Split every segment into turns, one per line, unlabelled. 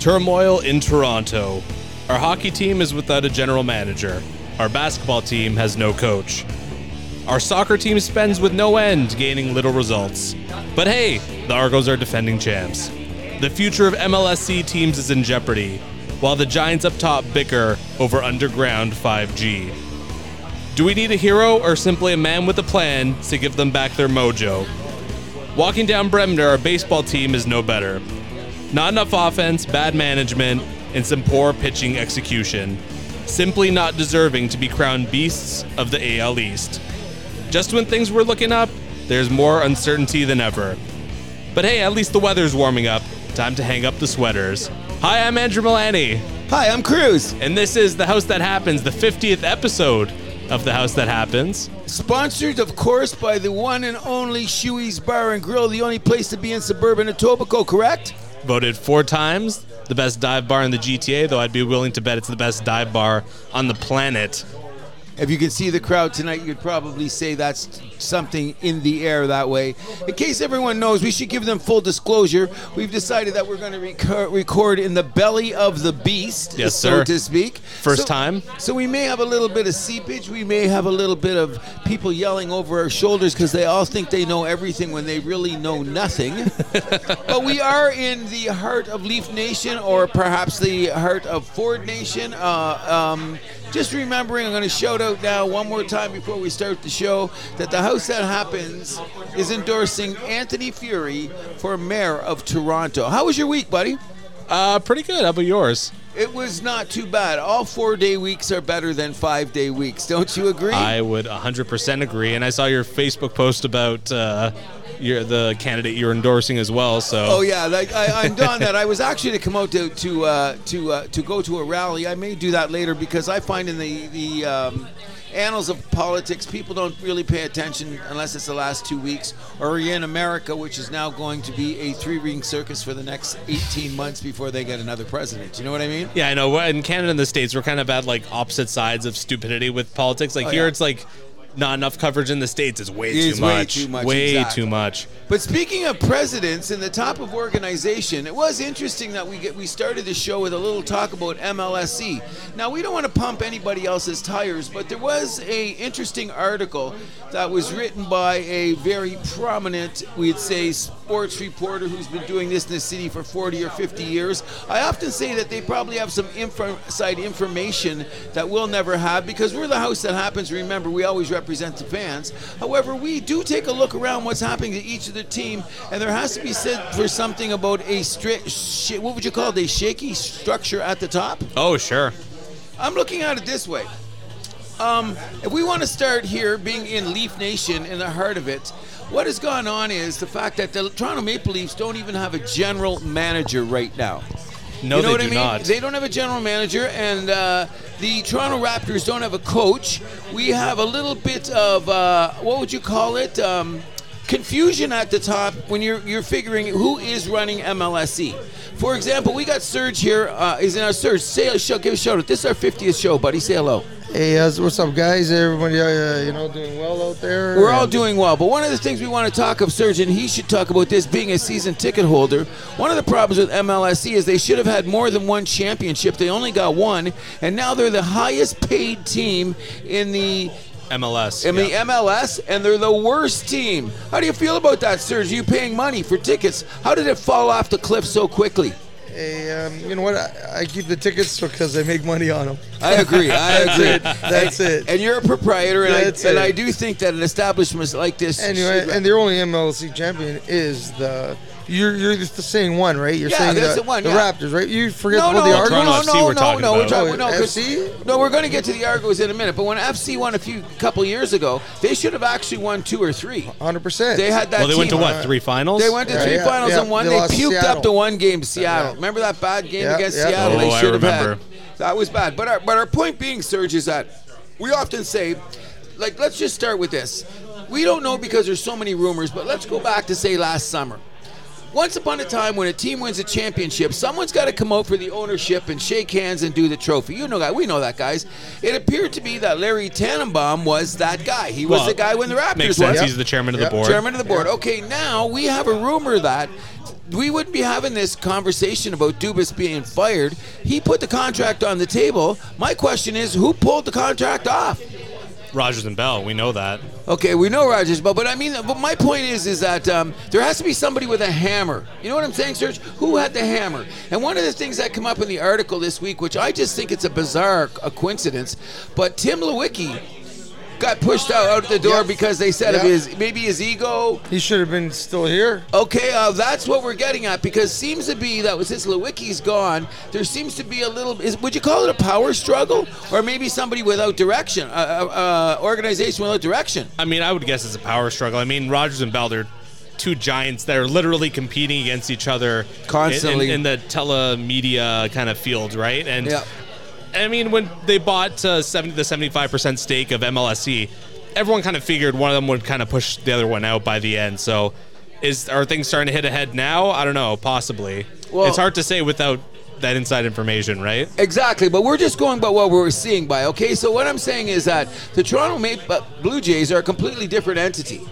turmoil in Toronto. Our hockey team is without a general manager. Our basketball team has no coach. Our soccer team spends with no end, gaining little results. But hey, the Argos are defending champs. The future of MLSC teams is in jeopardy, while the Giants up top bicker over underground 5G. Do we need a hero or simply a man with a plan to give them back their mojo? Walking down Bremner, our baseball team is no better. Not enough offense, bad management, and some poor pitching execution. Simply not deserving to be crowned beasts of the AL East. Just when things were looking up, there's more uncertainty than ever. But hey, at least the weather's warming up. Time to hang up the sweaters. Hi, I'm Andrew Milani,
Hi, I'm Cruz.
and this is The House That Happens, the 50th episode of The House That Happens.
Sponsored, of course, by the one and only Shuey's Bar and Grill, the only place to be in suburban Etobicoke, correct?
Voted four times the best dive bar in the GTA, though I'd be willing to bet it's the best dive bar on the planet.
If you can see the crowd tonight, you could probably say that's something in the air that way. In case everyone knows, we should give them full disclosure. We've decided that we're going to recor- record in the belly of the beast,
Yes,
so
sir.
to speak.
First
So-
time.
So we may have a little bit of seepage. We may have a little bit of people yelling over our shoulders because they all think they know everything when they really know nothing. but we are in the heart of Leaf Nation, or perhaps the heart of Ford Nation. Uh, um, just remembering, I'm going to shout out now one more time before we start the show that the House That Happens is endorsing Anthony Fury for mayor of Toronto. How was your week, buddy?
Uh, pretty good. How about yours?
It was not too bad. All four day weeks are better than five day weeks. Don't you agree?
I would 100% agree. And I saw your Facebook post about uh, your, the candidate you're endorsing as well. So
Oh yeah, like I, I'm done that. I was actually to come out to to uh, to uh, to go to a rally. I may do that later because I find in the the um, annals of politics, people don't really pay attention unless it's the last two weeks. Or in America, which is now going to be a three ring circus for the next 18 months before they get another president. You know what I mean?
Yeah, I know. We're- In Canada and the States, we're kind of at like opposite sides of stupidity with politics. Like
Oh,
here,
yeah.
it's like not enough coverage in the States is way
Is
too
way
much.
too much,
Way
exactly.
too much.
But speaking of presidents and the top of organization, it was interesting that we get we started the show with a little talk about MLSE. E. Now we don't want to pump anybody else's tires, but there was a interesting article that was written by a very prominent, we'd say, sports reporter who's been doing this in the city for 40 or 50 years. I often say that they probably have some info- inside information that we'll never have because we're the house that happens. Remember, we always represent the fans. However, we do take a look around what's happening to each of the team, and there has to be said for something about a strict, sh- what would you call it, a shaky structure at the top.
Oh, sure.
I'm looking at it this way. Um, if we want to start here, being in Leaf Nation, in the heart of it, what has gone on is the fact that the Toronto Maple Leafs don't even have a general manager right now.
No,
you know
they
what
do
I mean?
not.
They don't have a general manager, and uh, the Toronto Raptors don't have a coach. We have a little bit of uh, what would you call it? Um, confusion at the top when you're you're figuring who is running MLSE. E. For example, we got Serge here. Uh, is in our Serge. Say a show. Give a shout out. This is our 50th show, buddy. Say hello.
Hey, how's, what's up, guys? Everybody, uh, you know, doing well out there?
We're all
And
doing well, but one of the things we want to talk of, Serge, and he should talk about this being a season ticket holder. One of the problems with MLSC is they should have had more than one championship. They only got one, and now they're the highest paid team in the
MLS.
in
yeah.
the MLS, and they're the worst team. How do you feel about that, Serge? You paying money for tickets? How did it fall off the cliff so quickly?
Hey, um, you know what? I, I keep the tickets because I make money on them.
I agree. I agree.
it. That's
And-
it.
And you're a proprietor, and,
That's
I, and
it.
I do think that an establishment like this
Anyway,
should-
and the only MLC champion is the. You're you're just saying one, right? You're
Yeah,
saying
that's the one, yeah.
Raptors, right? You forget
no,
about
no,
the
no,
Argos.
Toronto
no,
FC
no,
we're
no,
talking
no,
about.
We're talking, no, 'cause-
FC?
no, we're going to get to the Argos in a minute. But when FC won a few couple years ago, they should have actually won two or three.
100%.
They had that.
Well, they went to
team. uh,
what? Three finals?
They went to
Yeah,
three
yeah,
finals
yeah.
and one. They,
They lost
puked
Seattle.
up to one game, Seattle.
Yeah.
Remember that bad game
Yeah,
against
yeah.
Seattle?
Oh,
they
I
should have had.
remember.
That was bad. But our but our point being, Serge, is that we often say, like, let's just start with this. We don't know because there's so many rumors, but let's go back to say last summer. Once upon a time, when a team wins a championship, someone's got to come out for the ownership and shake hands and do the trophy. You know that. We know that, guys. It appeared to be that Larry Tannenbaum was that guy. He was
Well,
the guy when the Raptors
Makes
won.
sense. He's the chairman of the
Yeah.
board.
Chairman of the board. Okay, now we have a rumor that we wouldn't be having this conversation about Dubas being fired. He put the contract on the table. My question is, who pulled the contract off?
Rogers and Bell, we know that.
Okay, we know Rogers, but but I mean, but my point is, is that um, there has to be somebody with a hammer. You know what I'm saying, Serge? Who had the hammer? And one of the things that come up in the article this week, which I just think it's a bizarre a coincidence, but Tim Lewicki got pushed out, out the door
Yep.
because they said of
Yep.
his maybe his ego.
He should have been still here.
Okay, uh, that's what we're getting at because seems to be that since Lewicki's gone, there seems to be a little. Is, would you call it a power struggle, or maybe somebody without direction, uh, uh, uh, organization without direction?
I mean, I would guess it's a power struggle. I mean, Rogers and Bell, they're two giants that are literally competing against each other in- in-
Constantly.
in, the telemedia kind of field, right? And
Yeah.
I mean, when they bought uh, 70, the 75% stake of MLSE, everyone kind of figured one of them would kind of push the other one out by the end. So is are things starting to hit ahead now? I don't know, possibly.
Well-
it's hard to say without that inside information, right?
Exactly, but we're just going by what we're seeing by, okay? So what I'm saying is that the Toronto Maple uh, Blue Jays are a completely different entity.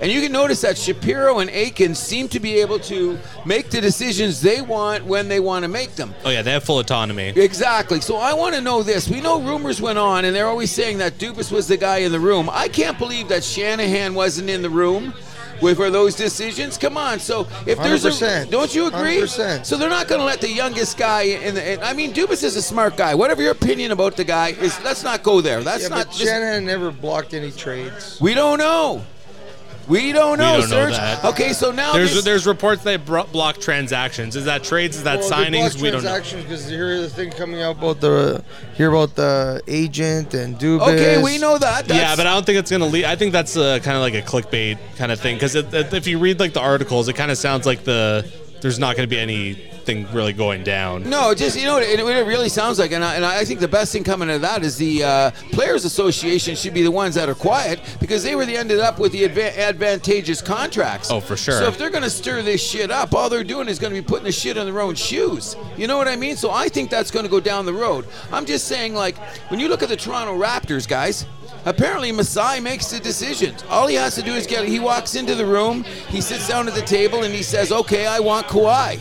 And you can notice that Shapiro and Aiken seem to be able to make the decisions they want when they want to make them.
Oh, yeah, they have full autonomy.
Exactly. So I want to know this. We know rumors went on, and they're always saying that Dubas was the guy in the room. I can't believe that Shanahan wasn't in the room with for those decisions. Come on. So if there's a,
100%.
don't you agree?
100%.
So they're not going to let the youngest guy in. The, I mean, Dubas is a smart guy. Whatever your opinion about the guy is, let's not go there. That's
Yeah,
not.
but
this-
Shanahan never blocked any trades.
we don't know. We don't know,
don't know
Serge.
that.
Okay, so now
There's
this-
there's reports they bro- block transactions. Is that trades? Is that
Well, they
signings?
blocked
We don't know.
because you hear the thing coming out about the hear about the agent and Dubis.
okay, we know that. That's,
yeah, but I don't think it's gonna lead. I think that's uh, kind of like a clickbait kind of thing because if you read like the articles, it kind of sounds like the there's not gonna be anything really going down.
No, just you know, it, it really sounds like, and I, and I think the best thing coming out of that is the uh, players' association should be the ones that are quiet because they were the ended up with the adva- advantageous contracts.
Oh, for sure.
So if they're going to stir this shit up, all they're doing is going to be putting the shit on their own shoes. You know what I mean? So I think that's going to go down the road. I'm just saying, like, when you look at the Toronto Raptors, guys. Apparently, Masai makes the decisions. All he has to do is get. He walks into the room, he sits down at the table, and he says, "Okay, I want Kawhi."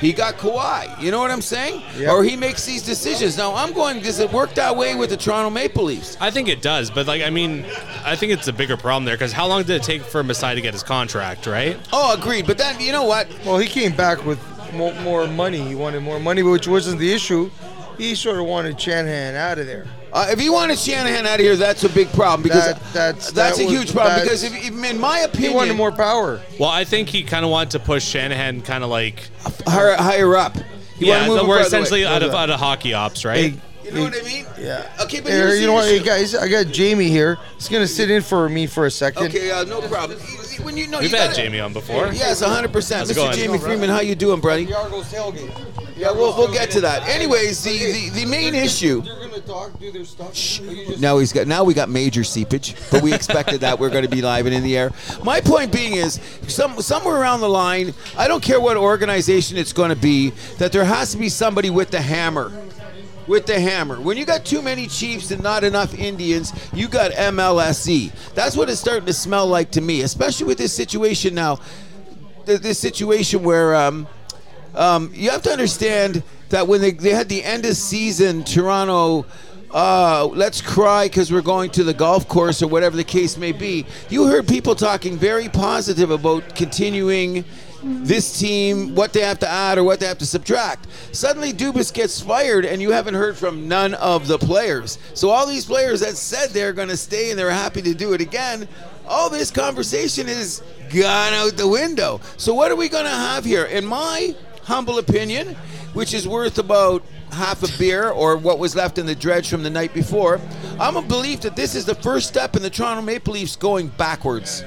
He got Kawhi. You know what I'm saying?
Yeah.
Or he makes these decisions. Now I'm going. Does it work that way with the Toronto Maple Leafs?
I think it does, but like I mean, I think it's a bigger problem there because how long did it take for Masai to get his contract? Right?
Oh, agreed. But then you know what?
Well, he came back with more, more money. He wanted more money, which wasn't the issue. He sort of wanted Shanahan out of there.
Uh, if you wanted Shanahan out of here, that's a big problem because
That- that's-
that's
that
a
was-
huge problem.
that's-
because if, if, in my
He
opinion,
wanted more power.
Well, I think he kind of wanted to push Shanahan kind of like
higher, higher up. You
yeah,
wanna move
so
him
we're
further
essentially uh,
away.
out of out of hockey ops, right?
You know what I mean? Uh,
Yeah.
Okay, but
Here,
here's
you
the
know what,
issue.
hey, guys? I got Jamie here. He's gonna sit in for me for a second.
Okay, uh, no problem. When you know
We've
you
had
gotta-
Jamie on before.
Yes, 100%.
How's
Mr.
it going?
Jamie Freeman, how you doing, buddy?
Yargo's tailgate.
Yeah, we'll, we'll get to that. Anyways, the, the, the main issue.
They're gonna talk, do their stuff.
Now he's got. Now we got major seepage, but we expected that we're going to be live and in the air. My point being is, some somewhere around the line, I don't care what organization it's going to be, that there has to be somebody with the hammer. With the hammer. When you got too many Chiefs and not enough Indians, you got MLSE. E. That's what it's starting to smell like to me, especially with this situation now. th- This situation where um, um, you have to understand that when they, they had the end of season Toronto uh, let's cry because we're going to the golf course or whatever the case may be. You heard people talking very positive about continuing this team, what they have to add or what they have to subtract. Suddenly, Dubas gets fired, and you haven't heard from none of the players. So, all these players that said they're going to stay and they're happy to do it again, all this conversation is gone out the window. So, what are we going to have here? In my humble opinion, which is worth about half a beer or what was left in the dredge from the night before, I'm a belief that this is the first step in the Toronto Maple Leafs going backwards.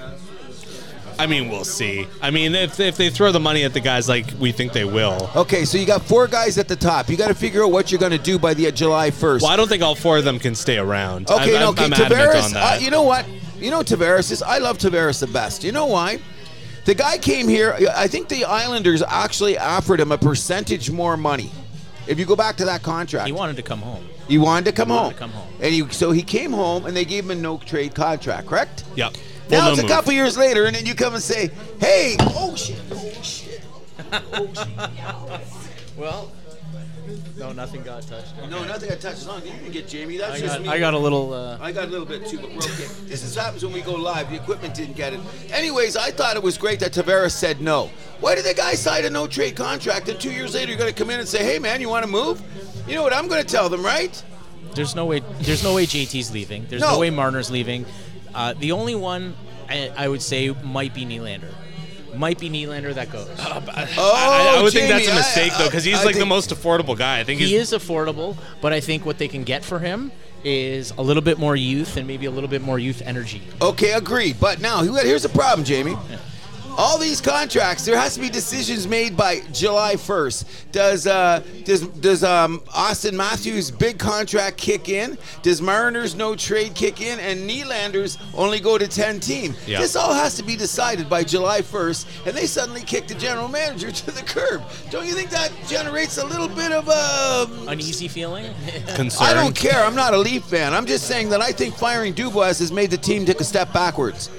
I mean, we'll see. I mean, if if they throw the money at the guys like we think they will,
Okay, so you got four guys at the top. You got to figure out what you're going to do by the July 1st.
Well, I don't think all four of them can stay around.
Okay,
I'm,
no,
I'm-
okay,
I'm adamant
Tavares.
on that.
Uh, you know what? You know Tavares is. I love Tavares the best. You know why? The guy came here. I think the Islanders actually offered him a percentage more money. If you go back to that contract,
He wanted to come home.
He wanted to come home.
to come home.
And he, so he came home, and they gave him a no trade contract, correct?
yep.
Now
Well,
it's
no
a
move.
couple years later, and then you come and say, "Hey, oh shit, oh shit, oh
Well, no, nothing got touched.
No, nothing got touched on. You didn't get Jamie. That's
I
just
got,
me.
I got a little. Uh,
I got a little bit too, but we're okay. This is happens when we go live. The equipment didn't get it. Anyways, I thought it was great that Tavares said no. Why did the guy sign a no trade contract and two years later you're going to come in and say, hey man, you want to move? You know what I'm going to tell them, right?
There's no way. There's no way JT's leaving. There's no,
No.
way Marner's leaving. Uh, the only one I, I would say might be Nylander. Might be Nylander that goes.
Oh,
I, I would think that's
Jamie,
a
I-
mistake though, because he's
I
like the
think-
most affordable guy. I think
he
he's
is affordable, but I think what they can get for him is a little bit more youth and maybe a little bit more youth energy.
Okay, agreed. But now he- here's the problem, Jamie. All these contracts, there has to be decisions made by July 1st. Does uh, does does um, Austin Matthews' big contract kick in? Does Mariners' no trade kick in? And Nylander's only go to 10 team.
Yeah.
This all has to be decided by July 1st, and they suddenly kick the general manager to the curb. Don't you think that generates a little bit of um,
Uneasy feeling?
concerned.
I don't care. I'm not a Leaf fan. I'm just saying that I think firing Dubois has made the team take a step backwards.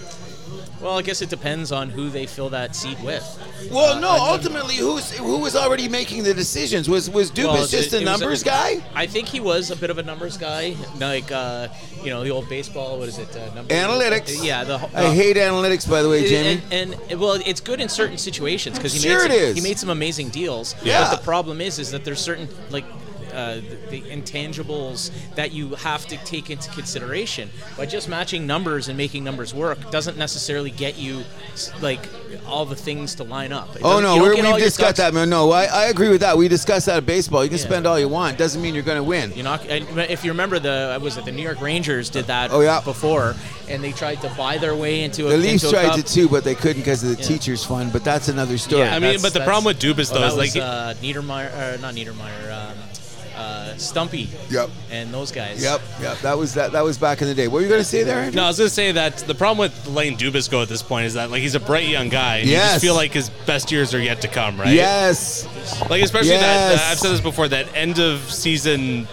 well, I guess it depends on who they fill that seat with. Uh,
Well, no. ultimately, who's who was already making the decisions? Was was Dubas
Well,
just
it-
a
it was
numbers guy?
I think he was a bit of a numbers guy, like uh, you know the old baseball. What is it? Uh, numbers
Analytics.
Yeah, the, the
I hate analytics, by the way, Jamie.
And, and, and- well, it's good in certain situations because he
Sure
made
it
some,
is.
he made some amazing deals.
Yeah.
But the problem is, is that there's certain like. Uh, the, the intangibles that you have to take into consideration by just matching numbers and making numbers work doesn't necessarily get you s- like all the things to line up. It
Oh
doesn't- you
no,
don't
we're,
get all
we've
your
discussed
ducks-
that. man. No, I, I agree with that. We discussed that at baseball. You can
Yeah.
spend all you want, doesn't mean you're going to win.
You know, and if you remember the was it the New York Rangers did that
Oh, yeah.
before, and they tried to buy their way into a
The Leafs
into a
tried
cup.
to too, but they couldn't because of the teachers' fund. But that's another story.
Yeah,
I mean,
That's-
but the
that's-
problem with Dubas
Oh,
though
that
is like
was, uh, Niedermeyer, uh, not Niedermeyer, um, uh, Stumpy.
Yep.
And those guys.
Yep, yep. That was that. That was back in the day. What were you going to say there? Andrew?
No, I was gonna say that the problem with letting Dubisco at this point is that like he's a bright young guy. And You
Yes.
just feel like his best years are yet to come, right?
Yes.
Like especially that
Yes.
uh, I've said this before that end of season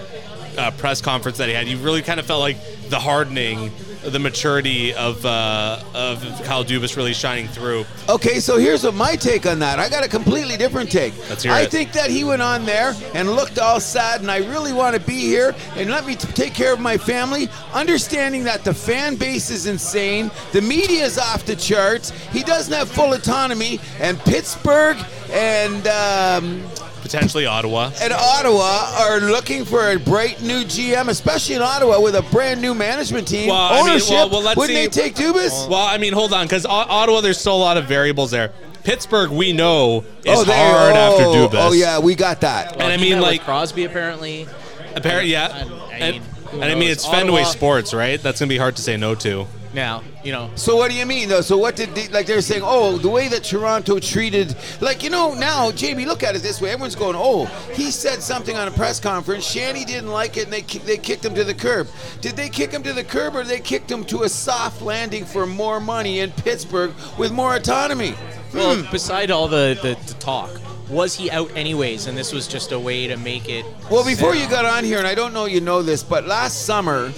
uh, press conference that he had, you really kind of felt like the hardening, the maturity of uh, of Kyle Dubas really shining through.
Okay, so here's what my take on that. I got a completely different take.
Let's hear
I
it.
think that he went on there and looked all sad, and I really want to be here and let me t- take care of my family, understanding that the fan base is insane, the media is off the charts, he doesn't have full autonomy, and Pittsburgh and um,
Potentially Ottawa.
and Ottawa are looking for a bright new GM, especially in Ottawa with a brand new management team.
Well, I mean,
Ownership.
well, well, let's
Wouldn't
see.
they take Dubas?
Well, I mean, hold on, because Ottawa, there's still a lot of variables there. Pittsburgh, we know, is
Oh, they-
hard after
oh,
Dubas.
Oh yeah, we got that.
and I
he met
mean,
with
like,
Crosby apparently.
apparently, yeah.
I- I
and,
mean, who
and I mean,
knows?
it's Fenway
Ottawa-
Sports, right? That's gonna be hard to say no to.
Now you know.
So what do you mean though? So what did they, like they're saying? Oh, the way that Toronto treated like you know now, Jamie, look at it this way. Everyone's going, oh, he said something on a press conference. Shanny didn't like it, and they ki- they kicked him to the curb. Did they kick him to the curb, or they kicked him to a soft landing for more money in Pittsburgh with more autonomy? Hmm.
Well, beside all the, the the talk, was he out anyways? And this was just a way to make it.
Well, before you got on here, and I don't know you know this, but last summer,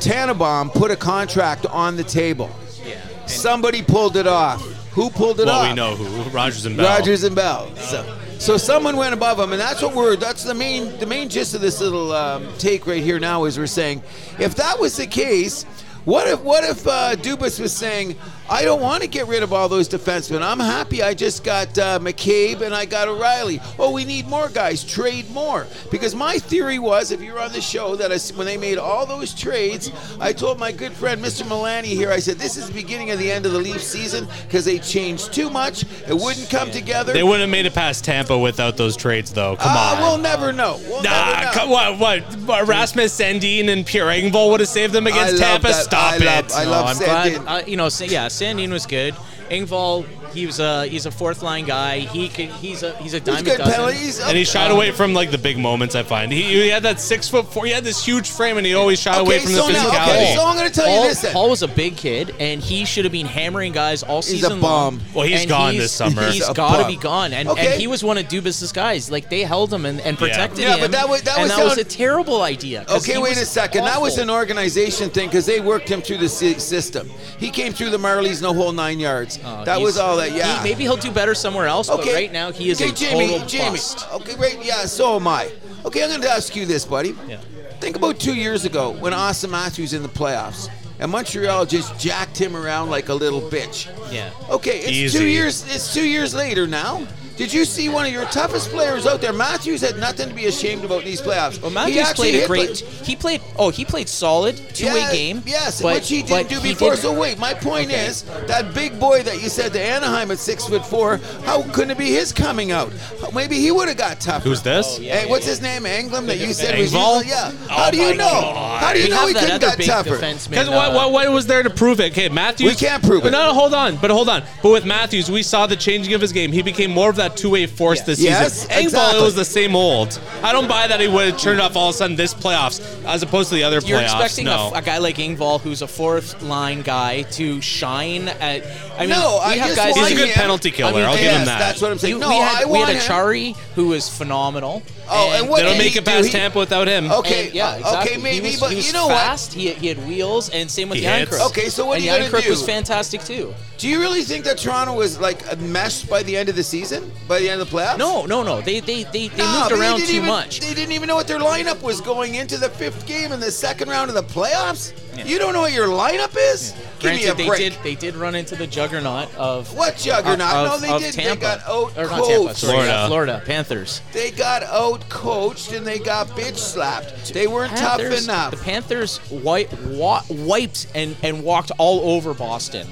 Tannenbaum put a contract on the table.
Yeah. And
Somebody pulled it off. Who pulled it
Well,
off?
we know who Rogers and Bell.
Rogers and Bell. So, so someone went above them, and that's what we're. That's the main. The main gist of this little um, take right here now is we're saying, if that was the case, what if what if uh, Dubas was saying, I don't want to get rid of all those defensemen. I'm happy. I just got uh, McCabe and I got O'Reilly. Oh, we need more guys. Trade more because my theory was, if you were on the show, that I s when they made all those trades, I told my good friend Mr. Milani here. I said this is the beginning of the end of the Leaf season because they changed too much. It wouldn't come together.
They wouldn't have made it past Tampa without those trades, though. Come
Ah,
on.
we'll never know. We'll never know.
Nah, come, what, what? Rasmus Sandin and Pierre Engvall would have saved them
I
against
love
Tampa.
that.
Stop
I
it.
love- I
no,
love
I'm
Sandin.
glad. Uh, you know, Sa- yeah, Sandin was good. Ingval, he was a he's a fourth line guy. He could he's a he's a
He's
diamond
good
dozen.
penalties.
and he shied
Um,
away from like the big moments. I find he, he had that six foot four. He had this huge frame, and he always shied away
Okay,
from the
so now,
physicality.
okay, so I'm going to tell
Paul,
you this. Then.
Paul was a big kid, and he should have been hammering guys all
a
season
bum.
long.
Well, he's
and
gone this summer.
He's
He's a
got to
bum.
be gone, and,
Okay.
and he was one of Dubas's guys. Like they held him and, and
Yeah.
protected
Yeah,
him.
but that was- that
and
was
that was
sound-
a terrible idea. 'cause
Okay,
he
wait
was
a second. That was
awful.
an organization thing because they worked him through the sy- system. He came through the Marlies, no whole nine yards.
Oh,
that was
he's-
all that. Yeah.
He, maybe he'll do better somewhere else, but right now he is
okay,
a
Jamie,
total
Jamie.
bust.
Okay, great. Yeah, so am I. Okay, I'm going to ask you this, buddy.
Yeah.
Think about two years ago when Austin Matthews in the playoffs and Montreal just jacked him around like a little bitch.
Yeah.
Okay, it's two
Easy.
years. It's two years later now. Did you see one of your toughest players out there? Matthews had nothing to be ashamed about in these playoffs.
Well,
He
Matthews
actually
played a
hit
great.
play-
He played. Oh, he played solid two-way
Yeah,
game.
Yes,
but,
which he didn't
but
do
he
before.
didn't-
So wait, my point
Okay.
is that big boy that you said to Anaheim at six foot four. How couldn't it be his coming out? Maybe he would have got tougher.
Who's this?
Oh, yeah.
Hey, what's his name? Anglum that you said was
Engvall?
Yeah.
Oh
How do
my
you know?
God.
How do you
we
know
have
he
that
couldn't
other
got
big
tougher?
defenseman.
Because what,
uh,
what, what was there to prove it? Okay, Matthews.
We can't prove it.
No, no, hold on. But hold on. But with Matthews, we saw the changing of his game. He became more of that two-way force
Yeah.
this
Yes,
season. Engvall,
exactly.
it was the same old. I don't buy that he would have turned off all of a sudden this playoffs as opposed to the other
You're
playoffs.
expecting a-
no.
a, guy like Ingval, who's a fourth line guy, to shine at. I mean,
No, I
we have
just
guys.
want
He's a good
him-
penalty killer. I
I mean,
will give him
yes,
that.
that's what I'm saying.
You-
no,
we had,
I
we
want
had a
him-
Chari who was phenomenal.
Oh, and what
They don't
did
make
he
it past
do? He-
Tampa without him.
Okay.
And, yeah,
uh,
exactly.
okay,
He
maybe,
was-
but
he was
you know what?
fast, He, he had wheels, and same with
He
Jan
hits.
Kirk.
Okay, so what
and
are you gonna
Jan Kirk was
do?
fantastic too.
Do you really think that Toronto was like meshed by the end of the season? By the end of the playoffs?
No, no, no. They they they, they
No,
moved
but
around
didn't
too
even-
much.
They didn't even know what their lineup was going into the fifth game in the second round of the playoffs. You don't know what your lineup is? Give
Granted,
me a
they
break.
did they did run into the juggernaut of
What juggernaut?
Of,
no, they
of
did.
Tampa.
They got out
or not Tampa,
coached.
sorry,
Florida.
uh, Florida Panthers.
They got out coached and they got bitch slapped. They weren't tough
Panthers-
enough.
The Panthers wi- wa- wiped and, and walked all over Boston.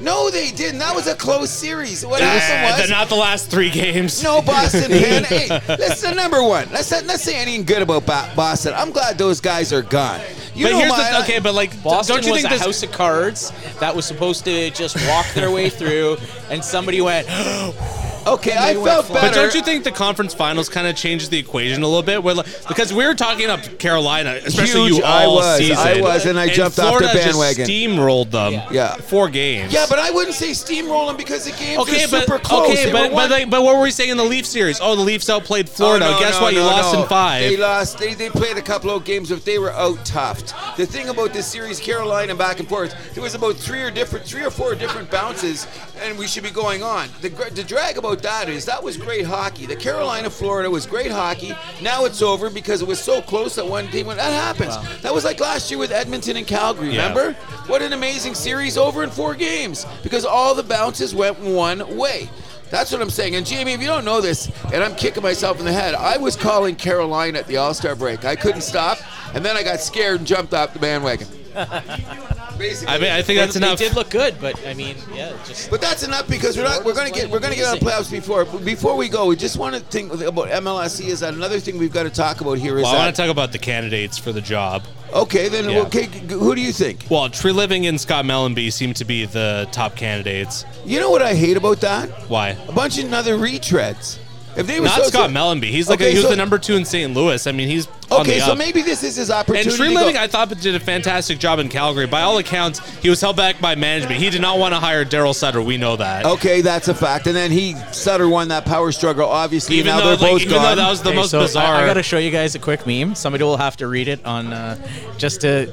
no, they didn't. That was a close series. What
Ah,
happened
they're
was
not the last three games.
No Boston fan. Hey, listen, number one. Let's not, let's say anything good about Bo- Boston. I'm glad those guys are gone. You
but
know
here's
my,
the okay. But like,
Boston
don't you
was
think
a
this?
house of cards that was supposed to just walk their way through, and somebody went,
okay, I
went
felt
flat.
better.
But don't you think the conference finals kind of changes the equation a little bit? Where, like, because we were talking up Carolina, especially
Huge,
you all
I was,
season.
I was, and I jumped off the
Florida just
bandwagon.
steamrolled them.
Yeah.
four games.
Yeah, but I wouldn't say steamrolling because the games
okay,
were
but
super close.
okay,
They
but
were
but,
one-
like, but what were we saying in the Leaf series? Oh, the Leafs outplayed
Oh,
Florida.
no,
Guess
no,
what? You
no,
lost
no.
in five.
They lost. They, they played a couple of games, but they were out toughed. The thing about this series, Carolina back and forth, there was about three or different, three or four different bounces, and we should be going on. The, gr- the drag about that is that was great hockey. The Carolina Florida was great hockey. Now it's over because it was so close that one team. That happens. That was like last year with Edmonton and Calgary.
Yeah.
Remember? What an amazing series over in four games because all the bounces went one way. That's what I'm saying. And Jamie, if you don't know this, and I'm kicking myself in the head, I was calling Carolina at the All Star break. I couldn't stop, and then I got scared and jumped off the bandwagon. Basically.
I mean, I think
they,
that's
they
enough.
did look good, but I mean, yeah, just
But that's enough because we're not. We're gonna get. We're gonna get on the playoffs before. Before we go, we just want to think about MLSE. E Is that another thing we've got to talk about here? Is
Well, I want
that
to talk about the candidates for the job.
okay? Then
Yeah.
okay. g- Who do you think?
Well, Tree Living and Scott Mellenby seem to be the top candidates.
You know what I hate about that?
Why?
A bunch of another retreads. If they were
Not
so-
Scott Mellenby. He's like
Okay,
he was
so-
the number two in St. Louis. I mean, he's on
Okay,
the
so
up.
maybe this is his opportunity.
And Tree
to
Living,
go-
I thought, did a fantastic job in Calgary. By all accounts, he was held back by management. He did not want to hire Daryl Sutter. We know that.
okay, that's a fact. And then he Sutter won that power struggle. Obviously,
Even
now
though,
they're
like,
both
even
gone.
though that was the
Okay,
most
so I-
bizarre.
I, gotta show you guys a quick meme. Somebody will have to read it on uh, just to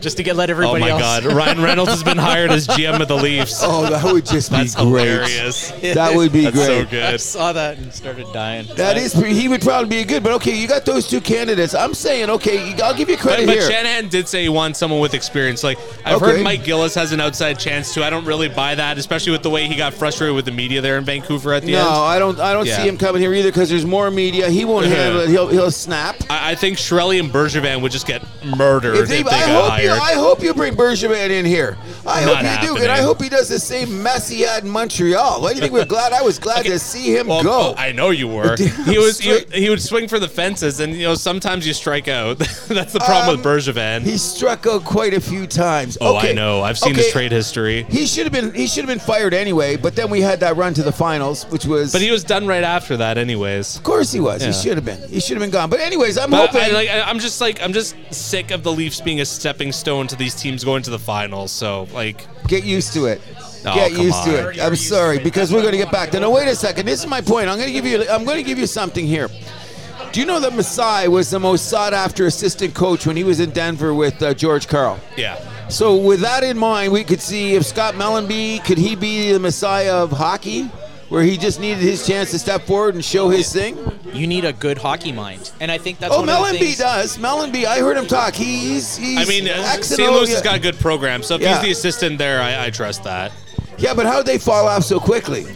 just to get let
oh
everybody
my
else.
God, Ryan Reynolds has been hired as GM of the Leafs.
oh, that would just be
That's
great.
hilarious.
That would be
That's
great.
so
I
good.
saw that and started dying.
That is, he would probably be good. But okay, you got those two candidates. I'm saying, okay, I'll give you
But,
credit
but
here.
Shanahan did say he wants someone with experience. Like I've heard
Okay.
Mike Gillis has an outside chance too. I don't really buy that, especially with the way he got frustrated with the media there in Vancouver at the
no,
end.
I don't. I don't
Yeah.
see him coming here either because there's more media. He won't
Yeah.
handle it. He'll he'll snap.
I, I think Shirelli and Bergevin would just get murdered if they,
If they- I,
got
hope
hired.
You, I hope you bring Bergevin in here. I
Not
hope you do,
happening.
and I hope he does the same mess he had in Montreal. Why do you think we're glad? I was glad to see him
Well,
go.
oh, I know you were.
Damn
He was. He,
straight.
he would swing for the fences, and you know sometimes you strike out. That's the problem with
Um,
Bergevin.
he struck out quite a few times.
oh,
okay.
I know. I've seen his
Okay.
trade history.
He should have been. He should have been fired anyway. But then we had that run to the finals, which was.
But he was done right after that, anyways.
of course, he was.
Yeah.
He should have been. He should have been gone. But anyways, I'm
But
hoping.
I, like, I, I'm just like I'm just sick of the Leafs being a stepping stone to these teams going to the finals. So like,
Get used to it.
Oh,
get
come
used
on.
to it. I'm sorry because we're going to get back to. No, wait a second. This is my point. I'm going to give you. I'm going to give you something here. Do you know that Masai was the most sought after assistant coach when he was in Denver with uh, George Carl?
yeah,
So with that in mind, we could see if Scott Mellenby could he be the messiah of hockey, where he just needed his chance to step forward and show his thing.
You need a good hockey mind, and I think that's
Oh,
one of the
Mellenby
things.
does. Mellenby, I heard him talk. He's he's.
I mean, uh,
X and
St.
O,
Louis
yeah.
has got a good program, so if
Yeah.
he's the assistant there, I, I trust that.
Yeah, but how'd they fall off so quickly?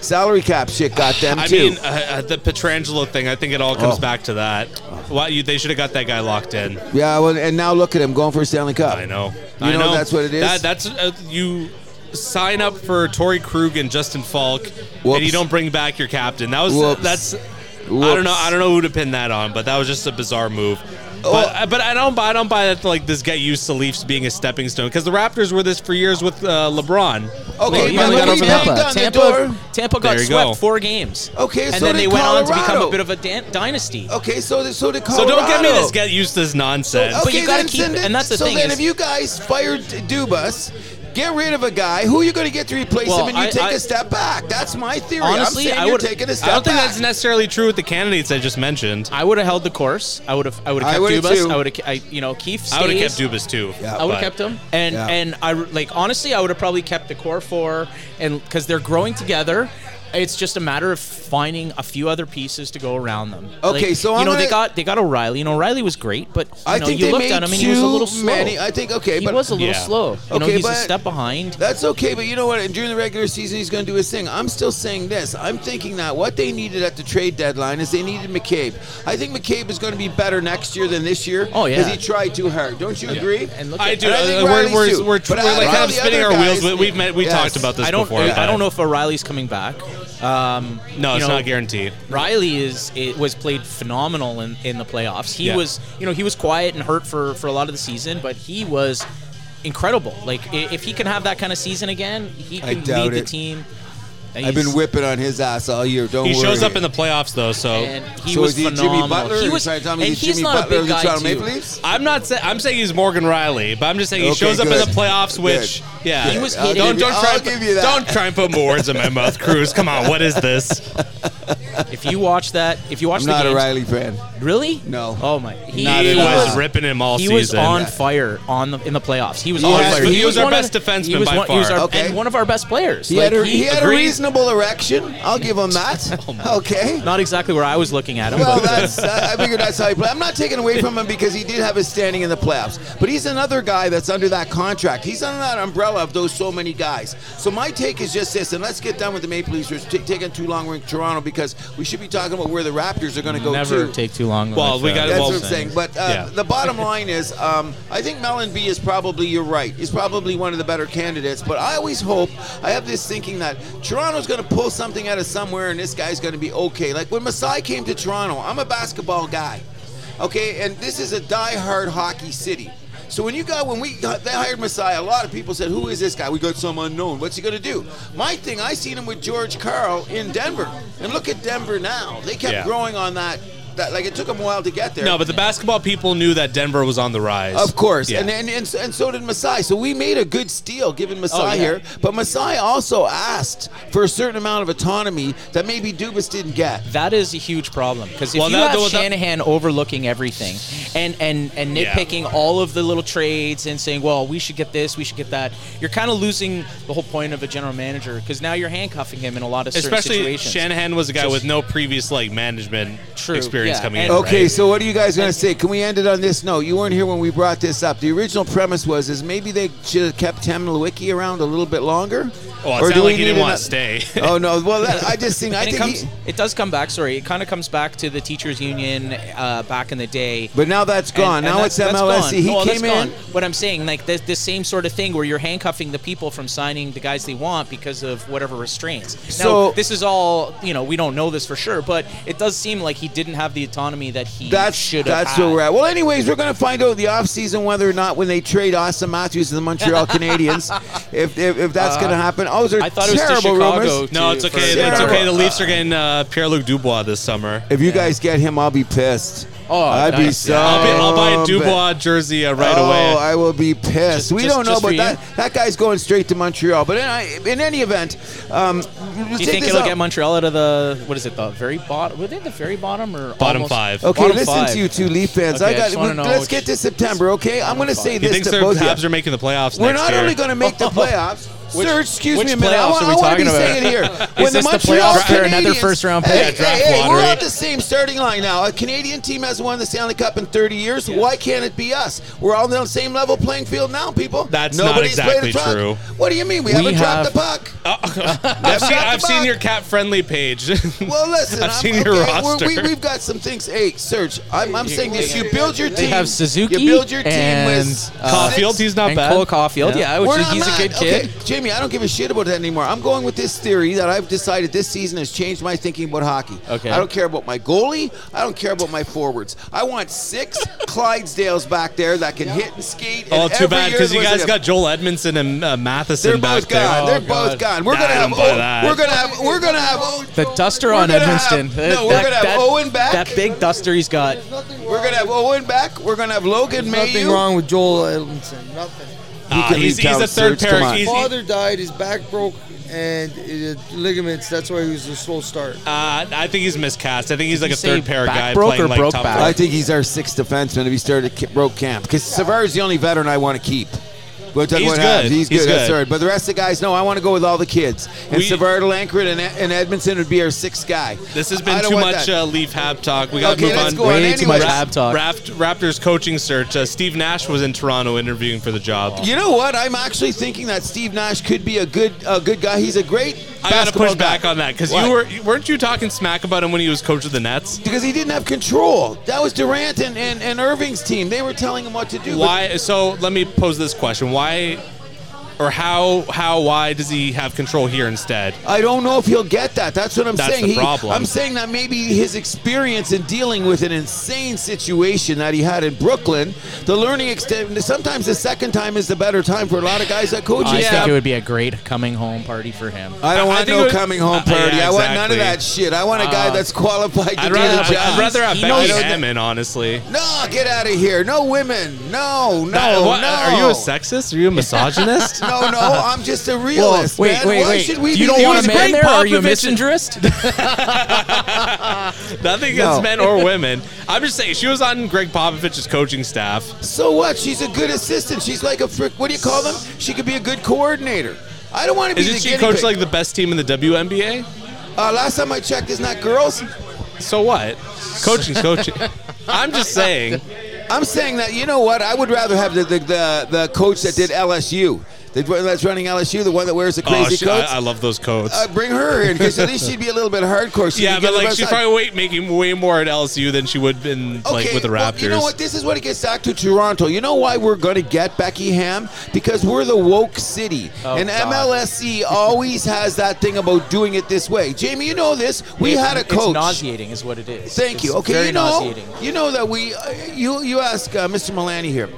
Salary cap shit got them
I
too.
mean, uh, uh, the Petrangelo thing, I think it all comes
Oh.
back to that. Why you, they should have got that guy locked in.
yeah, well, and now look at him going for a Stanley Cup.
I know.
You
I
know that's what it is?
That, that's uh, you sign up for Tory Krug and Justin Falk,
Whoops.
and you don't bring back your captain. That was uh,
Whoops.
that's. I don't know. I don't know who to pin that on, but that was just a bizarre move. But, uh,
Oh.
but I don't buy. I don't buy that like this get used to Leafs being a stepping stone because the Raptors were this for years with uh, LeBron.
Oh,
Okay,
They
but
finally
look
got
at
over
Tampa.
that.
Down the door.
Tampa, Tampa got
There you
swept
go.
four games.
Okay,
and
so
then
did
they went on to become
Colorado.
a bit of a dan- dynasty.
Okay, so th- so did
So
Colorado.
don't give me this get used to this nonsense.
Okay,
But you gotta
then
keep-
send it-
and that's the
so
thing
then,
is-
if you guys fired Dubas, get rid of a guy, who are you going to get to replace
Well,
him? And you
I-
take a
I-
step back. That's my theory.
Honestly,
I'm saying
I
you're
would-
taking a
I
step
don't think
back.
that's necessarily true with the candidates I just mentioned.
I would have held the course. I would have. I would
I
have kept
would've
Dubas.
too.
I would have. I you know Keith. Stays.
I would have kept Dubas too.
Yeah.
I would
but-
have kept him, Uh, and
Yeah.
and I re- like honestly, I would have probably kept the core four, and because they're growing together, it's just a matter of finding a few other pieces to go around them.
Okay,
Like,
so
you
I'm
know they
gonna-
got they got O'Reilly, and O'Reilly was great, but you
I
know,
think
you
they
looked
made
at him and
too
he was a little slow.
many. I think okay,
he
but
was a little
Yeah.
slow. You know,
Okay,
he's a
but-
step behind.
That's okay, but you know what? During the regular season, he's going to do his thing. I'm still saying this. I'm thinking that what they needed at the trade deadline is they needed McCabe. I think McCabe is going to be better next year than this year.
Oh, yeah.
because he tried too hard. Don't you agree?
And look
I
at-
do.
And I
uh,
think
we're
Riley's
we're,
too.
we're, we're,
But I-
like
all
kind of
the
spinning our
other
wheels.
guys-
We- We've met, we
Yes.
talked about this
I don't.
before.
I
but-
don't know if O'Reilly's coming back. Um,
No,
you
it's
know,
not guaranteed.
Riley is it was played phenomenal in, in the playoffs. He
Yeah.
was you know he was quiet and hurt for for a lot of the season, but he was incredible. Like i- if he can have that kind of season again, he
I
can
doubt
lead the
it.
team.
I've been
He's-
whipping on his ass all year. Don't
He
worry.
shows up in the playoffs though, so
and he
So
was
is he Jimmy
phenomenal.
Butler? Are
he
you
was,
trying to tell me
and
he's
he's
Jimmy
not
Butler
a
of
big
the
guy
Toronto
too.
Maple Leafs?
I'm not. Say, I'm saying he's Morgan Riley, but I'm just saying he
Okay,
shows up in
good.
the playoffs, which
Good.
yeah,
He was
don't
hitting-
don't
I'll
try. and
give
put-
you that.
Don't try and put more words in my mouth, Cruz. Come on, what is this?
If you watch that, if you watch
I'm
the
not a
games-
Riley fan.
really?
No.
Oh my, he
Not
He
at all.
was ripping him all
He
season.
was on fire on the in the playoffs. He was
He
on
had-
fire.
he
was our
one of
best
the-
defenseman
he was
by
one, He was
far.
our,
Okay.
and one of our best players.
He
Like,
had a, he, had a
agreed.
reasonable erection. I'll give him that.
Oh
Oh,
okay.
not exactly where I was looking at him.
Well,
but-
that's uh, I I figured that's how he played. I'm not taking away from him because he did have his standing in the playoffs, but he's another guy that's under that contract. He's under that umbrella of those so many guys. So my take is just this, and let's get done with the Maple Leafs. We're t- taking too long. We're in Toronto because we should be talking about where the Raptors are going to go.
never
to.
take too long.
Well,
with,
we
uh,
gotta-
That's
well,
what I'm saying. But uh,
yeah.
the bottom line is, um, I think Melon B is probably, you're right, he's probably one of the better candidates. But I always hope, I have this thinking that Toronto's going to pull something out of somewhere and this guy's going to be okay. Like when Masai came to Toronto, I'm a basketball guy, okay? And this is a die-hard hockey city. So when you got when we got, they hired Messiah, a lot of people said, "Who is this guy? We got some unknown. What's he gonna do?" My thing, I seen him with George Carl in Denver, and look at Denver now. They kept
Yeah.
growing on that. That like it took them a while to get there.
No, but the basketball people knew that Denver was on the rise.
Of course,
Yeah.
and, and and so- and so did Masai. So we made a good steal giving Masai
yeah.
here, but Masai also asked for a certain amount of autonomy that maybe Dubas didn't get.
That is a huge problem because if
Well,
you
that-
have
well, that-
Shanahan overlooking everything and and and
Yeah.
nitpicking all of the little trades and saying, "Well, we should get this, we should get that," you're kind of losing the whole point of a general manager because now you're handcuffing him in a lot of certain
Especially
situations.
Shanahan was a guy
Just-
with no previous like management
True,
experience
yeah,
coming in.
and-
Okay,
right?
so what are you guys gonna say? Can we end it on this note? You weren't here when we brought this up. The original premise was is maybe they should have kept Tam Lewicki around a little bit longer.
Well, it
Or do
sounded
we
like he
need
didn't want
ano-
to stay.
Oh no! Well, that, I just think I
and it
think.
comes,
he,
it does come back. Sorry, it kind of comes back to the teachers' union uh, back in the day.
but now that's gone.
And-
now
and
it's
that's- that's
MLS.
gone.
E. He
Well, that's
came in.
gone. But I'm saying, like this, this same sort of thing where you're handcuffing the people from signing the guys they want because of whatever restraints.
So-
now, this is all you know. We don't know this for sure, but it does seem like he didn't have the autonomy that he
That's
should have.
that's where we're at. Well, anyways, we're going to find out in the offseason whether or not when they trade Austin Matthews to the Montreal Canadiens, if, if if that's going to happen. Oh, those are
I thought it was to
terrible
Chicago.
rumors.
No, it's
to-
okay.
for-
It's
Yeah.
okay. The Leafs are getting uh, Pierre Luc Dubois this summer.
If you guys get him, I'll be pissed.
Oh,
I'd be
nice.
so.
Yeah.
I'll, be, I'll buy a
bad.
Dubois jersey uh, right
oh,
away.
I will be pissed.
Just-
we
just-
don't know,
just for
but
you?
that, that guy's going straight to Montreal. But in, I- in any event, um,
Do you think it'll get Montreal out of the what is it the very bottom? Were they the very bottom or
Bottom
almost-
five.
Okay,
Bottom
listen
five.
to you two Leaf fans.
Okay, I
I
just
got.
wanna know
let's
which-
get to September, okay? I'm going to say
He
this
thinks
to
the
both of you.
Habs are making the playoffs
We're
next
not
year.
only going to make the playoffs. Sir, excuse
which
me a minute. I
playoffs
want,
are we
I want
talking
to be
about?
saying it here. When
this the
Montreal
playoffs or another
Canadiens-
first-round
Hey,
pick?
hey,
Yeah, draft
hey, we're
lottery.
at the same starting line now. A Canadian team has won the Stanley Cup in 30 years. Why can't it be us? We're all on the same level playing field now, people.
That's not
Nobody's
exactly
played a puck.
true.
What do you mean? We, haven't dropped the puck.
I've seen,
got the
I've seen
puck.
your cat friendly page.
Well, listen,
I've
I'm-
seen your
okay, we're-
roster.
We, we've got some things. Hey, Serge, I'm, I'm saying this. You build your team.
They have Suzuki
You build your team
and
with
uh,
Caulfield, he's not
and
bad.
Cole Caulfield, yeah, I would
We're
say
not
he's
mad.
a good kid.
Okay, Jamie, I don't give a shit about that anymore. I'm going with this theory that I've decided this season has changed my thinking about hockey.
Okay.
I don't care about my goalie. I don't care about my forwards. I want six Clydesdales back there that can hit and skate. and
oh, too
every
bad
year
because you
was
guys
a-
got Joel Edmondson and uh, Matheson
They're
back
both
there. Oh,
gone. They're both gone. We're
Nah,
gonna
I
have.
don't buy
Owen-
that.
We're gonna have. We're gonna have. Owen-
The duster
we're
on
gonna
Edmonston.
Have, no, we're gonna have Owen back.
That big duster he's got.
We're gonna have Owen back. We're gonna have Logan
Nothing
Mayu.
wrong with Joel Edmondson. Nothing.
Ah,
You can
he's,
leave
he's
town,
a third
Serge, come
pair.
on.
He's, uh,
Father died. His back broke and uh, ligaments. That's why he was a slow start.
uh, I think he's miscast. I think he's like a
Did you say
third pair
back
guy
broke
playing
or
like
broke
top
back?
five.
I think he's our sixth defenseman if he started ki- broke camp because Savard's the only veteran I want to keep. But that's
He's
what happens.
good.
He's,
He's
good. That's
good.
right. But the rest of the guys, no, I want to go with all the kids. And
We-
Savard, Lankford, and, Ed- and Edmondson would be our sixth guy.
This has
I
been
don't
too
want
much
that.
uh, Leaf Hab talk. We got to
Okay,
move
let's
on.
go on
Way too much
anyways.
hab talk.
Raft, Raptors coaching search. Uh, Steve Nash was in Toronto interviewing for the job.
you know what? I'm actually thinking that Steve Nash could be a good a good guy. He's a great.
I got to
basketball
push back
guy.
on that because
What?
you were weren't you talking smack about him when he was coach of the Nets?
because he didn't have control. That was Durant and, and, and Irving's team. They were telling him what to do. but
Why? So let me pose this question: Why or how? How? Why does he have control here instead?
I don't know if he'll get that. That's what I'm
That's
saying.
the
He-
problem.
I'm saying that maybe his experience in dealing with an insane situation that he had in Brooklyn, the learning extent. Sometimes the second time is the better time for a lot of guys that coach.
I
and
think
stuff.
it would be a great coming home party for him.
I
I- I
don't want
think
no
it would-
coming home
Uh, yeah,
party. I want none
exactly. Uh,
of that shit. I want a guy that's qualified to
I'd
do
rather
the
have,
job.
I'd rather have
He
Becky
knows that-
Hammond, honestly.
no, get out of here. No women. No, no,
That- what-
no.
Are you a sexist? Are you a misogynist?
No, no. I'm just a realist.
wait,
man.
wait,
Why
wait.
should we
you
be
don't
doing
want a
this?
man
Greg
there? Are you a
Popovich-
misandrist?
Nothing
No.
against men or women. I'm just saying she was on Greg Popovich's coaching staff.
So what? She's a good assistant. She's like a frick. What do you call them? She could be a good coordinator. I don't want to be
Isn't
the
she
guinea
coach
pig.
like the best team in the WNBA?
Uh, last time I checked, it's not girls.
So what? Coaching's coaching. I'm just saying.
I'm saying that you know what? I would rather have the the, the, the coach that did LSU. The one that's running LSU, the one that wears the
Oh,
crazy
she-
coats.
I, I love those coats.
uh, bring her in because at least she'd be a little bit hardcore. She
yeah,
could get
but
the
like
best
she's
side.
probably wait, making way more at LSU than she would in like with the
well,
Raptors.
you know what? This is what it gets back to Toronto. You know why we're going to get Becky Ham? Because we're the woke city.
Oh,
and
God.
MLSC always has that thing about doing it this way. Jamie, you know this. We
It's-
had a coach.
It's nauseating, is what it is.
Thank you.
It's
Okay,
very
you know,
nauseating.
you know that we, uh, you you ask uh, Mr. Milani here.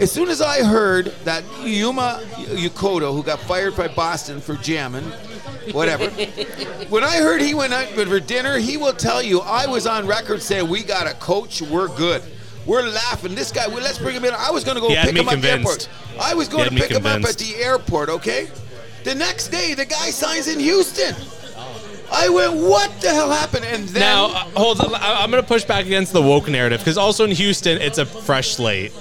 As soon as I heard that Yuma Yokota, who got fired by Boston for jamming, whatever, when I heard he went out for dinner, he will tell you I was on record saying we got a coach, we're good. We're laughing. This guy, well, let's bring him in. I was going to go
He had
pick
me
him
convinced.
up at the airport. I was
He
going
had
to
me
pick him up at
convinced.
the airport, okay? The next day, the guy signs in Houston. I went, what the hell happened? And then
Now, uh, hold on. I- I'm going to push back against the woke narrative because also in Houston, it's a fresh slate.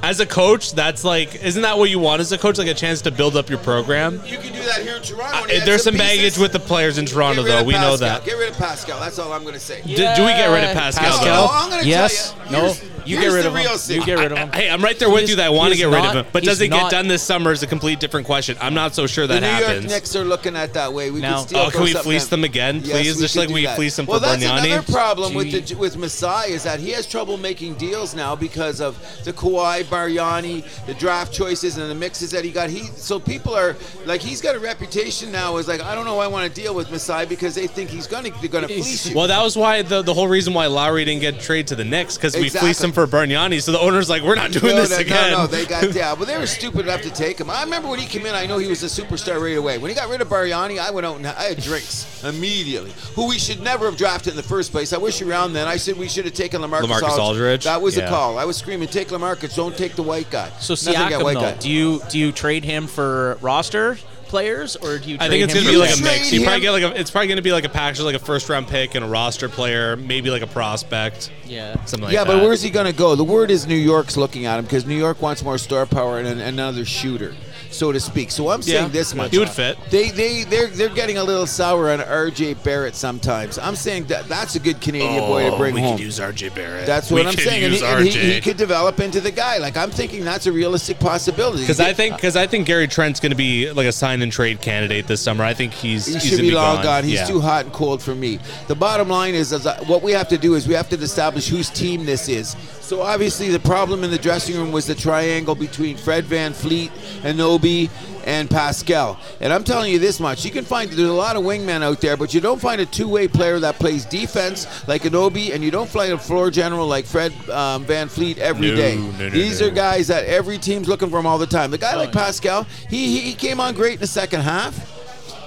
As a coach, that's like, isn't that what you want as a coach? Like a chance to build up your program?
You can do that here in Toronto. and
Uh,
add
there's some baggage
pieces.
with the players in Toronto,
Get rid
though.
of
We know
Pascal.
that.
Get rid of Pascal. That's all I'm going to say.
D- do we get rid of Pascal?
Pascal?
though?
Oh, I'm gonna tell
yes.
you,
no.
here's-
You
here's
get rid
the
of him.
real scene.
You get rid of him.
I- hey, uh, I'm right there with
He's-
you that I want to
he's
get rid
not-
of him. But
he's
does it get
not-
done this summer is a complete different question. I'm not so sure
The
that
New
happens.
York Knicks are looking at that way. We
Now-
can still
oh,
throw
can we
something
fleece
at-
them again,
Yes,
please?
we
Just
can
like
do
we
that.
fleece them
well,
for
that's another
Bargnani.
problem with
Gee.
the, with Masai is that he has trouble making deals now because of the Kawhi Barjani, the draft choices and the mixes that he got. He so people are like he's got a reputation now as like I don't know I want to deal with Masai because they think he's gonna they're gonna fleece you.
Well, that was why the, the whole reason why Lowry didn't get traded to the Knicks because we
Exactly.
fleeced him for Bargnani. So the owner's like, we're not doing
no,
this
no,
again.
No, no, they got yeah, but they were stupid enough to take him. I remember when he came in, I know he was a superstar right away. When he got rid of Barriani, I went out and I had drinks immediately. Who we should never have drafted in the first place. I wish around then I said we should have taken Lamarcus,
LaMarcus Aldridge?
That was
Yeah.
a call. I was screaming, take Lamarcus, don't take the white guy.
So
Nothing against
Siakam, though, do you do you trade him for roster players or do you? Trade
I think it's
him
gonna be
for
like a
picks?
trade
mix. You probably
him?
get like a, it's probably gonna be like a package, like a first round pick and a roster player, maybe like a prospect,
yeah.
something like
yeah,
that.
but where's he going to go? The word is New York's looking at him because New York wants more star power and an, another shooter, so to speak. So I'm
Yeah.
saying this much:
He would fit.
They they they're they're getting a little sour on RJ Barrett sometimes. I'm saying that that's a good Canadian boy to
Oh,
bring home.
RJ Barrett.
that's what I'm saying. And he, and he- he could develop into the guy. Like I'm thinking that's a realistic possibility.
Because I think because I think Gary Trent's going to be like a sign and trade candidate this summer. I think he's
He
he's
should
gonna
be long gone. He's
Yeah.
too hot and cold for me. The bottom line is, is I- what we have to do is we have to establish whose team this is. So obviously, the problem in the dressing room was the triangle between Fred Van Fleet, Anobi, and Pascal. And I'm telling you this much: you can find there's a lot of wingmen out there, but you don't find a two-way player that plays defense like Anobi, and you don't find a floor general like Fred um, Van Fleet every
No,
day.
no, no,
These are
no.
guys guys that every team's looking for him all the time. The guy like
Oh,
Pascal, he, he he came on great in the second half.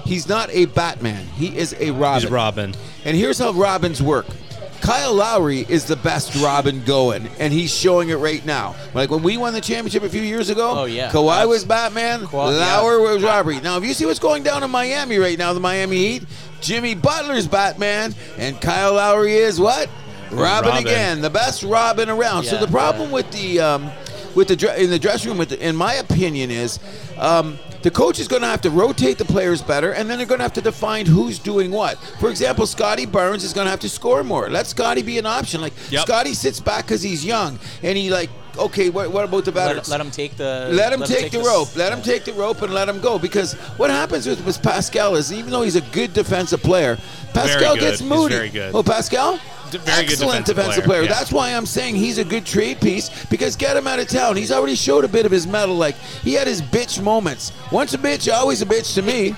He's not a Batman. He is a Robin.
He's Robin.
And here's how Robins work. Kyle Lowry is the best Robin going, and he's showing it right now. Like when we won the championship a few years ago,
Oh, yeah.
Kawhi
That's-
was Batman,
Kawhi- yeah.
Lowry was Robbery. Now, if you see what's going down in Miami right now, the Miami Heat, Jimmy Butler's Batman, and Kyle Lowry is what? Robin,
Robin.
again, the best Robin around. so
Yeah.
the problem with the um, with the dre- in the dressing room, with the, in my opinion, is um, the coach is going to have to rotate the players better, and then they're going to have to define who's doing what. For example, Scotty Barnes is going to have to score more. Let Scotty be an option. Like
Yep.
Scotty sits back because he's young, and he like, okay, what, what about the veterans?
Let, let him take the.
Uh, Let him take, the
this-
rope. Let him take the rope and let him go. Because what happens with, with Pascal is, even though he's a good defensive player, Pascal
good.
gets
He's
moody.
very good.
Oh, Pascal?
D- very good
Excellent
defensive
defensive
player,
player.
yeah.
That's why I'm saying he's a good trade piece because get him out of town. He's already showed a bit of his metal. Like he had his bitch moments. Once a bitch, always a bitch to me.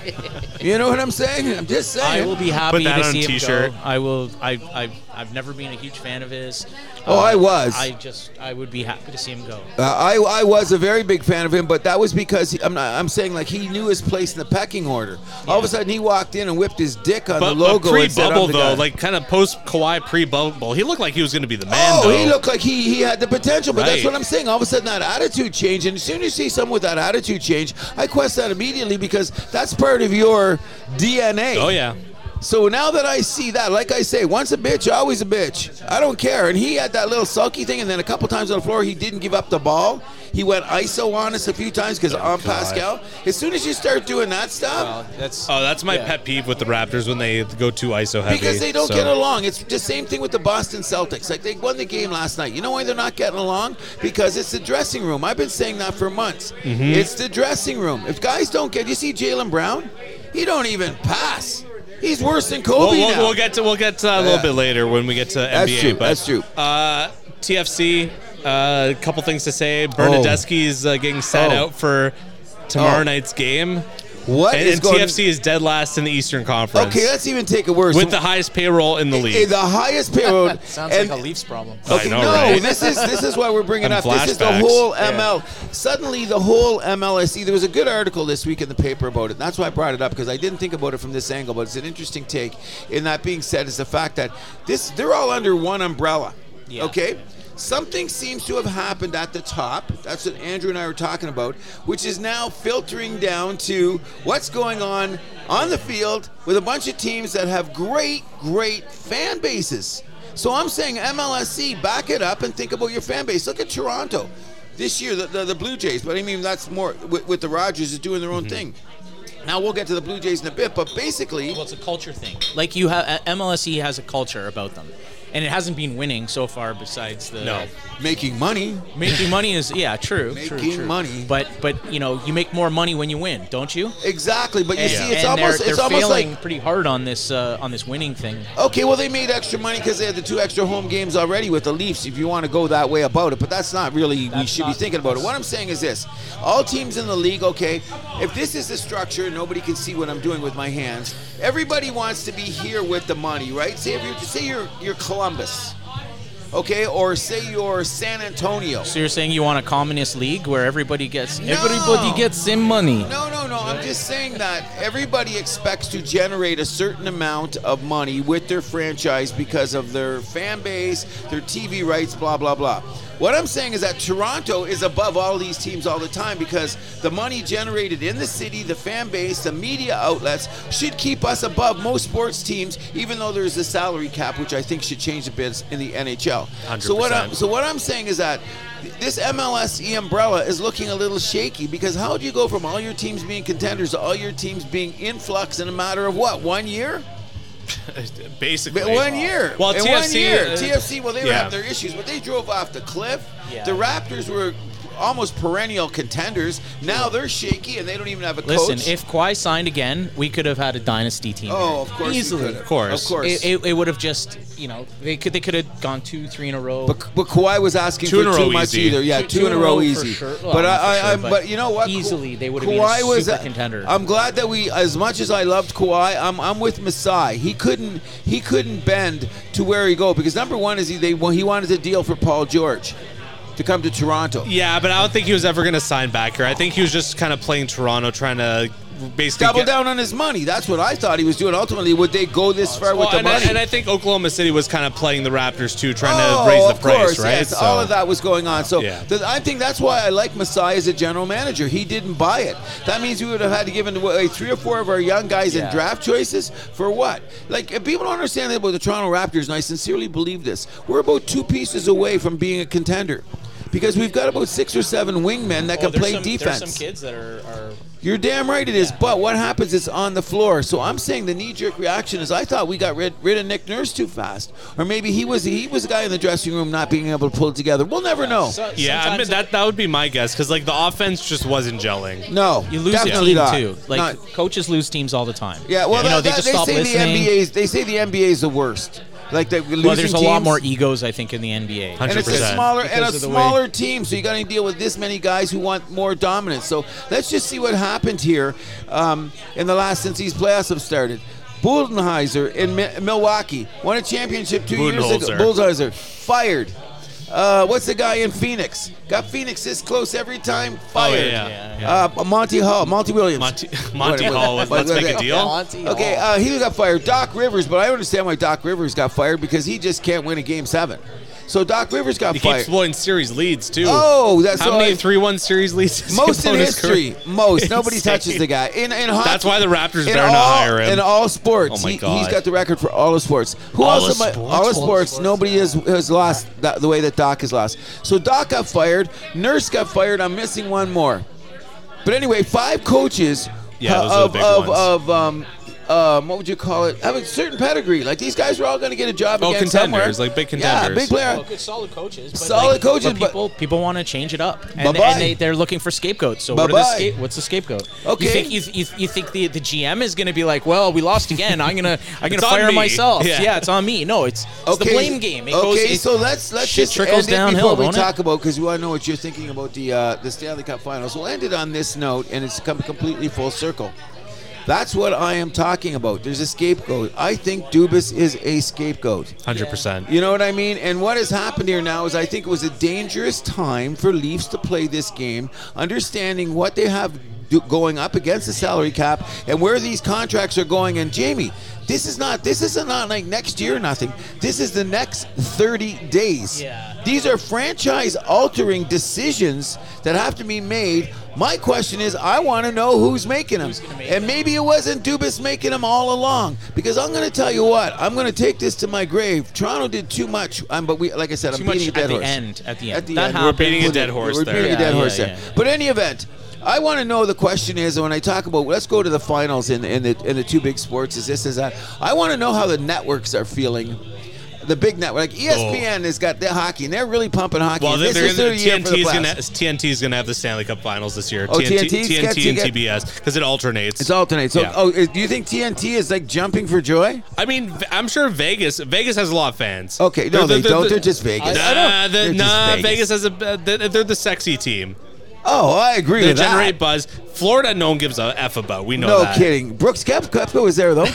you know what I'm saying? I'm just saying.
I will be happy
that
to
on a
see him
t-shirt.
go. I will. I. I. I've never been a huge fan of his. Um,
Oh, I was.
I just. I would be happy to see him go.
Uh, I, I was a very big fan of him, but that was because he, I'm, not, I'm saying like he knew his place in the pecking order. All of a sudden, he walked in and whipped his dick on
But,
the logo.
pre
and said, "I'm
bubble
the
though,
guy."
like kind of post Kawhi pre bubble, he looked like he was going to be the man.
oh,
though.
he looked like he, he had the potential, but that's
Right.
what I'm saying. All of a sudden, that attitude change, and as soon as you see someone with that attitude change, I quest that immediately because that's part of your DNA.
Oh yeah.
So now that I see that, like I say, once a bitch, always a bitch. I don't care. And he had that little sulky thing, and then a couple times on the floor, he didn't give up the ball. He went ISO on us a few times because on Pascal. As soon as you start doing that stuff,
Well, that's
Oh, that's my
Yeah.
pet peeve with the Raptors when they go too ISO heavy.
because they don't
so-
get along. It's the same thing with the Boston Celtics. Like they won the game last night. You know why they're not getting along? Because it's the dressing room. I've been saying that for months.
Mm-hmm.
It's the dressing room. If guys don't get, you see Jalen Brown, he don't even pass. He's worse than Kobe
We'll, we'll,
now.
we'll get to we'll get to a little
Yeah.
bit later when we get to
That's
NBA.
true,
But,
that's true.
Uh, TFC, uh, a couple things to say. Bernadeschi's uh, getting sat
Oh.
out for tomorrow
Oh.
night's game,
What
and,
is
and
going?
TFC is dead last in the Eastern Conference.
Okay, let's even take it worse.
with the highest payroll in the league.
Eh, the highest payroll.
sounds
and-
like a Leafs problem.
I
Okay,
know,
no,
right?
this is this is why we're bringing
And
up. This is the
flashbacks.
whole ML. Suddenly, the whole MLSE. There was a good article this week in the paper about it. That's why I brought it up because I didn't think about it from this angle, but it's an interesting take. In that being said, is the fact that this they're all under one umbrella.
Yeah.
Okay. Something seems to have happened at the top. That's what Andrew and I were talking about, which is now filtering down to what's going on on the field with a bunch of teams that have great, great fan bases. So I'm saying MLSC, back it up and think about your fan base. Look at Toronto this year, the, the, the Blue Jays, but I mean, that's more with, with the Rogers is doing their own
Mm-hmm.
thing. Now we'll get to the Blue Jays in a bit, but basically,
uh, Well, it's a E culture thing. Like you have MLSE has a culture about them, and it hasn't been winning so far. Besides the
No.
Making money.
making money is yeah true true,
Making
true.
money.
But but you know you make more money when you win, don't you?
Exactly, but you
and,
see, it's
and
almost
they're,
it's
they're
almost
failing
like
pretty hard on this uh, on this winning thing.
okay, well they made extra money because they had the two extra home games already with the Leafs. If you want to go that way about it, but that's not really we
That's
should
not-
be thinking about it. What I'm saying is this: all teams in the league, okay, if this is the structure, nobody can see what I'm doing with my hands. Everybody wants to be here with the money, right? Say if you say you're you're Columbus, okay, or say you're San Antonio.
So you're saying you want a communist league where everybody gets everybody gets some money?
No, no, no. I'm just saying that everybody expects to generate a certain amount of money with their franchise because of their fan base, their TV rights, blah, blah, blah. What I'm saying is that Toronto is above all these teams all the time because the money generated in the city, the fan base, the media outlets should keep us above most sports teams, even though there's a salary cap, which I think should change a bit in the NHL. So what I'm
100%.
so what I'm saying is that this MLSE umbrella is looking a little shaky because how do you go from all your teams being contenders to all your teams being in flux in a matter of what one year?
Basically,
But one year.
Well,
In
TFC,
one year.
uh,
TFC. Well, they were
yeah.
have their issues, but they drove off the cliff.
Yeah.
The Raptors were almost perennial contenders. Now they're shaky and they don't even have a
Listen,
coach.
if Kawhi signed again, we could have had a dynasty team.
oh, of
here.
course, we
easily,
could've.
of course.
of course.
It, it, it would have just you know they could they could have gone two three in a row.
But, but Kawhi was asking
Two in
for
a
too
row
much
easy.
either. Yeah,
Two-
two, in a row, easy.
for sure. Well,
But
not for
I, I,
sure,
I'm-
but
but you know what?
easily they would've been a
Kawhi was
super contender.
I'm glad that we, as much as I loved Kawhi, I'm I'm with Masai. He couldn't he couldn't bend to where he go because number one is he they he wanted a deal for Paul George to come to Toronto.
Yeah, but I don't think he was ever going to sign back here. I think he was just kind of playing Toronto, trying to basically
Double
get-
down on his money. That's what I thought he was doing. Ultimately, would they go this far with
Well,
the
and,
money?
I, and I think Oklahoma City was kind of playing the Raptors too, trying
Oh,
to raise the
of
price,
course,
right?
Yes,
So-
all of that was going on. So
Yeah.
th- I think that's why I like Masai as a general manager. He didn't buy it. That means we would have had to give away three or four of our young guys in
Yeah.
draft choices for what? Like if people don't understand that about the Toronto Raptors, and I sincerely believe this. We're about two pieces away from being a contender. Because we've got about six or seven wingmen that
Oh,
can
there's
play
some,
defense.
There's some kids that are, are
You're damn right it is. But what happens is on the floor. So I'm saying the knee-jerk reaction is I thought we got rid, rid of Nick Nurse too fast, or maybe he was he was a guy in the dressing room not being able to pull it together. We'll never know.
so-
yeah, I
sometimes
mean, that, that would be my guess because, like, the offense just wasn't gelling.
No,
you lose
definitely
a
not.
team too. Like
Not-
coaches lose teams all the time.
yeah, well,
you know
that-
they
that-
just
they
stop
say
listening.
the NBA's they say the NBA's the worst. Like the losing
well, there's a lot
teams-
more egos I think in the NBA.
And it's a
100%.
smaller and a
Because of the way-
smaller team, so you got to deal with this many guys who want more dominance. So let's just see what happened here um, in the last since these playoffs have started. Budenheiser in Mi- Milwaukee won a championship two years ago.
Budenholzer.
Budenholzer fired. Uh, what's the guy in Phoenix? Got Phoenix this close every time.
Oh,
Fired.
yeah. yeah. yeah.
Uh, Monty Hall, Monty Williams.
Monty, Monty
What- what-
Hall, was,
what-
let's
what-
make a deal.
Monty
Okay,
Hall.
uh, he got fired. Doc Rivers, but I understand why Doc Rivers got fired because he just can't win a game seven. So Doc Rivers got
He
fired.
keeps blowing series leads, too.
Oh, that's
How
all
many
I-
3 1 series leads? has he
Most in
blown his career?
history. Most. Nobody
Insane.
touches the guy. In, in hockey,
That's why the Raptors
in
better
all,
not hire him.
In all sports.
Oh my
he,
God.
He's got the record for all of sports. Who
All
else
of
am I-
sports?
all of sports, nobody has, has lost that, the way that Doc has lost. So Doc got fired. Nurse got fired. I'm missing one more. But anyway, five coaches
Yeah,
uh,
those are the
of,
big
of,
ones.
of um, um, what would you call it? Have a certain pedigree. Like these guys are all going to get a job
Oh,
again
contenders,
somewhere.
like big
Yeah,
contenders.
big player.
Well, good solid coaches. But
Solid
like,
coaches,
but
but-
people people want to change it up, and,
Bye-bye.
and they they're looking for scapegoats. So what are the
Bye-bye.
scape, what's the scapegoat?
Okay.
you think you, you, you think the, the GM is going to be like, well, we lost again. I'm gonna I'm gonna
It's on
fire
me."
myself.
Yeah.
Yeah. it's on me. No, it's, it's the blame game. It goes,
okay,
it-
so let's let's
shit
just
trickles
end it
downhill,
before we
won't it?
talk about because we want to know what you're thinking about the uh, the Stanley Cup Finals. We'll end it on this note, and it's come completely full circle. That's what I am talking about. There's a scapegoat. I think Dubas is a scapegoat.
100%.
You know what I mean? And what has happened here now is I think it was a dangerous time for Leafs to play this game, understanding what they have do, going up against the salary cap and where these contracts are going. And Jamie, this is not this is not like next year or nothing. This is the next 30 days.
Yeah.
These are franchise altering decisions that have to be made. My question is, I want to know who's making them.
gonna make
and
them?
maybe it wasn't Dubas making them all along. Because I'm going to tell you what, I'm going to take this to my grave. Toronto did too much, um, but we, like I said,
too
I'm
much
beating a
at
dead
the
horse.
end. At the end,
At the
that
end, we're
happened.
beating a
We're-
dead horse
We're
there.
beating a
Yeah,
dead
yeah,
horse there.
yeah.
But any event, I want to know. The question is, when I talk about, let's go to the finals in, in the in the two big sports. Is this is that? I want to know how the networks are feeling the big network. Like E ESPN has got their hockey, and they're really pumping hockey.
Oh. Well,
and
they're,
this
they're
is
gonna,
their year for the
TNT's gonna
playoffs.
TNT's gonna have the Stanley Cup Finals this year.
Oh,
TNT,
TNT's
TNT,
got-
and
got-
TBS because it alternates.
It's alternate. So,
Yeah.
oh, is- do you think TNT is like jumping for joy?
I mean, v- I'm sure Vegas. Vegas has a lot of fans.
Okay, no, they don't. They're just Vegas.
Nah,
They're
the,
just
nah
Vegas.
Vegas. has a. uh, They're, they're the sexy team.
Oh, I agree
They
with that.
generate buzz. Florida, no one gives a f about. We know
no
that.
kidding. Brooks Kep- Kepko was there though.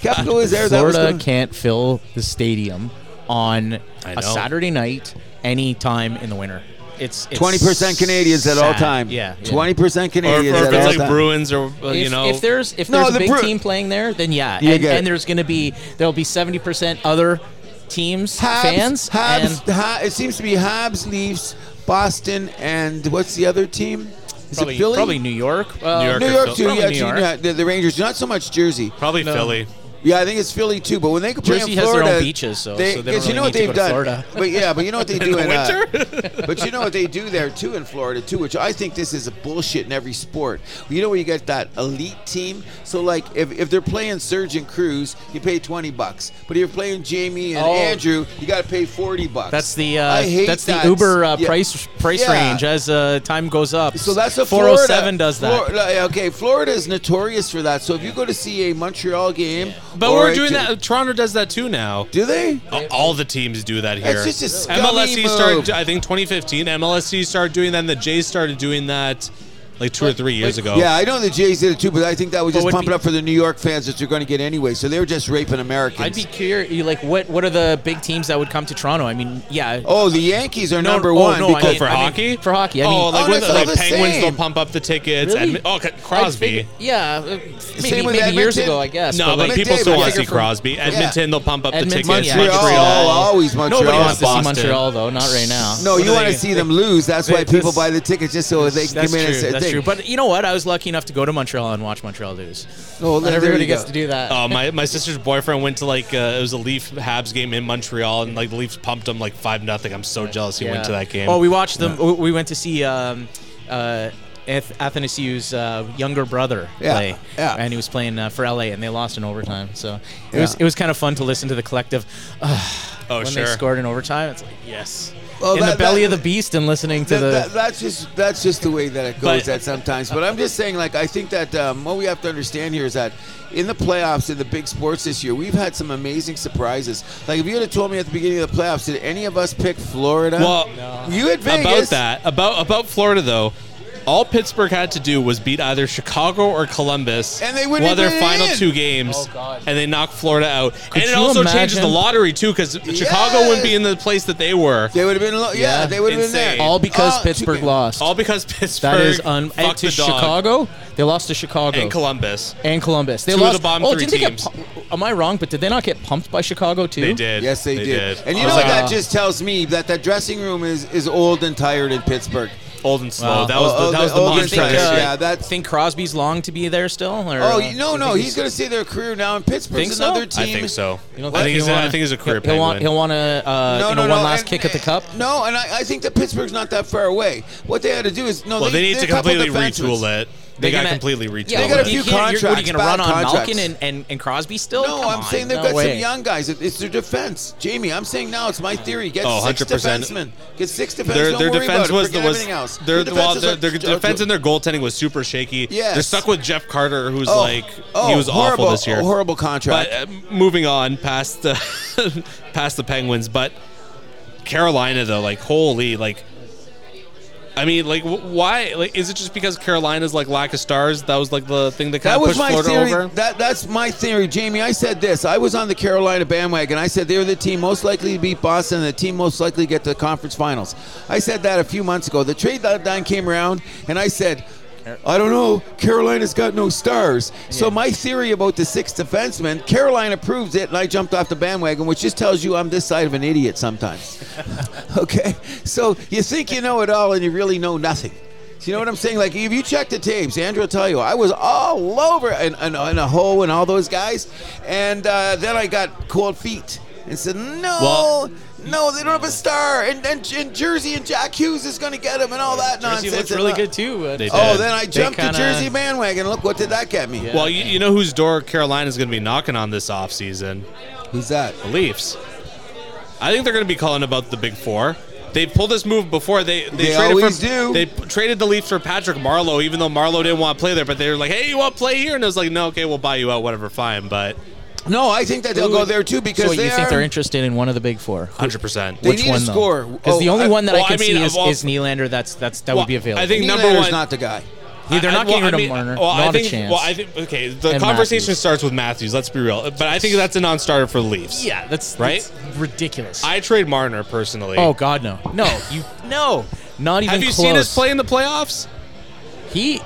Kepko was there. that was
Florida
good.
can't fill the stadium on
I
a
know.
Saturday night any time in the winter. It's it's
Twenty percent Canadians at all
sad.
time.
Yeah, yeah.
twenty percent
Or, or
Canadians
if
at all
it's like
time.
Bruins, or uh,
If,
you know,
if there's if
No,
there's
the
a big
Bru-
team playing there, then yeah,
You
and,
get it.
and there's gonna be there'll be seventy percent other teams
Habs,
fans
Habs,
and
Ha- it seems to be Habs, Leafs, Boston, and what's the other team? Is
probably
it Philly?
probably New York. Well,
New York
New
or
York
Phil-
too.
probably
yeah,
New
too,
York.
yeah, the, the Rangers. Not so much Jersey.
probably
No.
Philly.
Yeah, I think it's Philly too. But when they complain
Jersey
to
has their own
Florida,
beaches, though, so they don't
'cause you
really
know what
need to
they've
go to
done.
Florida.
But yeah, but you know what they
In
do
the
in uh,
winter,
but you know what they do there too in Florida too, which I think this is a bullshit in every sport. You know where you get that elite team. So like if, if they're playing Surgeon Cruz, you pay twenty bucks. But if you're playing Jamie and
Oh.
Andrew, you got to pay forty bucks.
That's the uh,
I hate
that's
that.
the Uber uh,
Yeah.
price price
Yeah.
range as uh, time goes up.
So that's a
four oh seven
Florida-
does that.
Florida, okay, Florida is notorious for that. So if you go to see a Montreal game,
but
or
we're
a
doing
J-
that. Toronto does that too now.
Do they?
A- All the teams do that here.
It's just a
MLSC
scummy move.
started, I think, 2015. MLSC started doing that, and the Jays started doing that like two or three years ago.
Yeah, I know the Jays did it too, but I think that was just
would
pumping
be-
up for the New York fans that they're going to get anyway. So they were just raping Americans.
I'd be curious, like, what what are the big teams that would come to Toronto? I mean, yeah.
oh, the Yankees are
No,
number
oh,
one.
no, I
because-
mean-
for hockey?
for hockey, I mean,
oh, like
Oh,
with
that's
the,
all
like
the
Penguins,
same.
they'll pump up the tickets.
Really?
Edmon- oh, C-
I'd
Crosby.
figure- yeah, uh, maybe,
with
maybe years
Edmonton.
ago, I guess.
no, but
like,
like
people
David,
still
I
want to
figure
see
from-
Crosby. Edmonton, they'll pump up
Edmonton,
the tickets.
yeah. Montreal,
oh, always Montreal.
Nobody wants
wants to see
Boston.
Montreal though, not right now.
no,
What
you
are
want to
they-
see them lose. That's why
They-
people
this-
buy the tickets just so they can
that's
come in
true.
and say,
That's
thing.
true. But you know what? I was lucky enough to go to Montreal and watch Montreal lose.
Oh, there
Not
you
everybody
go.
gets to do that.
Oh, my, my sister's boyfriend went to like uh, it was a Leaf Habs game in Montreal, and like the Leafs pumped him like five nothing. I'm so jealous he
Yeah.
went to that game.
Oh, we watched them. we- We went to see um, uh, Ath- Athanasiu's uh, younger brother
Yeah,
play,
yeah.
and he was playing uh, for LA, and they lost in overtime. So it
Yeah.
was it was kind of fun to listen to the collective uh,
oh
when
sure.
they scored in overtime. It's like yes,
Well,
in
that-
the belly
that-
of the beast, and listening to
That-
the.
that- that's just that's just the way that it goes
But-
at sometimes. But I'm just saying, like I think that um, what we have to understand here is that in the playoffs in the big sports this year, we've had some amazing surprises. Like if you would have told me at the beginning of the playoffs, did any of us pick Florida?
Well,
you had Vegas.
about that about about Florida though. All Pittsburgh had to do was beat either Chicago or Columbus,
And they wouldn't
won their
have been
final
in.
two games, and they knocked Florida out. and it
you
also changes the
imagine?
lottery too, because Chicago wouldn't be in the place that they were,
They would have been. Lo- yeah,
Yeah.
they would have been
Insane.
there.
all because
Oh, two
Pittsburgh
games.
lost.
all because Pittsburgh
that is un- and
fucked
to
the dog
Chicago. They lost to Chicago
and Columbus.
and Columbus. They
Two of
lost.
the bottom
oh,
three
didn't they get?
teams.
pu- am I wrong? But did they not get pumped by Chicago too?
They did. Uh,
Yes, they, did. And you
I was
know what
like,
that just tells me that that dressing room is is old and tired in Pittsburgh.
old and slow.
Wow.
That was
Oh,
the, that was
oh,
the
the old
mantra.
and tired. Yeah, that's-
Think Crosby's long to be there still? Or,
Oh no,
uh, you
no,
think
he's going to see their career now in Pittsburgh.
Think
It's
so?
another
I
team.
think so.
You don't
I think
he'll
he's. I
wanna-
think he's a career
He'll, he'll want. He'll
penguin.
want to. Uh, you know, one last
and-
kick at the cup.
No, and I, I think that Pittsburgh's not that far away. What they had to do is no.
Well, they need to
they're a couple
completely
defensemen.
retool it. They
They're
got
gonna-
completely retooled.
Yeah,
They got a
it.
but
few
you can't- you're- What are
contracts,
you going to run
bad
on Malkin
contracts.
and, and, and Crosby still?
No,
Oh, Come
I'm
on,
saying they've
no
got some
way.
young guys. It- It's their defense, Jamie. I'm saying now it's my theory. Get
Oh,
six
100%.
defensemen. Get six defensemen.
Their, their
Don't worry
defense
about it.
was
Forget
was
everything else.
their well,
defense
their,
is
their
like-
defense and their goaltending was super shaky.
Yes.
They're stuck with Jeff Carter, who's
Oh,
like
oh,
he was
horrible,
awful this year.
Horrible contract.
But uh, moving on past the past the Penguins, but Carolina though, like holy, like I mean, like wh- why? Like, is it just because Carolina's like lack of stars? That was like the thing that kind
That
of
was
pushed
my
Florida
theory.
over.
That that's my theory, Jamie. I said this. I was on the Carolina bandwagon. I said they were the team most likely to beat Boston, and the team most likely to get to the conference finals. I said that a few months ago. The trade deadline came around, and I said. I don't know. Carolina's got no stars. So my theory about the six defensemen, Carolina proves it, and I jumped off the bandwagon, which just tells you I'm this side of an idiot sometimes. okay, so you think you know it all, and you really know nothing. So you know what I'm saying? Like, if you check the tapes, Andrew will tell you, I was all over and, and, and a hoe and all those guys. And uh, then I got cold feet and said, no,
Well-
no, they don't have a star. And, and, and Jersey and Jack Hughes is going to get him and all that
Jersey
nonsense.
looks
And
really
look-
good too. uh,
They did.
Oh, then I jumped
kinda-
the Jersey bandwagon. Look, what did that get me?
Well, you, you know whose door Carolina's going to be knocking on this offseason?
Who's that?
The Leafs. I think they're going to be calling about the big four. They pulled this move before they they,
They
traded
always
for,
do.
They p- traded the Leafs for Patrick Marlowe, even though Marlowe didn't want to play there. But they were like, "Hey, you want to play here?" And I was like, "No, okay, we'll buy you out, whatever, fine." But
No, I think that they'll go there too because
So
they
you think
are-
they're interested in one of the big four?
hundred percent.
They
Which
need
one,
a
though?
scorer.
Because the
Oh,
only
I-
one that
well,
I can
I mean,
see is,
of all-
is Nylander. That's that's that
Well,
would be available.
I think number
Nylander's
one-
not the guy.
Yeah, they're
I-
not
well,
getting rid
I
of
mean,
Marner.
Well,
not
I think,
a chance.
Well, I think okay. The
And
conversation
Matthews.
starts with Matthews. Let's be real, but I think that's a non-starter for the Leafs.
yeah, that's
Right?
that's ridiculous.
I trade Marner personally.
oh God, no, no, you no, not even.
have you
close.
seen us play in the playoffs?
He,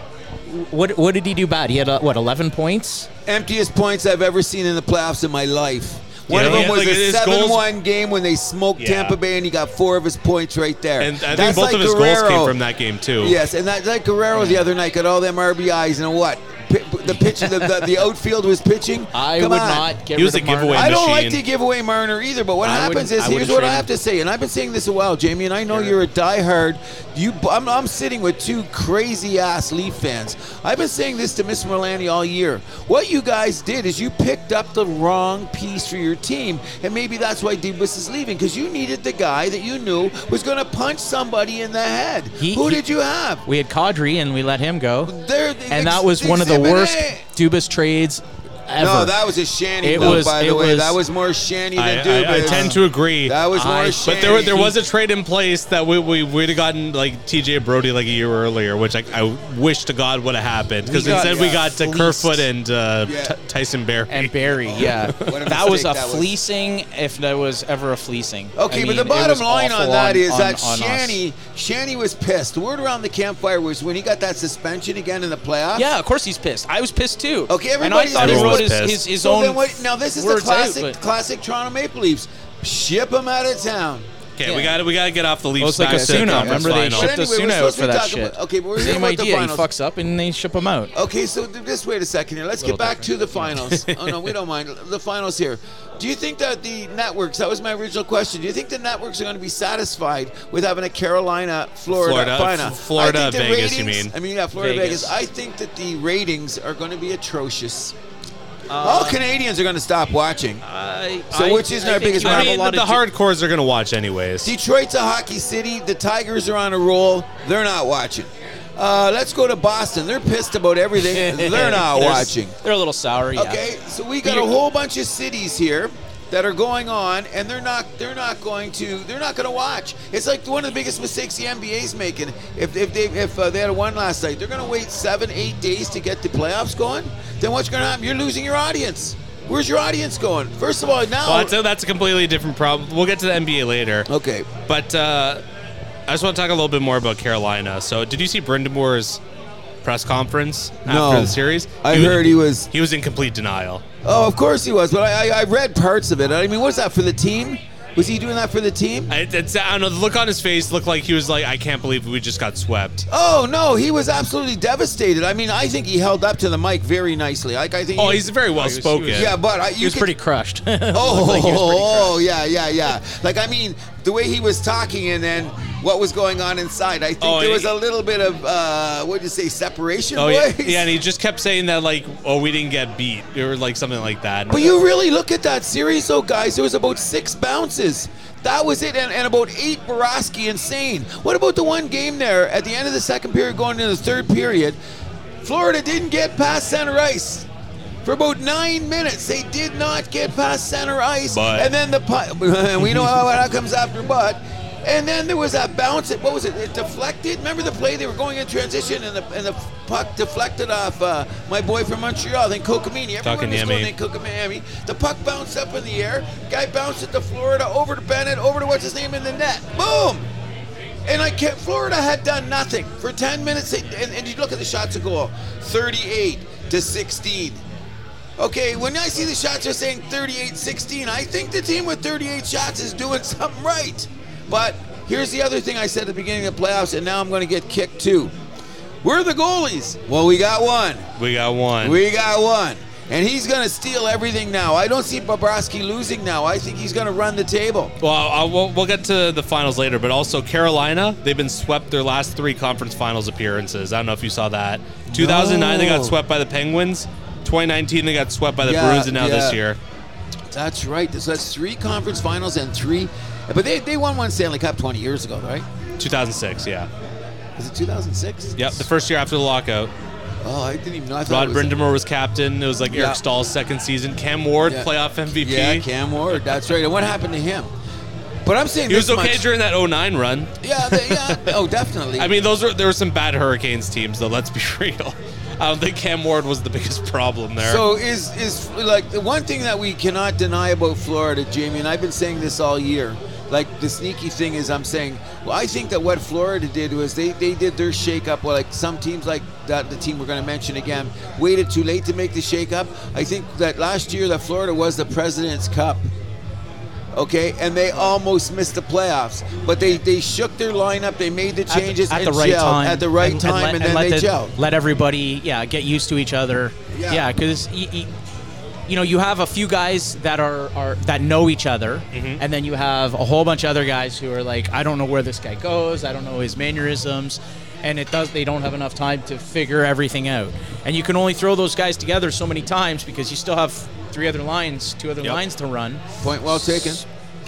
what what did he do bad? He had uh, what eleven points.
Emptiest points I've ever seen in the playoffs in my life. One
Yeah,
of them
yeah,
was
like,
a
his goals-
7 1 game when they smoked
Yeah.
Tampa Bay, and he got four of his points right there.
And I think
That's
both
like
of his
Guerrero.
goals came from that game too.
Yes, and that, that Guerrero the other night got all them RBIs and what? Pi- The pitch, the, the, the outfield was pitching.
I
Come
would
on.
not get
He
rid
was
of
a
Marner.
giveaway.
I don't like
machine.
to give away Marner either, but what
I
happens
wouldn't-
is
I
here's
wouldn't
what
trade
I
him.
have to say, and I've been saying this a while, Jamie, and I know you're a diehard. You, I'm, I'm sitting with two crazy ass Leaf fans. I've been saying this to Miss Merlani all year. What you guys did is you picked up the wrong piece for your team, and maybe that's why Debus is leaving because you needed the guy that you knew was going to punch somebody in the head.
He-
Who
he-
did you have?
We had Kadri and we let him go,
There,
and that was one of the
Exhibit
worst
A.
Dubas trades ever.
No, that was a shanty.
It
though,
was-
by the
it
way,
was-
that was more shanty
I,
than
I- I
Dubas.
tend to agree.
That was more
I-
I,
but
but there, wa- there was a trade in place that we, we would have gotten like TJ Brody like a year earlier, which I, I wish to God would have happened because
We got
instead we got to
fleeced.
Kerfoot and uh,
Yeah.
T- Tyson Berry.
and Barry, yeah,
what a
that was a
mistake that was.
fleecing. If there was ever a fleecing. I
Okay,
mean,
but the
it
bottom
was
line on
awful
that is that
on us.
Shanny, Shanny was pissed. The word around the campfire was when he got that suspension again in the playoffs.
Yeah, of course he's pissed. I was pissed too.
Okay,
and I
everybody's
thought he
pissed.
wrote his,
Everyone's
his, his
So
own.
then wait, now this is the
words out,
classic,
but-
classic Toronto Maple Leafs. Ship him out of town.
Okay, we
Yeah.
got to we got to get off the Leafs.
Well, it's like
back to the
Asuno.
conference
Remember they
final.
shipped
But anyway,
Asuno
we're supposed
for
to be
that
talking
shit.
about- okay, but we're here
Same
about the
idea. He
finals.
fucks up and they ship him out.
Okay, so th- just wait a second here. Let's get
Little
back to the finals. oh no, we don't mind the finals here. Do you think that the networks? That was my original question. Do you think the networks are going to be satisfied with having a Carolina, Florida,
Florida,
final?
F- Florida,
I think the
Vegas, you
ratings-
mean.
I mean, yeah, Florida, Vegas.
Vegas.
I think that the ratings are going to be atrocious. All Canadians are going to stop watching.
uh,
So which is our biggest
I
have a
mean, the hardcores are gonna watch anyways.
Detroit's a hockey city. The Tigers are on a roll. They're not watching. Uh, let's go to Boston. They're pissed about everything. They're not watching.
They're a little sour. Yeah.
Okay, so we got a
You're-
whole bunch of cities here that are going on, and they're not they're not going to they're not going to watch. It's like one of the biggest mistakes the NBA's making. If if they if uh, they had a one last night, they're going to wait seven eight days to get the playoffs going. Then what's going to happen? You're losing your audience. Where's your audience going? First of all, now
Well, that's a, that's a completely different problem. We'll get to the NBA later.
okay.
But uh, I just want to talk a little bit more about Carolina. So, did you see Brendan Moore's press conference
No.
after the series?
I heard he was-
he was in complete denial.
Oh, of course he was, but I, I, I read parts of it. I mean, what's that for the team? Was he doing that for the team?
I, it's, I don't know. The look on his face looked like he was like, "I can't believe we just got swept."
Oh no, he was absolutely devastated. I mean, I think he held up to the mic very nicely. Like I think.
Oh,
he-
he's very well spoken.
Yeah, but I, you
He was
could-
pretty crushed.
Oh,
Like, he was pretty
oh, yeah, yeah, yeah. Like I mean, the way he was talking and then what was going on inside. I think
Oh,
there was
yeah.
a little bit of uh, what would you say, separation.
Oh yeah,
boys?
yeah, and he just kept saying that like, "Oh, we didn't get beat," or like something like that.
But you really look at that series, though, guys. There was about six bounces. That was it, and, and about eight Baraski insane. What about the one game there at the end of the second period, going into the third period? Florida didn't get past center ice for about nine minutes. They did not get past center ice,
But-
and then the pi- we know how that comes after. But and then there was that bounce. It what was it? It deflected. Remember the play? They were going in transition, and the and the puck deflected off uh, my boy from Montreal. Then Kokomini. Everyone
Talking
was
to
going
Yemi.
in Cook of Miami. The puck bounced up in the air. Guy bounced it to Florida, over to Bennett, over to what's his name in the net. Boom! And I kept, Florida had done nothing for 10 minutes. And, and you look at the shots of goal 38 to 16. Okay, when I see the shots are saying 38 16, I think the team with 38 shots is doing something right. But here's the other thing I said at the beginning of the playoffs, and now I'm going to get kicked too. We're the goalies. Well, we got one.
we got one.
We got one. And he's going to steal everything now. I don't see Bobrovsky losing now. I think he's going to run the table.
Well, I, we'll, we'll get to the finals later, but also Carolina, they've been swept their last three conference finals appearances. I don't know if you saw that. 2009, they
No.
got swept by the Penguins. 2019, they got swept by the
Yeah,
Bruins, and now
yeah.
this year.
That's right. So that's three conference finals and three. But they, they won one Stanley Cup 20 years ago, right?
2006, yeah.
Was it 2006?
Yep, the first year after the lockout.
Oh, I didn't even know. I thought
Rod
it was
Brindamore was captain. It was like
Yeah.
Eric Stahl's second season. Cam Ward,
Yeah.
playoff MVP.
Yeah, Cam Ward. That's right. And what happened to him? But I'm saying
he was
this
okay
much-
during that 09 run.
Yeah, they, yeah. Oh, definitely.
I mean, those were there were some bad Hurricanes teams, though. Let's be real. I don't think Cam Ward was the biggest problem there.
So is is like the one thing that we cannot deny about Florida, Jamie, and I've been saying this all year. Like the sneaky thing is, I'm saying, well, I think that what Florida did was they, they did their shakeup. Well, like some teams, like that, the team we're going to mention again, waited too late to make the shakeup. I think that last year that Florida was the President's Cup. Okay, and they almost missed the playoffs, but they, they shook their lineup. They made the changes
at the,
and
right
gelled
time
at the right
and-
time,
and let-
and,
and
then
let
they
the-
gelled.
Let everybody, yeah, get used to each other.
Yeah.
Yeah, because. you know, you have a few guys that are, are that know each other, and then you have a whole bunch of other guys who are like, I don't know where this guy goes, I don't know his mannerisms, and it does they don't have enough time to figure everything out. And you can only throw those guys together so many times because you still have three other lines, two other
Yep.
lines to run.
Point well taken.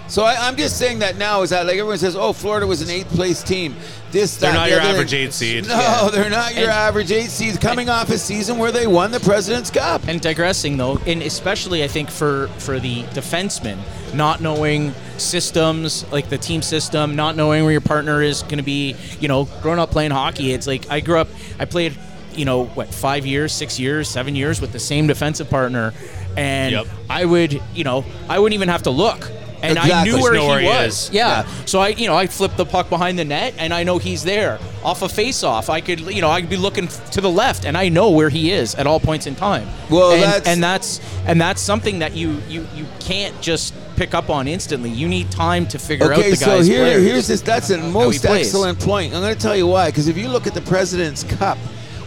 So I, I'm just saying that now is that like everyone says, oh, Florida was an eighth place team. This
They're
that,
not
the
your
other.
average eight seed.
No, they're not your
And-
average eight seed. Coming off a season where they won the President's Cup.
And digressing though, and especially I think for for the defenseman, not knowing systems like the team system, not knowing where your partner is going to be. You know, growing up playing hockey, it's like I grew up. I played, you know, what five years, six years, seven years with the same defensive partner, and
Yep.
I would, you know, I wouldn't even have to look. And I
Exactly.
knew
Just
where
know
he
where he
was.
is.
Yeah. So I, you know, I flip the puck behind the net, and I know he's there off a face-off. I could, you know, I could be looking f- to the left, and I know where he is at all points in time.
Well,
and
that's-
and that's and that's something that you you you can't just pick up on instantly. You need time to figure out the
Okay,
guy's
so here,
players.
here's this. That's a most
plays.
excellent point. I'm going to tell you why. Because if you look at the President's Cup,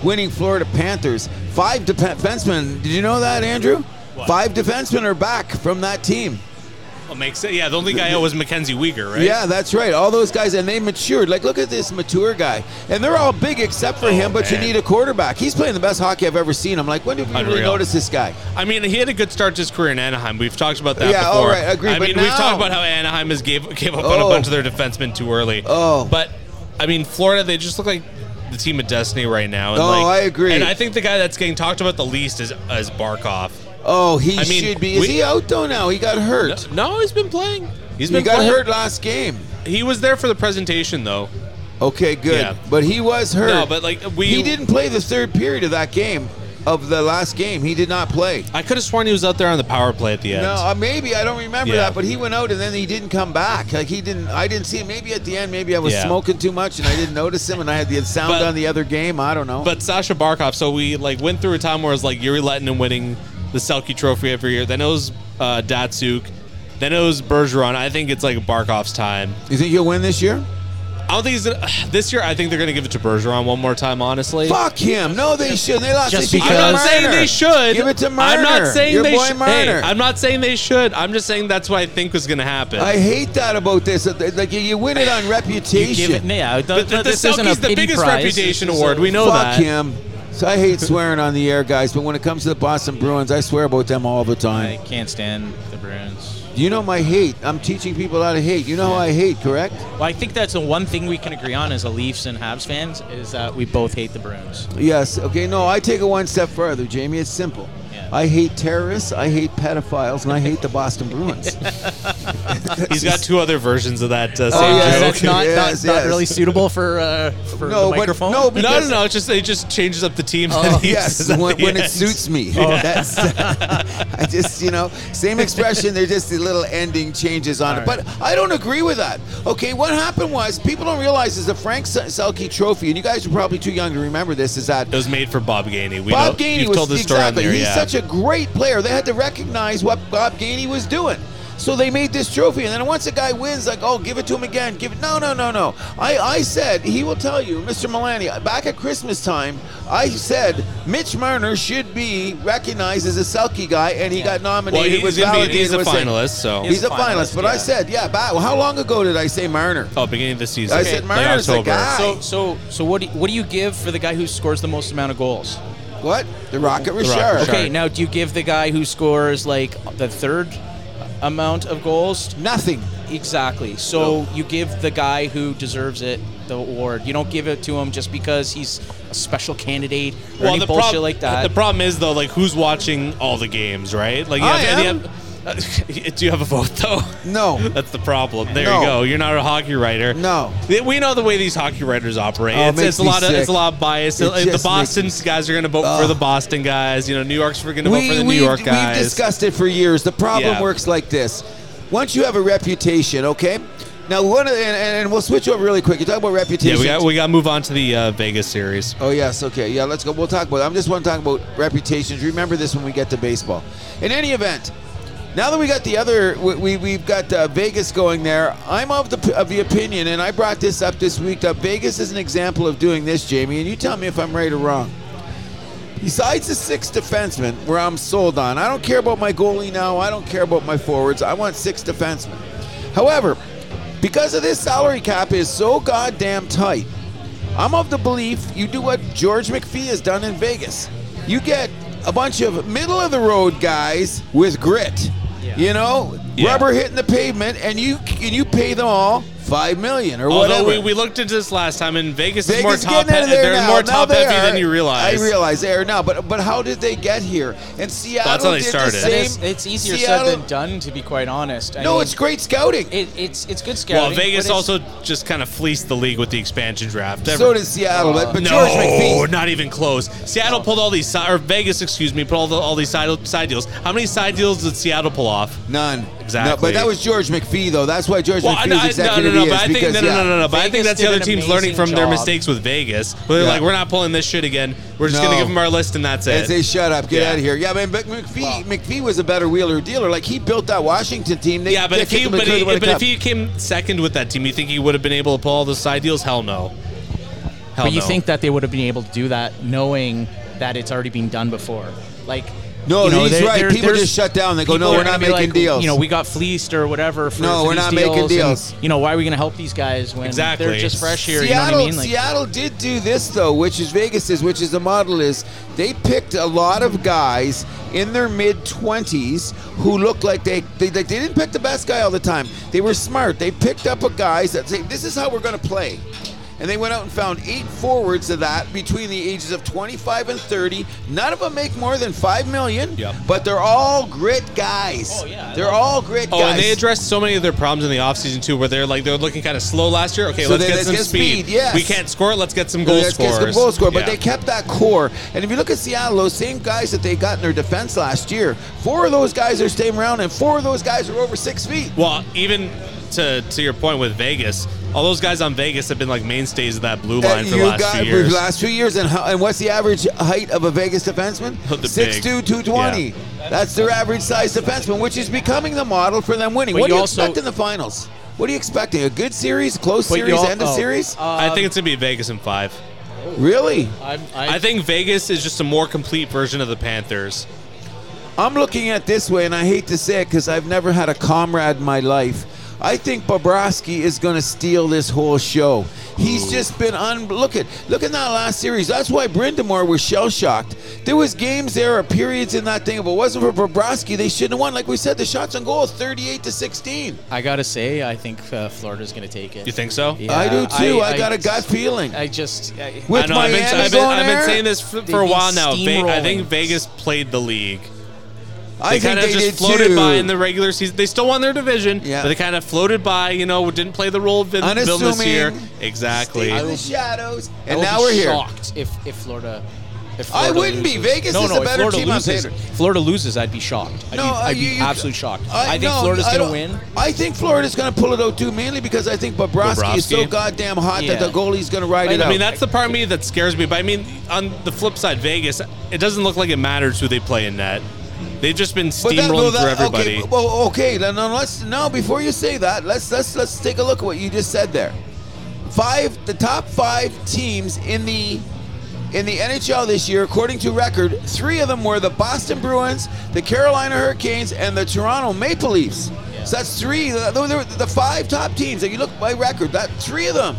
winning Florida Panthers, five depe- defensemen. Did you know that, Andrew?
What?
Five defensemen are back from that team.
Well, makes it. Yeah, the only guy out was Mackenzie Weegar, right?
Yeah, that's right. All those guys, and they matured. Like, look at this mature guy, and they're all big except for
Oh,
him. But you
man.
need a quarterback. He's playing the best hockey I've ever seen. I'm like, when did we really
Unreal.
notice this guy?
I mean, he had a good start to his career in Anaheim. We've talked about that
Yeah, all
before.
right, agreed,
I
but
mean, we've
now-
talked about how Anaheim has gave gave up on a
Oh.
bunch of their defensemen too early.
Oh.
but I mean, Florida they just look like the team of destiny right now. And
Oh,
like,
I agree.
And I think the guy that's getting talked about the least is is Barkov.
Oh, he
I mean,
should be. Is
we-
he out though now? He got hurt.
No, he's been playing. He's been
he got
playing.
hurt last game.
He was there for the presentation though.
Okay, good.
Yeah.
But he was hurt.
No, but like we
he didn't play the third period of that game, of the last game. He did not play.
I could have sworn he was out there on the power play at the end.
No, uh, maybe I don't remember
Yeah.
that, but he went out and then he didn't come back. Like he didn't, I didn't see him. Maybe at the end, maybe I was
Yeah.
smoking too much and I didn't notice him, and I had the sound
But-
on the other game. I don't know.
But Sasha Barkov, so we like went through a time where it was like Yuri Lettinen winning the Selkie Trophy every year. Then it was uh, Datsuk. Then it was Bergeron. I think it's like Barkov's time.
you think he'll win this year?
I don't think he's gonna, this year. I think they're going to give it to Bergeron one more time. Honestly,
Fuck him! No, they shouldn't. They lost.
Just
they should
I'm
give
not
it to
saying
Marner.
they should.
Give it to Marner.
I'm not saying
Your
they
boy
should.
Marner.
I'm not saying they should. I'm just saying that's what I think was going to happen.
I hate that about this. that they- Like you- you win it on
You give it,
reputation.
yeah, th-
but the,
th-
the
this isn't a
Selkie's the
pity
biggest
prize.
reputation
This is
award.
a-
we know
Fuck
that.
him. So I hate swearing on the air, guys. But when it comes to the Boston Bruins, I swear about them all the
I
time.
can't stand the Bruins.
You know my hate. I'm teaching people how to hate. You know how I hate, correct?
Well, I think that's the one thing we can agree on as a Leafs and Habs fans is that we both hate the Bruins.
Yes. Okay. No, I take it one step further, Jamie. It's simple.
Yeah.
I hate terrorists. I hate pedophiles, and I hate the Boston Bruins.
He's got two other versions of that uh, same
Oh, yeah,
joke.
that's not- not- Yes, not yes. really
suitable for uh, for
No, the but- microphone? no, but-
No, no,
Because- Oh,
no. It's just it just changes up the team. that he
yes, Oh.
uses at
when,
the
when it
end.
suits me. That's, I just, you know, same expression. They're just the little ending changes on it. But I don't agree with that. Okay, what happened was people don't realize is the Frank Se- Selke Trophy, and you guys are probably too young to remember this. Is that
It was made for Bob Gainey. We
Bob
know,
Gainey
you've
was
told this story
exactly.
on there,
he's
yeah.
such a great player. They had to recognize what Bob Gainey was doing. So they made this trophy, and then once a guy wins, like, oh, give it to him again. Give it. No, no, no, no. I, I said he will tell you, Mr. Milani, back at Christmas time, I said Mitch Marner should be recognized as a Selkie guy, and he got nominated.
well, he-
was
he's, gonna be,
validated
he's a
with saying-
finalist, so
He's a finalist, but I
yeah.
said, yeah. Back, well, how long ago did I say Marner?
oh, beginning of the season.
I said
Like
Marner's the
October.
guy.
So so so what do, what do you give for the guy who scores the most amount of goals?
What? The Rocket Richard.
Richard.
Okay, now do you give the guy who scores like the third amount of goals.
Nothing.
Exactly. So you give the guy who deserves it the award. You don't give it to him just because he's a special candidate or any bullshit
prob-
like that.
The problem is though, like who's watching all the games, right? Like, you
I
have,
am.
You have, do you have a vote though?
No.
That's the problem. There
No.
you go. You're not a hockey writer.
No.
Th- We know the way these hockey writers operate.
Oh, it
it's,
makes
it's a
me
lot of it's a
sick.
lot of bias.
It
Like, the
just
Boston
makes
guys are going to vote for
Ugh.
the Boston guys. You know, New York's for going to vote
we,
for the New
we've-
York guys.
We've discussed it for years. The problem
Yeah.
works like this: once you have a reputation, okay. Now one of the, and, and, and we'll switch over really quick. You talk about reputation.
yeah, we got we got to move on to the uh, Vegas series.
Oh yes, okay, yeah. Let's go. We'll talk about. I'm just want to talk about reputations. Remember this when we get to baseball. In any event, now that we got the other, we, we we've got uh, Vegas going there. I'm of the of the opinion, and I brought this up this week. That Vegas is an example of doing this, Jamie. And you tell me if I'm right or wrong. Besides the six defensemen, where I'm sold on, I don't care about my goalie now. I don't care about my forwards. I want six defensemen. However, because of this salary cap is so goddamn tight, I'm of the belief you do what George McPhee has done in Vegas. You get a bunch of middle of the road guys with grit. You know,
Yeah.
rubber hitting the pavement, and you and you pay them all five million or
Although
whatever.
we, we looked into this last time, and Vegas,
Vegas
is more top.
getting out
He-
of there
they're
now.
more
Now
top
they
heavy than
are.
you realize.
I realize they are now, but but how did they get here? And Seattle
That's how they
did
started.
The
But
same.
it's, it's easier said
Seattle-
than done, to be quite honest. I
No,
mean,
it's great scouting.
it, it's it's good scouting.
Well, Vegas
but it's-
also just kind of fleeced the league with the expansion draft.
so did Seattle, but, but
no,
George McPhee.
not even close. Seattle pulled all these, si- or Vegas, excuse me, pulled all, the, all these side, side deals. How many side deals did Seattle pull off?
None. No,
Exactly.
but that was George McPhee, though. That's why George
Well, I,
McPhee
I,
is
no,
exactly
no, no,
he
but
is
I think
because,
no, no,
yeah.
no, no, no. But I think
Vegas
that's the
did
other
an
team's learning
amazing
from their
job.
mistakes with Vegas. Where they're
Yeah.
like, we're not pulling this shit again. We're just gonna
No.
give them our list and that's
And
it.
say, shut up, get
Yeah.
out of here. Yeah, man, but McPhee, McPhee was a better wheeler dealer. Like he built that Washington team. They,
yeah, but
they
if he,
kicked them
but,
and
he,
couldn't win a
but if
cup.
he came second with that team, you think he would have been able to pull all those side deals? Hell no. Hell
But you
no.
think that they would have been able to do that knowing that it's already been done before? Like,
No,
you know,
he's
there-
right.
there-
People
there's-
just shut down. They go,
people
no,
are
we're
gonna
not
be
making
like,
deals.
You know, we got fleeced or whatever. For,
No,
for
we're
these
not making
and,
deals.
you know, why are we going to help these guys when
Exactly.
they're just fresh here?
Seattle,
you know what I mean? Like,
Seattle did do this though, which is Vegas is, which is the model is they picked a lot of guys in their mid twenties who looked like they, they they didn't pick the best guy all the time. They were smart. They picked up a guys that say this is how we're going to play. And they went out and found eight forwards of that between the ages of 25 and 30. None of them make more than five million,
Yep.
but they're all grit guys.
Oh, yeah, I
they're
love
all grit
Oh,
guys.
and they addressed so many of their problems in the offseason too, where they're like they're looking kind of slow last year. Okay,
So
let's
they-
get
let's
some
get
speed.
speed, yes.
We can't score. Let's get some
Goal
goal scorers.
Get some goal scorer, but
Yeah.
they kept that core. And if you look at Seattle, those same guys that they got in their defense last year, four of those guys are staying around, and four of those guys are over six feet.
Well, even to to your point with Vegas, all those guys on Vegas have been like mainstays of that blue line
And
for the
you
last
got-
few
for
years.
the last few years, and, how, and what's the average height of a Vegas defenseman?
Oh, the
6'2",
big.
220. That's their average size defenseman, which is becoming the model for them winning.
But
what do
you
you
also-
expect in the finals? What are you expecting? A good series, close
But you
series,
all-
end of
oh,
series?
uh,
I think it's gonna be Vegas in five.
really?
I'm,
I think Vegas is just a more complete version of the Panthers.
I'm looking at this way, and I hate to say it because I've never had a comrade in my life. I think Bobrovsky is going to steal this whole show. He's just been un. Look at look at that last series. That's why Brindamore was shell shocked. There was games there or periods in that thing. If it wasn't for Bobrovsky, they shouldn't have won. Like we said, the shots on goal, 38 to 16.
I gotta say, I think uh, Florida's gonna take it.
You think so?
Yeah,
I do too. I, got a gut feeling.
I just I,
With
I know. I've been,
Miami
I've been,
going
I've been
there,
saying this for,
They've
for a
been
while now. Ve- I think
steamrolling.
Vegas played the league.
I
They
think
kind
they
of
did
just floated
too.
by in the regular season. They still won their division,
Yeah.
but they kind of floated by. You know, didn't play the role of Vin- Bill this
Unassuming.
year. Exactly.
Stay in the shadows,
I
and
will
now
be
we're here.
Shocked if if Florida. If
I
Florida
wouldn't be.
loses.
Vegas
no,
is
no,
a
if
better
Florida
team on
loses,
paper.
Florida loses, I'd be shocked. I'd be,
uh,
I'd be
you- you-
absolutely shocked. I, think
no,
Florida's
I
gonna
don't-
win.
I think Florida's going to pull it out too, mainly because I think Bobrovsky, is so
Bobrovsky?
goddamn hot that
Yeah.
the goalie's going to ride it
I
out.
mean, that's the part of me that scares me. But I mean, on the flip side, Vegas, it doesn't look like it matters who they play in net. They've just been
But that-
steamrolling
well, that-
through everybody.
Okay, well, okay. Then then let's now before you say that, let's let's let's take a look at what you just said there. Five, the top five teams in the in the NHL this year, according to record, three of them were the Boston Bruins, the Carolina Hurricanes, and the Toronto Maple Leafs. So that's three. th- th- th- The, five top teams. If you look by record, that three of them: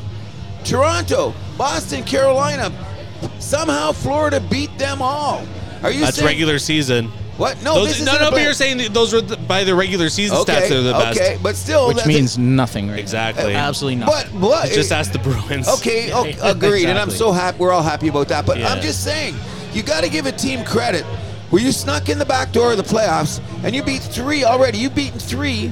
Toronto, Boston, Carolina. Somehow Florida beat them all. Are you
That's
saying
regular season.
What? No,
Those,
this
no,
isn't
no,
a
but
bu-
you're saying that those were the, by the regular season
okay,
stats. They're the best.
okay, but still,
which
that's
means nothing right now. Uh,
Exactly.
Absolutely
But
nothing.
but
Just ask the Bruins.
Uh, Okay, okay agreed, and I'm
Exactly.
so happy. We're all happy about that. But I'm
Yeah.
just saying, you got to give a team credit. Where you snuck in the back door of the playoffs, and you beat three already. You beaten three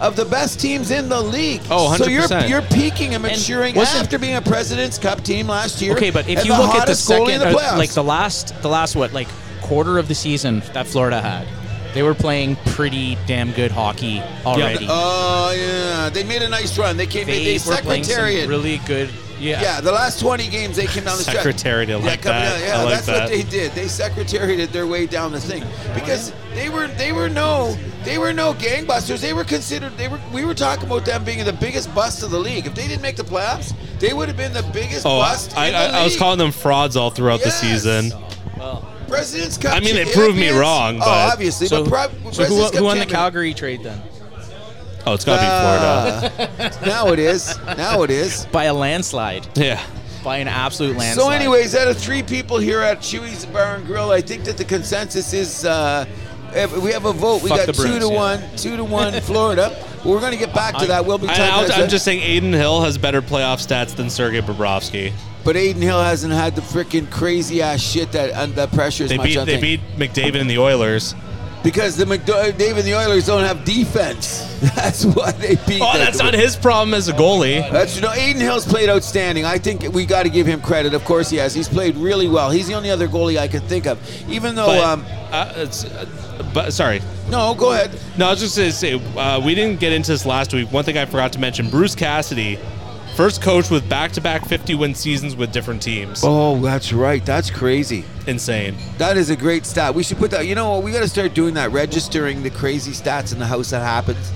of the best teams in the league.
Oh,
So you're
100%.
you're peaking and maturing
wasn't-
after being a Presidents Cup team last year.
Okay, but if
and
you look at the
hottest goalie in
second,
the
or,
playoffs.
like the last, the last what, like quarter of the season that Florida had, they were playing pretty damn good hockey already.
oh yeah, they made a nice run. They came. They,
they were playing some
secretariat.
really good. Yeah.
Yeah, the last 20 games they came down the stretch.
Secretariat, I like
coming
that.
down- yeah,
I like
that's
that.
what they did. They secretariated their way down the thing because they were they were no they were no gangbusters. They were considered they were we were talking about them being the biggest bust of the league. If they didn't make the playoffs, they would have been the biggest
Oh, I,
bust.
I,
in the
I was
league.
calling them frauds all throughout
Yes.
the season.
Presidents Cup.
I mean, it
champions.
proved me wrong,
oh,
but-
obviously,
So,
but prob-
so who,
Presidents Cup
who won the
champion.
Calgary trade then?
Oh, it's got to be
Now it is. Now it is.
By a landslide.
Florida. Yeah.
By an absolute landslide.
So, anyways, out of three people here at Chewy's Bar and Grill, I think that the consensus is uh, if we have a vote. We got
Fuck the
two
Bruins,
to
yeah.
one, two to one, Florida. We're going to get back to that. We'll be
I,
talking. about
am
that.
just saying Aiden Hill has better playoff stats than Sergei Bobrovsky.
but Aiden Hill hasn't had the freaking crazy ass shit that and the pressure as
They
much.
beat
I
they
think.
beat McDavid and the Oilers.
because the McDo- Dave and the Oilers don't have defense. That's why they beat.
Oh,
them.
that's not his problem as a goalie.
That's you know, Aiden Hill's played outstanding. I think we got to give him credit. Of course, he has. He's played really well. He's the only other goalie I could think of. Even though,
But,
um,
uh, it's, uh, but sorry,
no, go ahead.
No, I was just going to say, uh, we didn't get into this last week. One thing I forgot to mention Bruce Cassidy, first coach with back to back 50 win seasons with different teams.
Oh, that's right. That's crazy.
Insane.
That is a great stat. We should put that. You know what? We got to start doing that, registering the crazy stats in the house that happens.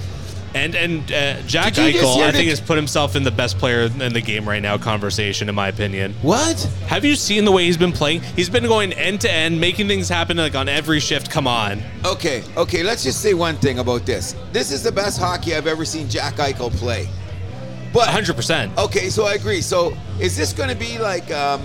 And and uh, Jack
Did you just
Eichel,
hear
I
the-
think, has put himself in the best player in the game right now conversation, in my opinion.
What?
Have you seen the way he's been playing? He's been going end to end, making things happen like on every shift. Come on.
Okay, okay. Let's just say one thing about this. This is the best hockey I've ever seen Jack Eichel play. But
100%.
okay, so I agree. So is this going to be like um,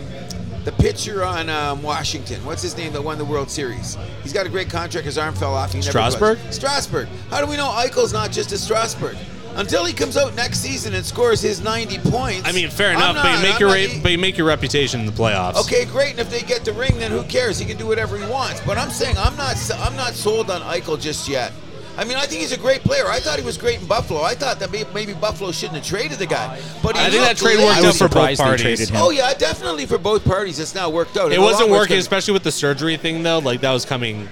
the pitcher on um, Washington? What's his name that won the World Series? He's got a great contract. His arm fell off. He never was.
Strasburg?
Strasburg. How do we know Eichel's not just a Strasburg? Until he comes out next season and scores his 90 points.
I mean, fair
I'm
enough, but,
not-
you make
I'm
your
not- e-
re- but you make your reputation in the playoffs.
Okay, great. And if they get the ring, then who cares? He can do whatever he wants. But I'm saying I'm not I'm not sold on Eichel just yet. I mean, I think he's a great player. I thought he was great in Buffalo. I thought that may- maybe Buffalo shouldn't have traded the guy. But he
I think that
looked
trade
lit.
worked
was
out for both
surprised they
parties.
traded him.
Oh yeah, definitely for both parties, it's not worked out.
It
In the
wasn't
long run, it's
working,
gonna-
especially with the surgery thing, though. Like, that was coming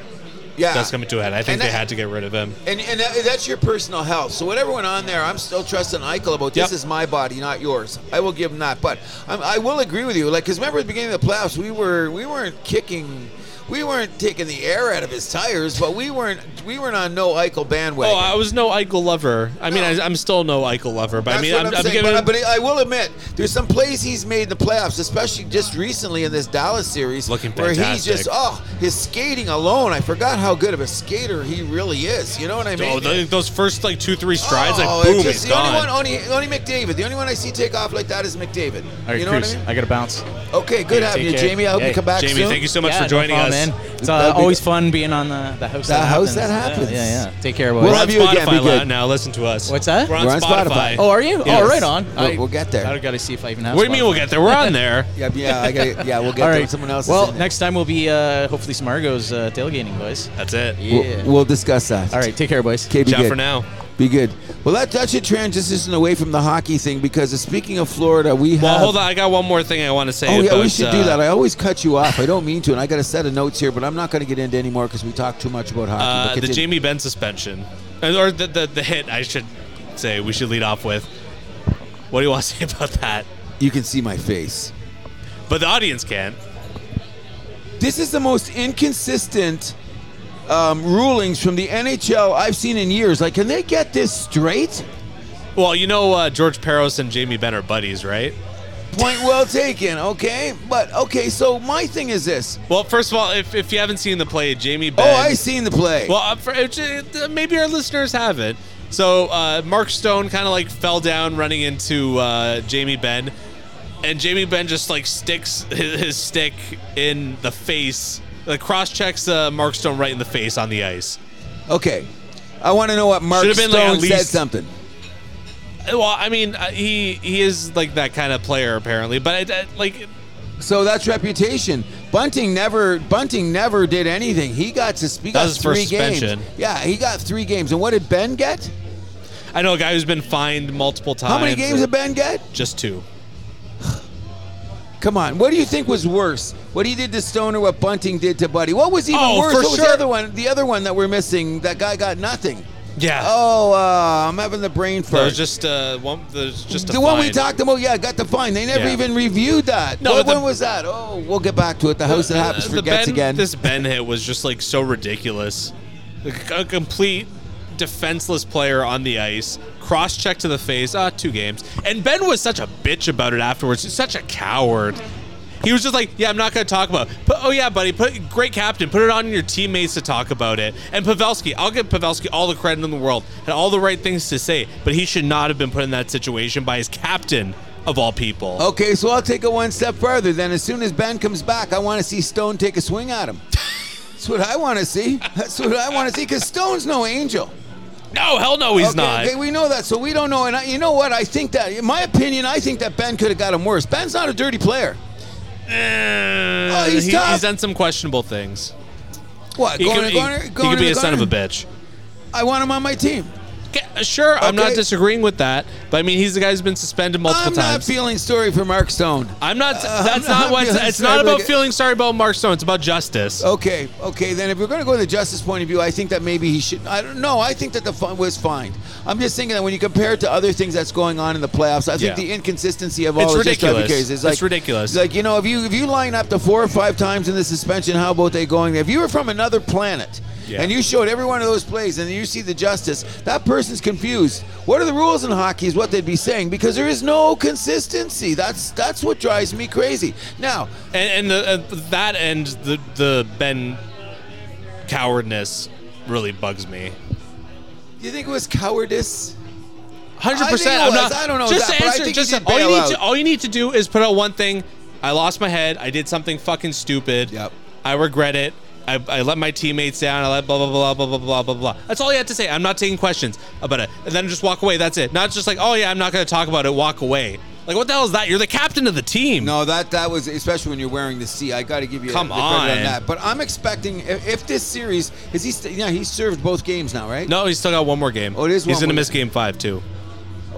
Yeah,
that's coming to a head. I think
Ah. And
they
that-
had to get rid of him.
And, and that, that's your personal health. So what everyone on there, I'm still trusting Eichel about this
Yep.
is my body, not yours. I will give him that. But I'm, I will agree with you. Like, because remember at the beginning of the playoffs, we were we weren't kicking, we weren't taking the air out of his tires, but we weren't we weren't on no Eichel bandwagon.
Oh, I was no Eichel lover. I mean, I, I'm still no Eichel lover, but
That's
I mean,
what
I'm,
I'm,
I'm
saying.
giving.
but, but I will admit, there's some plays he's made in the playoffs, especially just recently in this Dallas series,
Looking
where he's
fantastic.
just oh, his skating alone. I forgot how good of a skater he really is. You know what I mean?
oh, th- those first like two, three strides,
Oh,
like boom,
it's
he's
just the
gone.
only one, only, only McDavid. The only one I see take off like that is McDavid.
All right,
you know
Cruz,
what I
I gotta bounce.
mean? Okay, good having
take
you,
care.
Jamie. I hope you
Hey,
come back
Jamie,
soon.
thank you so much
Yeah,
for joining
no
us.
problem, man. It's
That'd
uh,
be-
always fun being on the, the house.
The
that
house
happens.
that happens.
Yeah, yeah. yeah. Take care, boys.
We'll
We're
have
on
you again,
Spotify
be
li-
good.
now. Listen to us.
What's that?
We're on,
We're on
Spotify.
Spotify.
oh, are you?
Yes.
Oh, right on.
We'll, we'll get there.
I gotta see if I even have.
What do you mean
Spotify.
we'll get there? We're on there.
Yeah, yeah, I got yeah. We'll get
All
there.
right.
Someone else. is
Well,
in there.
next time we'll be uh, hopefully Smargo's uh, tailgating, boys.
That's it.
We'll,
Yeah.
we'll discuss that.
All right, take care, boys.
Okay, be
Ciao
good.
for now.
Be good. Well, that, that should transition away from the hockey thing because uh, speaking of Florida, we have.
Well, hold on. I got one more thing I want to say.
Oh yeah, we
about,
should
uh,
do that. I always cut you off. I don't mean to, and I got a set of notes here, but I'm not going to get into anymore because we talk too much about hockey.
uh,
but
the
continue.
Jamie Ben suspension, Uh, or the, the the hit. I should say we should lead off with. What do you want to say about that?
you can see my face.
But the audience can't.
This is the most inconsistent um, rulings from the NHL I've seen in years. Like, can they get this straight?
Well, you know uh, George Peros and Jamie Ben are buddies, right?
Point well taken. Okay, but okay. So my thing is this.
Well, first of all, if, if you haven't seen the play, Jamie
Oh,
Ben.
I seen the play.
Well, uh, for, it- it- maybe our listeners haven't. So uh, Mark Stone kind of like fell down running into uh, Jamie Ben, and Jamie Ben just like sticks his, his stick in the face like cross checks uh, Mark Stone right in the face on the ice.
Okay. I want to know what Mark
Should've been,
Stone
like, at
said
least-
something.
Uh, Well, I mean, uh, he he is like that kind of player apparently, but I, I- like
So that's reputation. Bunting never Bunting never did anything. He got to speak
That
got
was his
three
first
games.
suspension.
Yeah, he got three games. And what did Ben get?
I know a guy who's been fined multiple times.
How many games did Ben get?
Just two.
Come on. What do you think was worse? What he did to Stone or what Bunting did to Buddy? What was even
Oh,
worse?
for
what was
sure.
the other one? The other one that we're missing. That guy got nothing.
Yeah.
Oh, uh, I'm having the brain fart.
That was just uh, one. There's just a
the one we
fine.
talked about, yeah, got the fine. They never
Yeah.
even reviewed that.
No, but
what
the- Uh,
one was that? Oh, we'll get back to it. The house that happens
The
forgets
Ben-
again.
This Ben hit was just like so ridiculous. Like, A complete defenseless player on the ice, cross check to the face. Ah, two games. And Ben was such a bitch about it afterwards. He's such a coward. He was just like, "Yeah, I'm not going to talk about." It. But oh yeah, buddy, put great captain. Put it on your teammates to talk about it. And Pavelski, I'll give Pavelski all the credit in the world and all the right things to say, but he should not have been put in that situation by his captain of all people.
Okay, so I'll take it one step further. Then, as soon as Ben comes back, I want to see Stone take a swing at him. That's what I want to see. That's what I want to see because Stone's no angel.
No, hell no, he's
okay,
not.
Okay, we know that, so we don't know. And I, you know what? I think that, in my opinion, I think that Ben could have got him worse. Ben's not a dirty player.
Eh,
Oh, he's
he-
tough.
he's done some questionable things.
What?
He
going
could,
to
he-
corner?
he
Going
could
to
be a son of a
corner?
bitch.
I want him on my team.
Okay, sure, I'm not
Okay.
disagreeing with that, but I mean, he's the guy who's been suspended multiple
I'm not
times.
feeling sorry for Mark Stone.
I'm not.
Uh,
that's not
I'm not
what.
feeling
It's
sorry
not about
about it.
feeling sorry about Mark Stone. It's about justice.
Okay, okay. Then if we're going to go to the justice point of view, I think that maybe he should. I don't know. I think that the fun was fine. I'm just thinking that when you compare it to other things that's going on in the playoffs, I think
Yeah.
the inconsistency of all
It's
of this type of
ridiculous.
cases
It's
is like
ridiculous.
Like you know, if you if you line up to four or five times in the suspension, how about they going? If you were from another planet.
Yeah.
And you showed every one of those plays, and you see the justice. That person's confused. What are the rules in hockey? Is what they'd be saying because there is no consistency. That's that's what drives me crazy. Now,
And, and the, uh, that and the the Ben cowardness really bugs me.
do you think it was cowardice?
Hundred percent.
I
I'm
think it
not.
was. I don't know
Just
that,
to
but I
answer.
think he
just
did
all you
bail
need
out.
to all you need to do is put out one thing. I lost my head. I did something fucking stupid.
Yep.
I regret it. I, I let my teammates down. I let blah blah blah blah blah blah blah blah. That's all you have to say. I'm not taking questions about it. And then just walk away. That's it. Not just like, oh yeah, I'm not going to talk about it. Walk away. Like what the hell is that? You're the captain of the team.
No, that that was especially when you're wearing the C. I got to give you
Come
the credit
on.
on that. But I'm expecting if, if this series is he. St- yeah, he served both games now, right?
No, he's still got one more game.
Oh, it is
He's
one
gonna
more
miss
game.
game five too.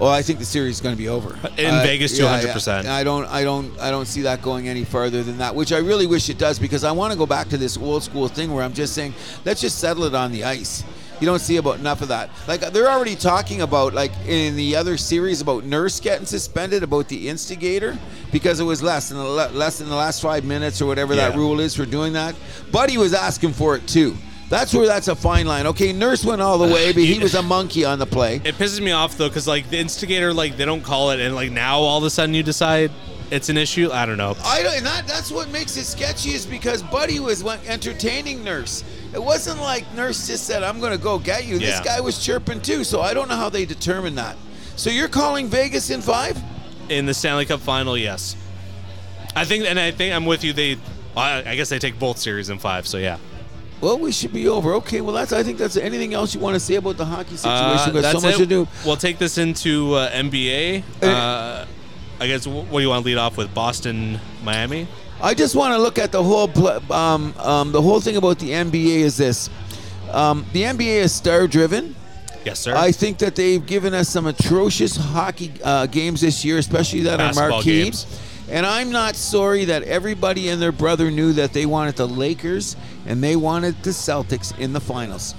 Well, I think the series is going to be over Uh,
In Vegas,
yeah,
200%.
yeah. I don't, I don't, I don't see that going any further than that. Which I really wish it does because I want to go back to this old school thing where I'm just saying, let's just settle it on the ice. You don't see about enough of that. Like they're already talking about, like in the other series, about Nurse getting suspended about the instigator because it was less than the le- less than the last five minutes or whatever that
Yeah.
rule is for doing that. Buddy was asking for it too. That's where that's a fine line. Okay, Nurse went all the way, but he was a monkey on the play.
It pisses me off though, because like the instigator, like they don't call it, and like now all of a sudden you decide it's an issue. I don't know.
I don't, and that, that's what makes it sketchy is because Buddy was one- entertaining Nurse. It wasn't like Nurse just said, I'm going to go get you. This
Yeah.
guy was chirping too, so I don't know how they determined that. So you're calling Vegas in five?
in the Stanley Cup final, yes. I think, and I think I'm with you. They, I, I guess they take both series in five. So yeah,
Well, we should be over. Okay, well, that's. I think that's anything else you want to say about the hockey
Uh,
situation. We've got so much to do.
We'll take this into uh, NBA. Uh, I guess wh- what do you want to lead off with? Boston, Miami.
I just want to look at the whole pl- um, um, the whole thing about the NBA is this. Um, the NBA is star driven.
Yes, sir.
I think that they've given us some atrocious hockey uh, games this year, especially that are
Basketball
marquee.
games.
And I'm not sorry that everybody and their brother knew that they wanted the Lakers and they wanted the Celtics in the finals.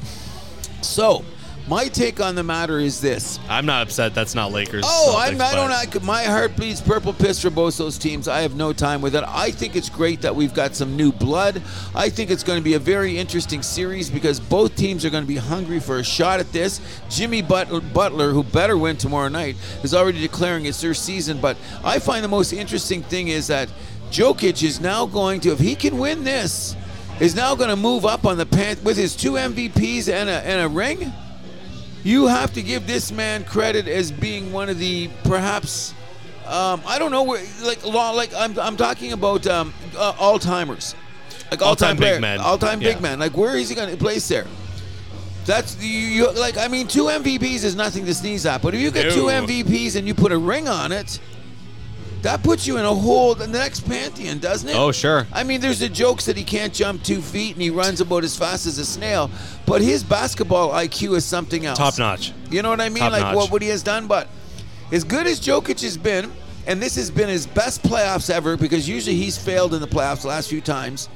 So, my take on the matter is this.
I'm not upset. That's not Lakers.
Oh,
Celtics,
I'm, I don't.
but-
I, could- my heart bleeds purple piss for both those teams. I have no time with it. I think it's great that we've got some new blood. I think it's going to be a very interesting series because both teams are going to be hungry for a shot at this. Jimmy Butler, Butler, who better win tomorrow night, is already declaring it's their season. But I find the most interesting thing is that Jokic is now going to, if he can win this, is now going to move up on the pan with his two MVPs and a and a ring. You have to give this man credit as being one of the perhaps um, I don't know where like law like I'm I'm talking about um, uh, all timers. like all-time,
All-time big
player,
man.
all-time
Yeah.
big man. Like where is he going to place there? That's you, you. Like I mean, two MVPs is nothing to sneeze at. But if you get two
No.
MVPs and you put a ring on it, that puts you in a whole the next pantheon, doesn't it?
Oh, sure.
I mean, there's the jokes that he can't jump two feet and he runs about as fast as a snail, but his basketball IQ is something else.
Top notch.
You know what I mean?
Top
like
notch.
what what he has done, but as good as Jokic has been, and this has been his best playoffs ever because usually he's failed in the playoffs the last few times.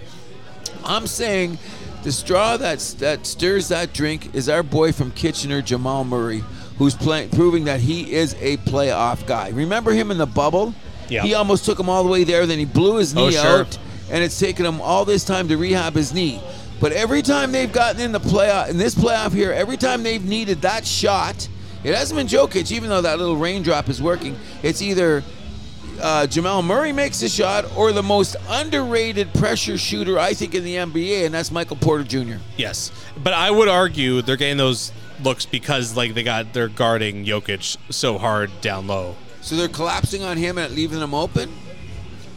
I'm saying the straw that's, that stirs that drink is our boy from Kitchener, Jamal Murray, who's playing, proving that he is a playoff guy. Remember him in the bubble?
Yeah.
He almost took him all the way there, then he blew his knee
Oh, sure.
out, and it's taken him all this time to rehab his knee. But every time they've gotten in the playoff, in this playoff here, every time they've needed that shot, it hasn't been Jokic, even though that little raindrop is working. It's either uh, Jamal Murray makes a shot, or the most underrated pressure shooter I think in the NBA, and that's Michael Porter Jr.
Yes, but I would argue they're getting those looks because like they got they're guarding Jokic so hard down low.
So they're collapsing on him and leaving him open.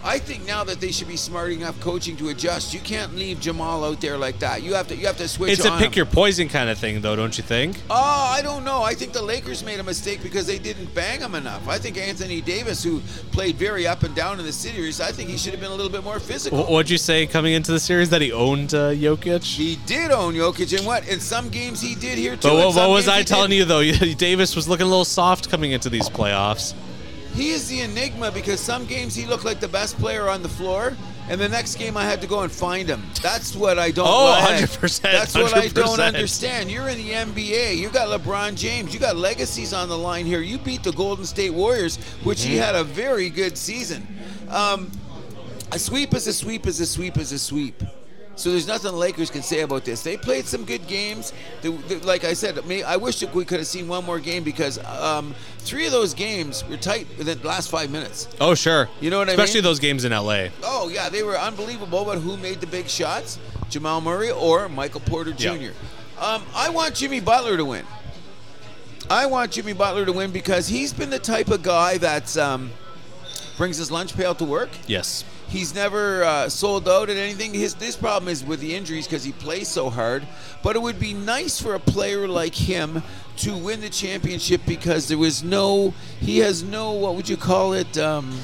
I think now that they should be smart enough coaching to adjust. You can't leave Jamal out there like that. You have to you have to switch.
It's a
on him.
pick your poison kind of thing, though, don't you think?
Oh, I don't know. I think the Lakers made a mistake because they didn't bang him enough. I think Anthony Davis, who played very up and down in the series, I think he should have been a little bit more physical.
Wh- What'd you say coming into the series that he owned uh, Jokic?
He did own Jokic, and what? In some games he did here too.
But
in
what,
some
what was
games
I
he
telling
didn't.
you though? Davis was looking a little soft coming into these playoffs.
He is the enigma because some games he looked like the best player on the floor, and the next game I had to go and find him. That's what I don't.
Oh,
like.
100%,
That's what I don't
100%.
understand. You're in the NBA. You got LeBron James. You got legacies on the line here. You beat the Golden State Warriors, which he had a very good season. Um, a sweep is a sweep is a sweep is a sweep. So there's nothing the Lakers can say about this. They played some good games. The, the, like I said, may, I wish that we could have seen one more game because um, three of those games were tight within the last five minutes.
Oh, sure.
You know what I
Especially
mean?
those games in LA.
Oh yeah, they were unbelievable. But who made the big shots? Jamal Murray or Michael Porter Jr.
Yeah.
Um, I want Jimmy Butler to win. I want Jimmy Butler to win because he's been the type of guy that um, brings his lunch pail to work.
Yes.
He's never uh, sold out at anything. His this problem is with the injuries because he plays so hard. But it would be nice for a player like him to win the championship because there was no he has no what would you call it um,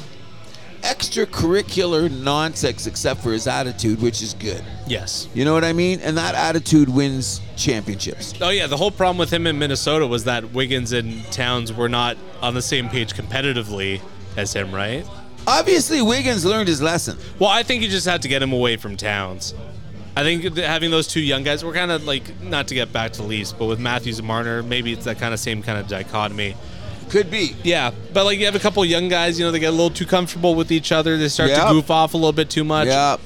extracurricular nonsense except for his attitude, which is good.
Yes.
You know what I mean? And that attitude wins championships.
Oh yeah, the whole problem with him in Minnesota was that Wiggins and Towns were not on the same page competitively as him, right?
Obviously, Wiggins learned his lesson.
Well, I think you just have to get him away from Towns. I think that having those two young guys, we're kind of like not to get back to Leafs, but with Matthews and Marner, maybe it's that kind of same kind of dichotomy.
Could be.
Yeah, but like you have a couple young guys, you know, they get a little too comfortable with each other. They start
Yeah.
to goof off a little bit too much.
Yeah.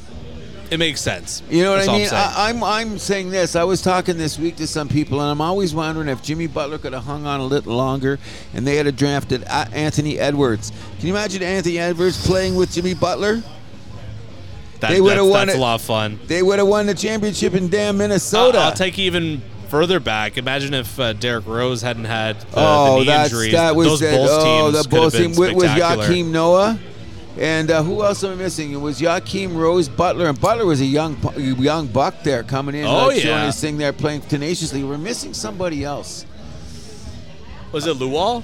It makes sense.
You know what
That's all
I
I'm
mean?
saying.
I, I'm I'm saying this. I was talking this week to some people, and I'm always wondering if Jimmy Butler could have hung on a little longer, and they had a drafted A- Anthony Edwards. Can you imagine Anthony Edwards playing with Jimmy Butler?
That-
they would've
that's,
won
that's
it.
a lot of fun.
They would have won the championship in damn Minnesota.
I'll take you even further back. Imagine if uh, Derek Rose hadn't had uh, the,
oh,
the knee
that's
injuries.
that was
Those
it.
Bulls
oh,
teams
the
could have
Bulls
been
team with, with
spectacular.
Joakim Noah. And uh, who else am I missing? It was Joakim Rose, Butler, and Butler was a young pu- young buck there coming in,
Oh,
uh, showing
yeah.
his thing there, playing tenaciously. We're missing somebody else.
Was it Luol?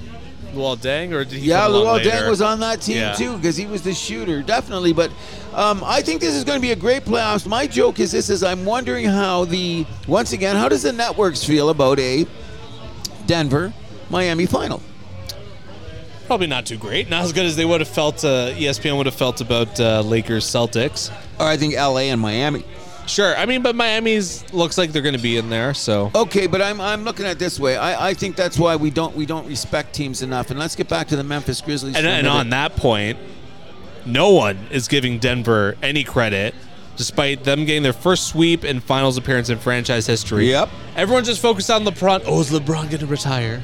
Luol Deng, or did he?
Yeah,
come along
Luol
later?
Deng was on that team
Yeah.
too because he was the shooter, definitely. But um, I think this is going to be a great playoffs. My joke is this: is I'm wondering how the once again, how does the networks feel about a Denver Miami final?
Probably not too great. Not as good as they would have felt. Uh, ESPN would have felt about uh, Lakers Celtics.
Or I think LA and Miami.
Sure. I mean, but Miami's looks like they're going to be in there. So
Okay, but I'm, I'm looking at it this way. I, I think that's why we don't we don't respect teams enough. And let's get back to the Memphis Grizzlies.
and,
for a
and
minute.
on that point, no one is giving Denver any credit, despite them getting their first sweep and finals appearance in franchise history.
Yep.
Everyone's just focused on LeBron. Oh, is LeBron going to retire?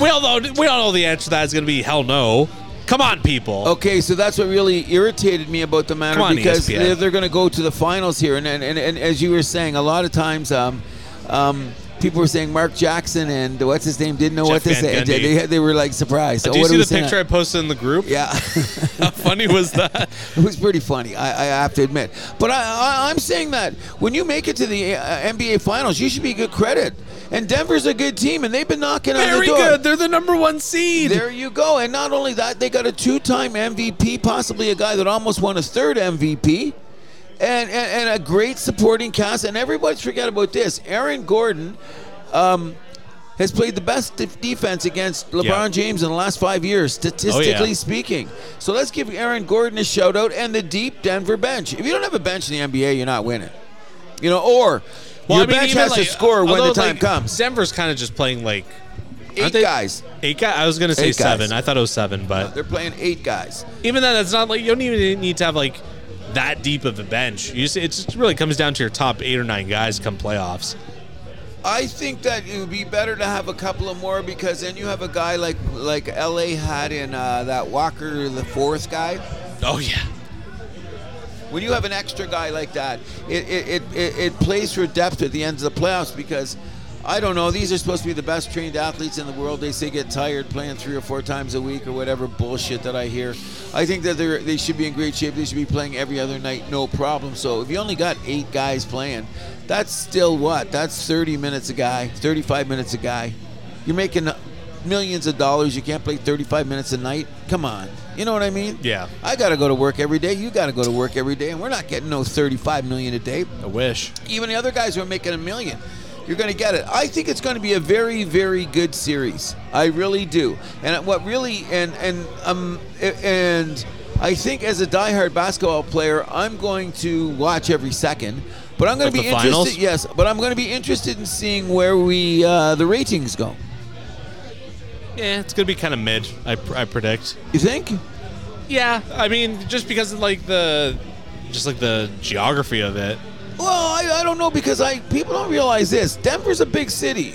Well, we all know. We all know the answer to that is going to be hell no. Come on, people.
Okay, so that's what really irritated me about the matter
Come on, E
because
ESPN.
they're, they're going to go to the finals here, and, and, and, and as you were saying, a lot of times um, um, people were saying Mark Jackson and what's his name didn't know what to
Jeff
say.
Van Gundy.
They, they were like surprised. So
Do you
what
see
are we
the
saying?
picture I posted in the group?
Yeah.
How funny was that?
It was pretty funny, I, I have to admit. But I, I, I'm saying that when you make it to the uh, NBA Finals, you should be good credit. And Denver's a good team, and they've been knocking on the
Very
door.
good. They're the number one seed.
There you go. And not only that, they got a two-time MVP, possibly a guy that almost won his third MVP, and and, and a great supporting cast. And everybody's forget about this. Aaron Gordon. Um, has played the best def- defense against LeBron
Yeah. Oh,
James in the last five years, statistically speaking. So let's give Aaron Gordon a shout out and the deep Denver bench. If you don't have a bench in the NBA, you're not winning. You know, or
Well, I mean,
your bench
even
has
like-
to score when the
although,
time
like,
comes.
Denver's kind of just playing like
Eight
aren't they-
guys.
eight guys. I was gonna say
Eight guys.
seven. I thought it was seven, but
They're playing eight guys.
even then, it's not like you don't even need to have like that deep of a bench. You see, it just really comes down to your top eight or nine guys come playoffs.
I think that it would be better to have a couple of more because then you have a guy like like LA had in uh, that Walker the fourth guy.
Oh yeah,
When you have an extra guy like that, it it, it, it it plays for depth at the end of the playoffs because I don't know these are supposed to be the best trained athletes in the world. They say get tired playing three or four times a week or whatever bullshit that I hear. I think that they they should be in great shape. They should be playing every other night, no problem. So if you only got eight guys playing, that's still what? That's 30 minutes a guy, 35 minutes a guy. You're making millions of dollars. You can't play 35 minutes a night. Come on. You know what I mean?
Yeah.
I got to go to work every day. You got to go to work every day, and we're not getting no 35 million a day.
I wish.
Even the other guys who are making a million. You're going to get it. I think it's going to be a very, very good series. I really do. And what really and and um a- and I think as a diehard basketball player, I'm going to watch every second. But I'm going
Of
to
the
be
finals?
interested. Yes, but I'm going to be interested in seeing where we uh, the ratings go.
Yeah, it's gonna be kind of mid. I, pr- I predict.
You think?
Yeah, I mean, just because of like the, just like the geography of it.
Well, I, I don't know because I people don't realize this. Denver's a big city.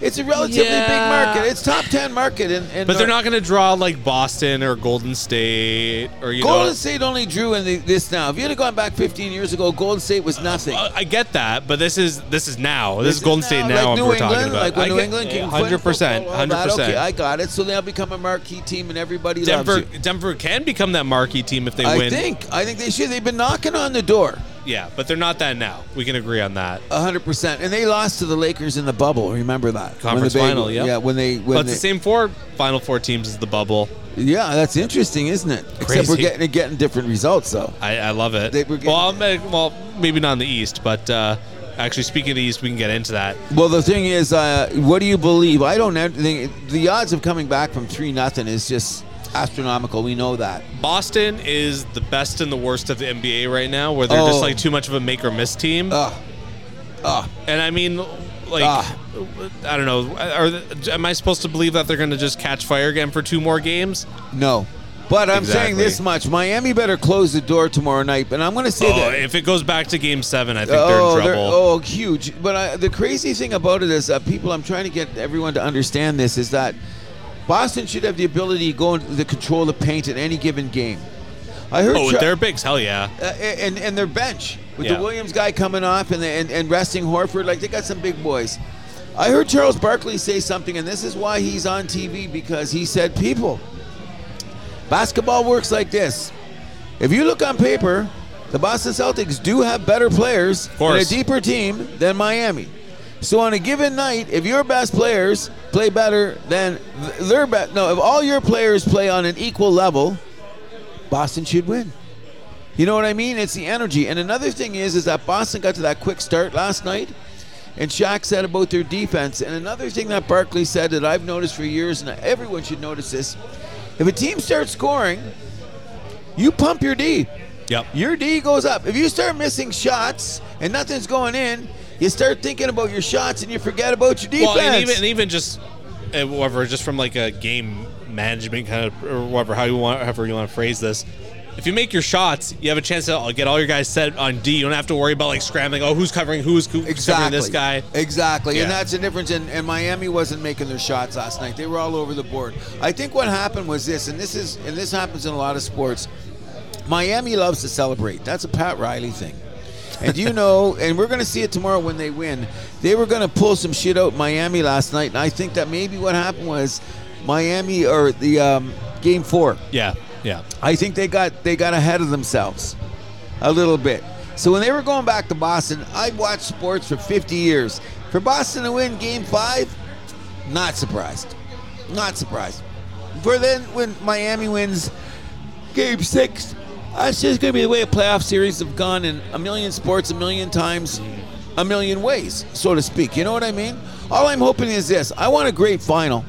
It's a relatively
Yeah.
big market. It's top ten market, and, and
But they're not gonna draw like Boston or Golden State or you know.
Golden State only drew in the, this now. If you'd have gone back 15 years ago, Golden State was nothing.
Uh, I get that, but this is this is now. This,
This
is Golden State now.
like
and
New
we're
England,
talking about.
like when New England can
hundred percent, hundred
Okay, I
percent.
got it. So they'll become a marquee team, and everybody
Denver,
loves you.
Denver can become that marquee team if they
I
win.
think I think they should. They've been knocking on the door,
Yeah, but they're not that now. We can agree on that.
100, percent and they lost to the Lakers in the bubble. Remember that When
Conference
the big-
final, yeah.
yeah. When they when
But it's
they,
the same four final four teams as the bubble.
Yeah, that's interesting, isn't it? Except we're
Crazy.
getting getting different results though.
I, I love it.
They were getting-
well, I'll make, well, maybe not in the East, but uh, actually, speaking of the East, we can get into that.
Well, the thing is, uh, what do you believe? I don't have- think the odds of coming back from three nothing is just astronomical. We know that.
Boston is the best and the worst of the NBA right now, where they're
Oh.
just like too much of a make or miss team.
Ugh. Ugh.
And I mean, like,
Ah.
I don't know. Are th- am I supposed to believe that they're going to just catch fire again for two more games?
No. But I'm saying
Exactly.
this much: Miami better close the door tomorrow night. And I'm going to say
Oh,
that
if it goes back to Game Seven, I think they're in trouble.
oh, huge. But I, the crazy thing about it is, uh, people, I'm trying to get everyone to understand this is that Boston should have the ability to go into the control of the paint in any given game. I heard
Oh, with
Tra-
their bigs, hell yeah.
uh, and and their bench with
Yeah.
the Williams guy coming off and, the, and and resting Horford, like they got some big boys. I heard Charles Barkley say something, and this is why he's on TV because he said, "People, basketball works like this. If you look on paper, the Boston Celtics do have better players and a
course.
deeper team than Miami." So on a given night, if your best players play better than th- their best, no, if all your players play on an equal level, Boston should win. You know what I mean? It's the energy. And another thing is, is that Boston got to that quick start last night, and Shaq said about their defense. And another thing that Barkley said that I've noticed for years, and everyone should notice this: if a team starts scoring, you pump your D.
Yep.
Your D goes up. If you start missing shots and nothing's going in, you start thinking about your shots and you forget about your defense.
Well, and even, and even just uh, whatever, just from like a game management kind of, or whatever, how you want, however you want to phrase this. If you make your shots, you have a chance to uh, get all your guys set on D. You don't have to worry about like scrambling. Oh, who's covering? Who's co- covering this guy?
Exactly. And
Yeah.
that's the difference. And, and Miami wasn't making their shots last night. They were all over the board. I think what happened was this, and this is and this happens in a lot of sports. Miami loves to celebrate. That's a Pat Riley thing. And you know, and we're going to see it tomorrow when they win. They were going to pull some shit out in Miami last night, and I think that maybe what happened was Miami or the um, game four.
Yeah, yeah.
I think they got they got ahead of themselves a little bit. So when they were going back to Boston, I've watched sports for 50 years. For Boston to win Game Five, not surprised, not surprised. For then when Miami wins Game Six, that's just going to be the way a playoff series have gone in a million sports, a million times, a million ways, so to speak. You know what I mean? All I'm hoping is this: I want a great final.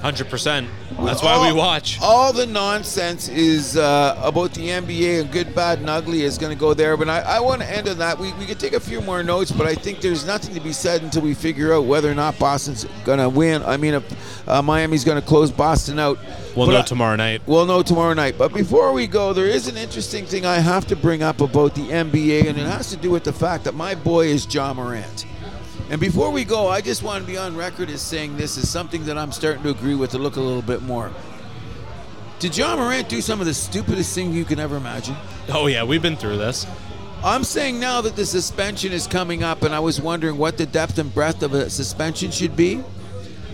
Hundred percent. That's why
All-
we watch.
All the nonsense is uh, about the NBA and good, bad, and ugly is going to go there. But I, I want to end on that. We, we could take a few more notes, but I think there's nothing to be said until we figure out whether or not Boston's going to win. I mean, if uh, Miami's going to close Boston out.
We'll
But
know
I-
tomorrow night.
We'll know tomorrow night. But before we go, there is an interesting thing I have to bring up about the NBA, and it has to do with the fact that my boy is John Morant. And before we go, I just want to be on record as saying this is something that I'm starting to agree with to look a little bit more. Did John Morant do some of the stupidest thing you can ever imagine?
Oh yeah, we've been through this.
I'm saying now that the suspension is coming up, and I was wondering what the depth and breadth of a suspension should be.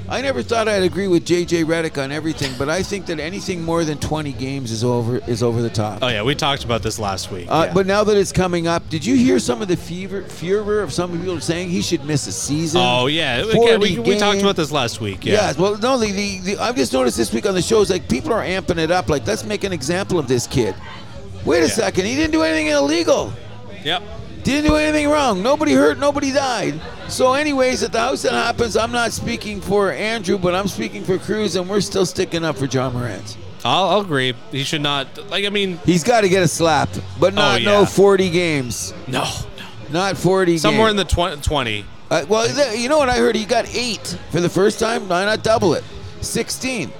I never thought I'd agree with JJ Redick on everything, but I think that anything more than 20 games is over is over the top.
Oh yeah, we talked about this last week.
Uh,
Yeah.
But now that it's coming up, did you hear some of the fever furor of some people saying he should miss a season?
oh yeah, again, we,
40
we talked
games.
about this last week.
Yeah.
Yeah.
well, no, the, the, the I've just noticed this week on the shows, like people are amping it up. Like, let's make an example of this kid. Wait a
Yeah.
second, he didn't do anything illegal.
Yep.
Didn't do anything wrong. Nobody hurt. Nobody died. So, anyways, at the house that happens, I'm not speaking for Andrew, but I'm speaking for Cruz, and we're still sticking up for John Morant.
I'll, I'll agree. He should not. Like I mean,
He's got to get a slap, but not
Oh, yeah.
no 40 games.
no.
Not 40.
Somewhere
games.
in the tw- twenty.
Uh, well, th- you know what I heard? He got eight for the first time. Why not double it? 16.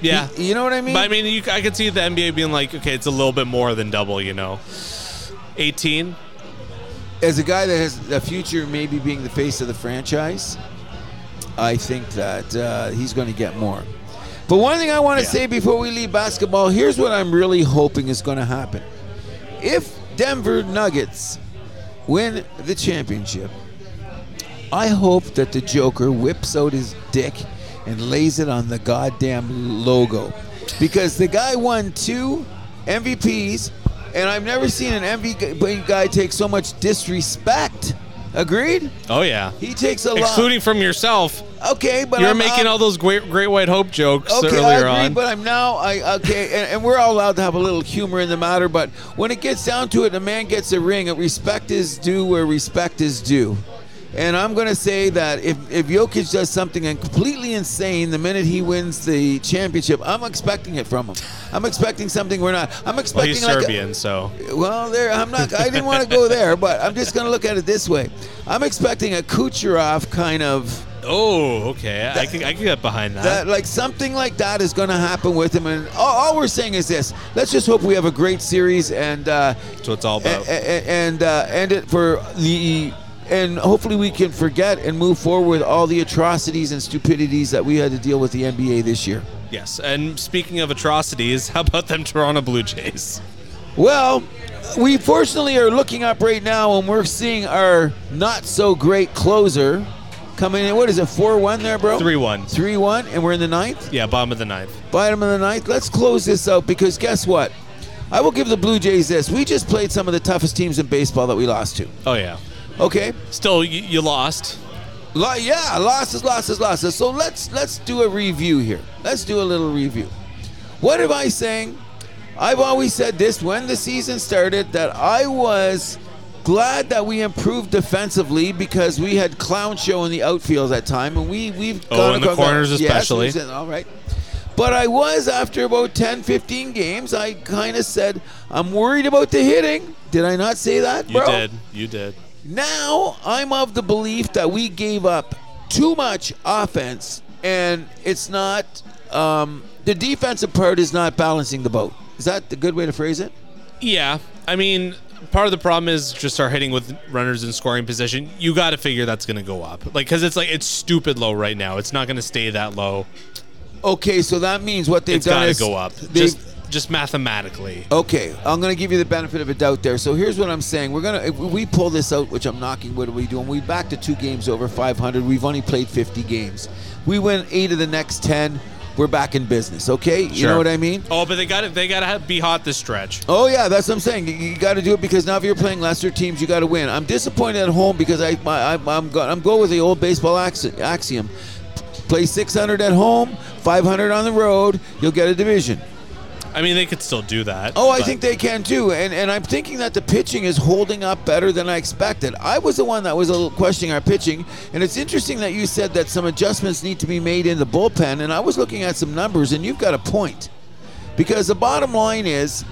Yeah.
You know what I mean?
But I mean, you, I could see the NBA being like, okay, it's a little bit more than double. You know, eighteen.
As a guy that has a future maybe being the face of the franchise, I think that uh, he's going to get more. But one thing I want to
Yeah.
say before we leave basketball here's what I'm really hoping is going to happen. If Denver Nuggets win the championship, I hope that the Joker whips out his dick and lays it on the goddamn logo. Because the guy won two MVPs, and I've never seen an MVP guy take so much disrespect. Agreed?
Oh yeah.
He takes a lot.
Excluding from yourself.
Okay, but
you were
I'm-
making
I'm-
all those great, great white hope jokes
Okay, I
earlier
agree,
on.
but I'm now I okay, and, and we're all allowed to have a little humor in the matter. But when it gets down to it, and a man gets a ring. and Respect is due where respect is due, and I'm going to say that if if Jokic does something and completely insane the minute he wins the championship, I'm expecting it from him. I'm expecting something we're not. I'm
well,
expecting
he's
like a-
Serbian, so
well, there I'm not. I didn't want to go there, but I'm just going to look at it this way. I'm expecting a Kucherov kind of.
oh, okay. I can, I can get behind
uh, That, like something like that is going to happen with him, and all, all we're saying is this: let's just hope we have a great series and uh,
That's what it's all
a-
about.
a- and uh, end it for the and hopefully we can forget and move forward with all the atrocities and stupidities that we had to deal with the NBA this year.
Yes, and speaking of atrocities, how about them Toronto Blue Jays?
Well, we fortunately are looking up right now, and we're seeing our not so great closer coming in. What is it, four one there, bro?
3 1.
three one, and we're in the ninth.
Yeah, bottom of the ninth.
Bottom of the ninth. Let's close this out because guess what? I will give the Blue Jays this. We just played some of the toughest teams in baseball that we lost to.
Oh, yeah.
Okay,
Still, you, you lost.
Lo- yeah, losses, losses, losses. So let's let's do a review here. Let's do a little review. What am I saying? I've always said this when the season started that I was glad that we improved defensively because we had clown show in the outfield that time, and we we've
Oh,
gone
in the
across that-
corners
Yes,
especially.
we've said- all right. But I was after about 10, 15 games. I kind of said I'm worried about the hitting. Did I not say that,
You
bro?
did. You did.
Now I'm of the belief that we gave up too much offense, and it's not um, the defensive part is not balancing the boat. Is that the good way to phrase it?
Yeah. I mean, part of the problem is just our hitting with runners in scoring position. You got to figure that's going to go up. Like, because it's like, it's stupid low right now. It's not going to stay that low.
Okay, so that means what they've
It's
done
gotta
is
go up.
They've,
Just- just mathematically.
Okay, I'm going to give you the benefit of a doubt there. So here's what I'm saying: we're gonna if we pull this out, which I'm knocking. What are we doing? We back to two games over 500. We've only played 50 games. We win eight of the next 10. We're back in business. Okay, you know what I mean?
Oh, but they got to They got to be hot this stretch.
Oh yeah, that's what I'm saying. You, you got to do it because now if you're playing lesser teams, you got to win. I'm disappointed at home because I, I I'm I'm go, I'm going with the old baseball axi- axiom: play 600 at home, 500 on the road, you'll get a division.
I mean, they could still do that.
Oh, I
but-
think they can too, and and I'm thinking that the pitching is holding up better than I expected. I was the one that was a little questioning our pitching, and it's interesting that you said that some adjustments need to be made in the bullpen, and I was looking at some numbers, and you've got a point, because the bottom line is,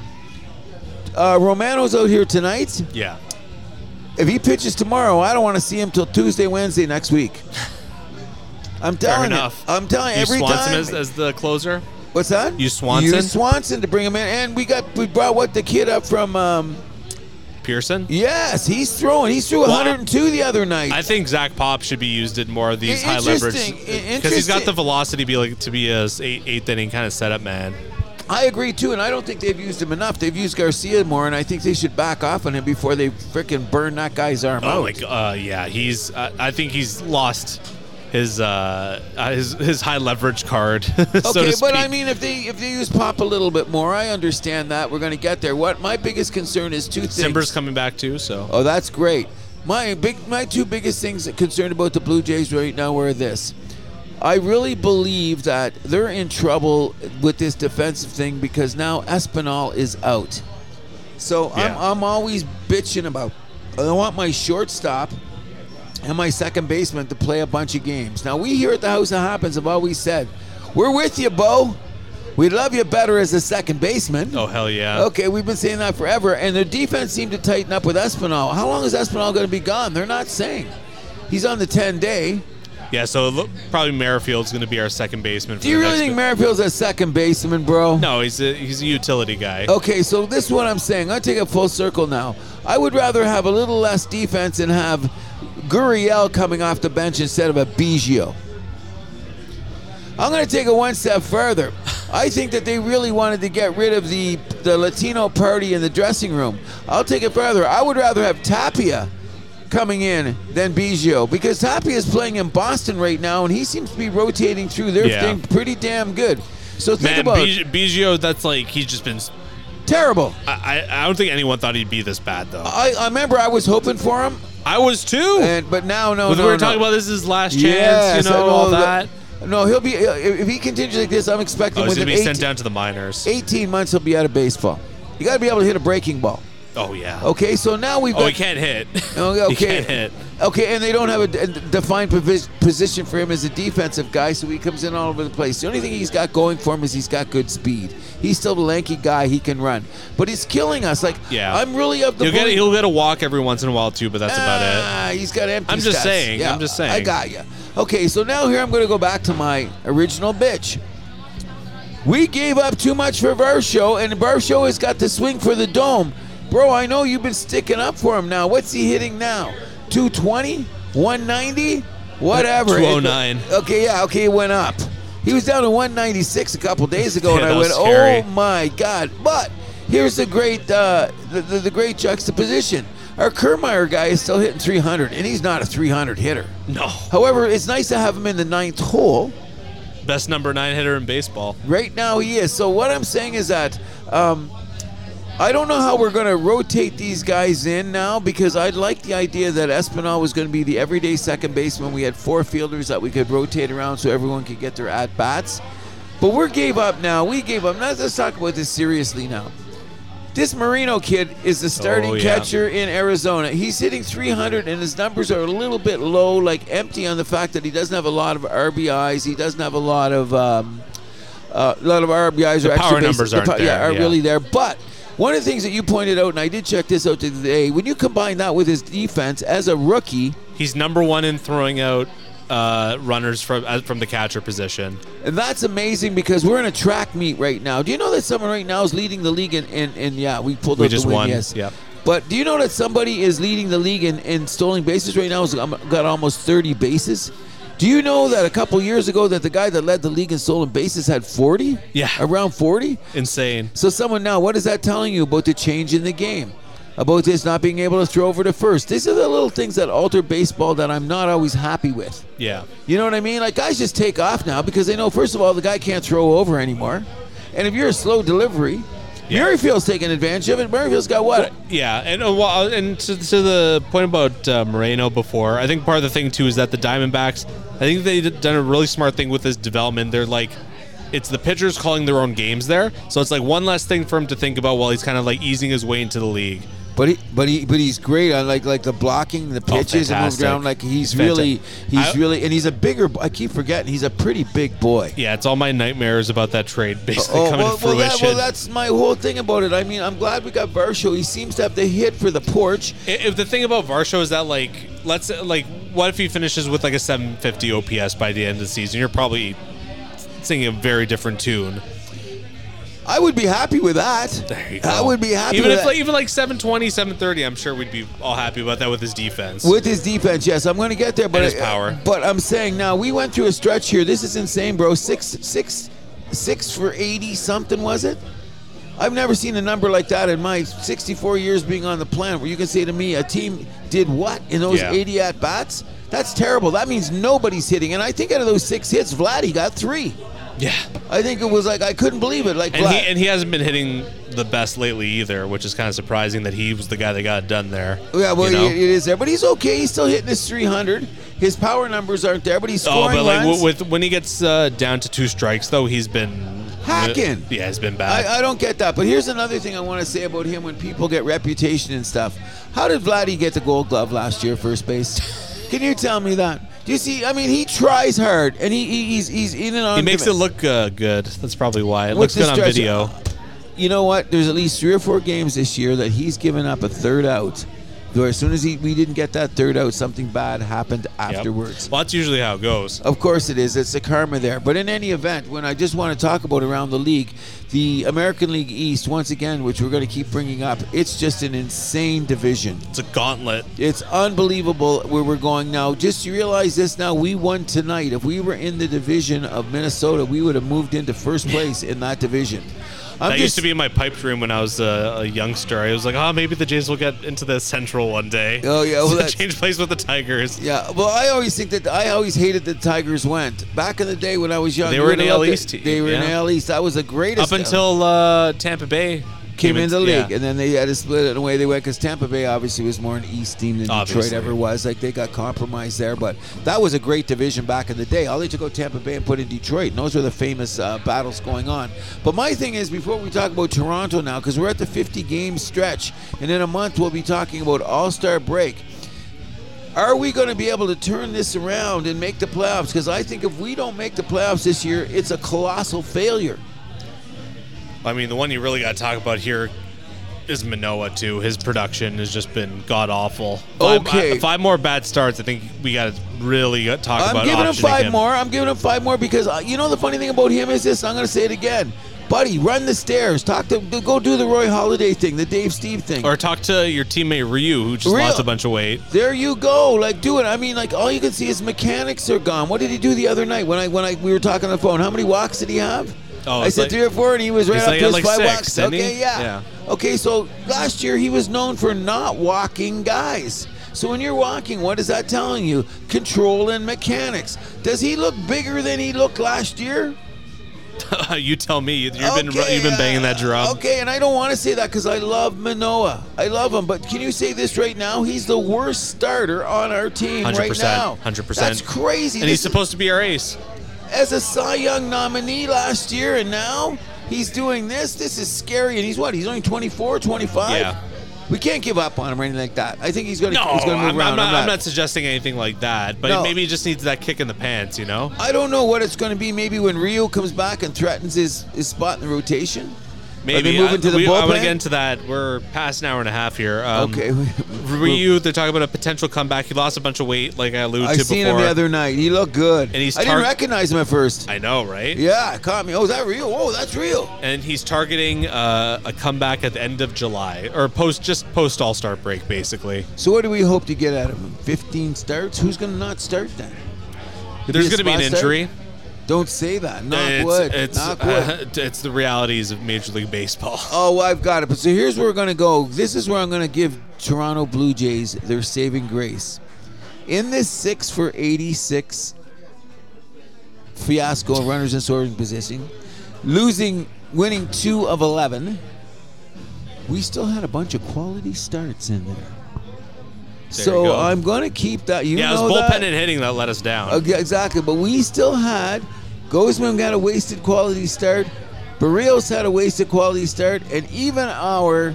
uh, Romano's out here tonight.
Yeah.
If he pitches tomorrow, I don't want to see him till Tuesday, Wednesday next week. I'm telling you.
enough.
I'm telling you,
You
every
Swanson
time.
as, as the closer.
What's that?
You Swanson?
You Swanson to bring him in, and we got we brought what the kid up from. Um,
Pearson.
yes, he's throwing. He's threw 102 the other night.
I think Zach Pop should be used in more of these
I-
high leverage
interesting, i-
because he's got the
interesting.
velocity be like, to be a s- eight, eighth inning kind of setup man.
I agree too, and I don't think they've used him enough. They've used Garcia more, and I think they should back off on him before they frickin' burn that guy's arm out.
Oh my god, uh, yeah, he's. Uh, I think he's lost his uh, uh, his his high leverage card. so
Okay,
to
but
speak.
I mean, if they if they use Pop a little bit more, I understand that we're going to get there. What my biggest concern is two things.
Simber's coming back too, so
Oh, that's great. My big, my two biggest things concerned about the Blue Jays right now are this. I really believe that they're in trouble with this defensive thing because now Espinal is out. So
Yeah.
I'm, I'm always bitching about. I want my shortstop and my second baseman to play a bunch of games. Now we here at the House of Happens have always said, "We're with you, Bo. We love you better as a second baseman."
oh hell yeah.
Okay, we've been saying that forever, and their defense seemed to tighten up with Espinal. How long is Espinal going to be gone? They're not saying. He's on the 10 day.
Yeah, so lo- probably Merrifield's going to be our second baseman. For
Do you
the
really
next
think
bit.
Merrifield's a second baseman, bro?
No, he's a he's a utility guy.
Okay, so this is what I'm saying. I take it full circle now. I would rather have a little less defense and have Gurriel coming off the bench instead of a Biggio. I'm going to take it one step further. I think that they really wanted to get rid of the the Latino party in the dressing room. I'll take it further. I would rather have Tapia coming in than Biggio because Tapia is playing in Boston right now and he seems to be rotating through their
Yeah.
thing pretty damn good. So think
Man,
about it.
Bij- Biggio, that's like he's just been. s-
terrible.
I, I I don't think anyone thought he'd be this bad though.
I, I remember I was hoping for him,
I was too.
and but now no.
But
no,
we were
no.
talking about this is his last chance,
Yes,
you
I
know, all that.
that- No, he'll be if if he continues like this. I'm expecting
Oh, he's
within
gonna be
18,
sent down to the minors.
18 months he'll be out of baseball. You got to be able to hit a breaking ball.
Oh yeah.
Okay, so now we've
Oh,
got
he can't hit.
Okay.
he
okay.
can't hit.
Okay, and they don't have a d- a defined provis- position for him as a defensive guy, so he comes in all over the place. The only thing he's got going for him is he's got good speed. He's still a lanky guy; he can run, but he's killing us. Like,
Yeah.
I'm really of the.
He'll get
belief-
he'll get a walk every once in a while too, but that's about it.
Ah, He's got empty.
I'm just
stats.
saying, I'm just saying.
I got you. Okay, so now here I'm going to go back to my original bitch. We gave up too much for Versho, and Versho has got the swing for the dome. Bro, I know you've been sticking up for him now. What's he hitting now? 220? 190? Whatever.
209.
Okay, yeah, okay, it went up. He was down to 196 a couple days ago,
Yeah,
and
that
I
was
went,
scary.
oh my God. But here's the great uh, the, the, the great juxtaposition. Our Kermeyer guy is still hitting 300, and he's not a 300 hitter.
No.
However, it's nice to have him in the ninth hole.
Best number nine hitter in baseball.
Right now, he is. So what I'm saying is that um, I don't know how we're going to rotate these guys in now because I like the idea that Espinal was going to be the everyday second baseman. We had four fielders that we could rotate around so everyone could get their at bats. But we gave up now. We gave up. Now let's talk about this seriously now. This Marino kid is the starting
Oh, yeah.
catcher in Arizona. He's hitting 300, and his numbers are a little bit low, like empty on the fact that he doesn't have a lot of RBIs. He doesn't have a lot of um, uh, a lot of RBIs.
The
are
power
extra bases-
numbers
the
aren't
pow-
there,
Yeah, are
yeah.
really there. But one of the things that you pointed out, and I did check this out today, when you combine that with his defense as a rookie,
He's number one in throwing out uh, runners from uh, from the catcher position.
And that's amazing because we're in a track meet right now. Do you know that someone right now is leading the league in, in, in yeah, we pulled
We
up
just
the win,
won,
yes.
yep.
But do you know that somebody is leading the league in, in stolen bases right now? Has um, got almost 30 bases. Do you know that a couple years ago that the guy that led the league in stolen bases had 40?
Yeah.
Around 40?
Insane.
So someone now, what is that telling you about the change in the game? About this not being able to throw over to first. These are the little things that alter baseball that I'm not always happy with.
Yeah.
You know what I mean? Like guys just take off now because they know first of all the guy can't throw over anymore, and if you're a slow delivery,
Yeah.
Merrifield's taking advantage of it. Merrifield's got what?
Yeah, and uh, well, and to, to the point about uh, Moreno before, I think part of the thing too is that the Diamondbacks, I think they've done a really smart thing with this development. They're like, it's the pitchers calling their own games there, so it's like one less thing for him to think about while he's kind of like easing his way into the league.
But he, but he, but he's great on like like the blocking, the pitches, and moving
fantastic.
around. Like he's
He's
Oh, really,
fantastic.
he's
I-
really, and he's a bigger. bo- I keep forgetting he's a pretty big boy.
Yeah, it's all my nightmares about that trade basically
Oh
coming
well,
to
well, that,
fruition.
well, that's my whole thing about it. I mean, I'm glad we got Varsho. He seems to have the hit for the porch.
I- if the thing about Varsho is that like, let's like, what if he finishes with like a 750 OPS by the end of the season? You're probably singing a very different tune.
I would be happy with that.
There you
I
go.
would be happy
Even
with
if
that.
like, even like 720, 730, I'm sure we'd be all happy about that with his defense.
With his defense, yes, I'm going to get there. But
And his power.
But I'm saying now we went through a stretch here. This is insane, bro. Six, six, six for eighty something was it? I've never seen a number like that in my 64 years being on the planet, where you can say to me, a team did what in those
Yeah.
80 at bats? That's terrible. That means nobody's hitting. And I think out of those six hits, Vladdy got three.
yeah.
I think it was like I couldn't believe it. Like
And
Vlad,
he and he hasn't been hitting the best lately either, which is kind of surprising that he was the guy that got it done there.
yeah, well,
you know?
it it is there, but he's okay. He's still hitting his 300. His power numbers aren't there, but he's
oh,
scoring
but like
runs.
w- with when he gets uh, down to two strikes though, he's been uh,
Hacking.
Yeah, he's been bad.
I, I don't get that. But here's another thing I want to say about him when people get reputation and stuff. How did Vladdy get the gold glove last year, first base? Can you tell me that? Do you see? I mean, he tries hard, and he, he he's he's in and on.
he makes it
commit.
look uh, good. That's probably why it
What's
looks good on
this Uh, stretch-
video.
You know what? There's at least three or four games this year that he's given up a third out. Though as soon as he, we didn't get that third out, something bad happened
Yep.
afterwards.
Well, that's usually how it goes.
Of course it is. It's the karma there. But in any event, when I just want to talk about around the league, the American League East, once again, which we're going to keep bringing up, it's just an insane division.
It's a gauntlet.
It's unbelievable where we're going now. Just you realize this now. We won tonight. If we were in the division of Minnesota, we would have moved into first place in that division. I'm
that used to be my pipe dream when I was uh, a, a youngster. I was like, oh, maybe the Jays will get into the Central one day.
Oh, yeah, well,
so
that's-
change place with the Tigers.
Yeah, well, I always think that I always hated the Tigers went back in the day when I was young.
They
you
were an
would've
AL
loved it.
East team,
They were in
yeah.
AL East. That was the
Up
greatest.
until uh, Tampa Bay
came into the league,
yeah.
and then they had to split it and away they went because Tampa Bay obviously was more an East team than Detroit
Obviously.
ever was. Like they got compromised there, but that was a great division back in the day. All they took out Tampa Bay and put in Detroit, and those were the famous uh, battles going on. But my thing is, before we talk about Toronto now, because we're at the 50 game stretch, and in a month we'll be talking about All Star break. Are we going to be able to turn this around and make the playoffs? Because I think if we don't make the playoffs this year, it's a colossal failure.
I mean, the one you really got to talk about here is Manoa too. His production has just been god awful.
Okay.
five, five more bad starts. I think we got to really talk
I'm
about.
giving him
optioning
five more. I'm giving him five more because uh, you know the funny thing about him is this. and I'm going to say it again, buddy. Run the stairs. Talk to go do the Roy Holiday thing, the Dave Steve thing.
Or talk to your teammate Ryu, who just
Real-
lost a bunch of weight.
there you go. Like do it. I mean, like all you can see is mechanics are gone. What did he do the other night when I when I we were talking on the phone? How many walks did he have?
Oh,
I
it's
said
like-
three or four, and he was right
it's
up
like
to
at
his
like
five
six,
walks.
isn't he?
Okay, yeah.
Yeah.
Okay, so last year he was known for not walking guys. So when you're walking, what is that telling you? Control and mechanics. Does he look bigger than he looked last year?
you tell me. You've been
Okay,
you've been banging that
uh,
drum.
Okay, and I don't want to say that because I love Manoa. I love him, but can you say this right now? He's the worst starter on our team right
100%,
now.
100%.
That's crazy.
And he's
This is-
supposed to be our ace.
as a Cy Young nominee last year, and now he's doing this. This is scary. And he's what? He's only 24, 25?
Yeah.
We can't give up on him or anything like that. I think he's going to
No,
he's gonna move
I'm,
around.
I'm, not, I'm not suggesting anything like that. But
No.
maybe he just needs that kick in the pants, you know?
I don't know what it's going to be. Maybe when Rio comes back and threatens his, his spot in the rotation.
Maybe
Are they moving
I,
to the
we- I want
bullpen?
to get into that. We're past an hour and a half here. Um,
Okay.
Ryu, they're talking about a potential comeback. He lost a bunch of weight, like I alluded
I
to
seen
before.
him the other night. He looked good.
And he's
I didn't
tar-
recognize him at first.
I know, right?
yeah, it caught me. Oh, is that real? Oh, that's real.
And he's targeting uh, a comeback at the end of July or post, just post All Star break, basically.
So what do we hope to get out of him? 15 starts? Who's going to not start then? To
There's
be
going
a
to be an
spot start?
injury.
Don't say that. Knock
it's,
wood.
It's,
Knock wood.
uh, it's the realities of Major League Baseball.
Oh, well, I've got it. But so here's where we're going to go. This is where I'm going to give Toronto Blue Jays their saving grace. In this 6 for 86 fiasco of runners in scoring position, losing, winning 2 of 11, we still had a bunch of quality starts in there. so
go.
I'm going to keep that. You
yeah, it
know
was bullpen
that.
and hitting that let us down.
Okay, Oh, exactly. But we still had Gosman got a wasted quality start. Barrios had a wasted quality start, and even our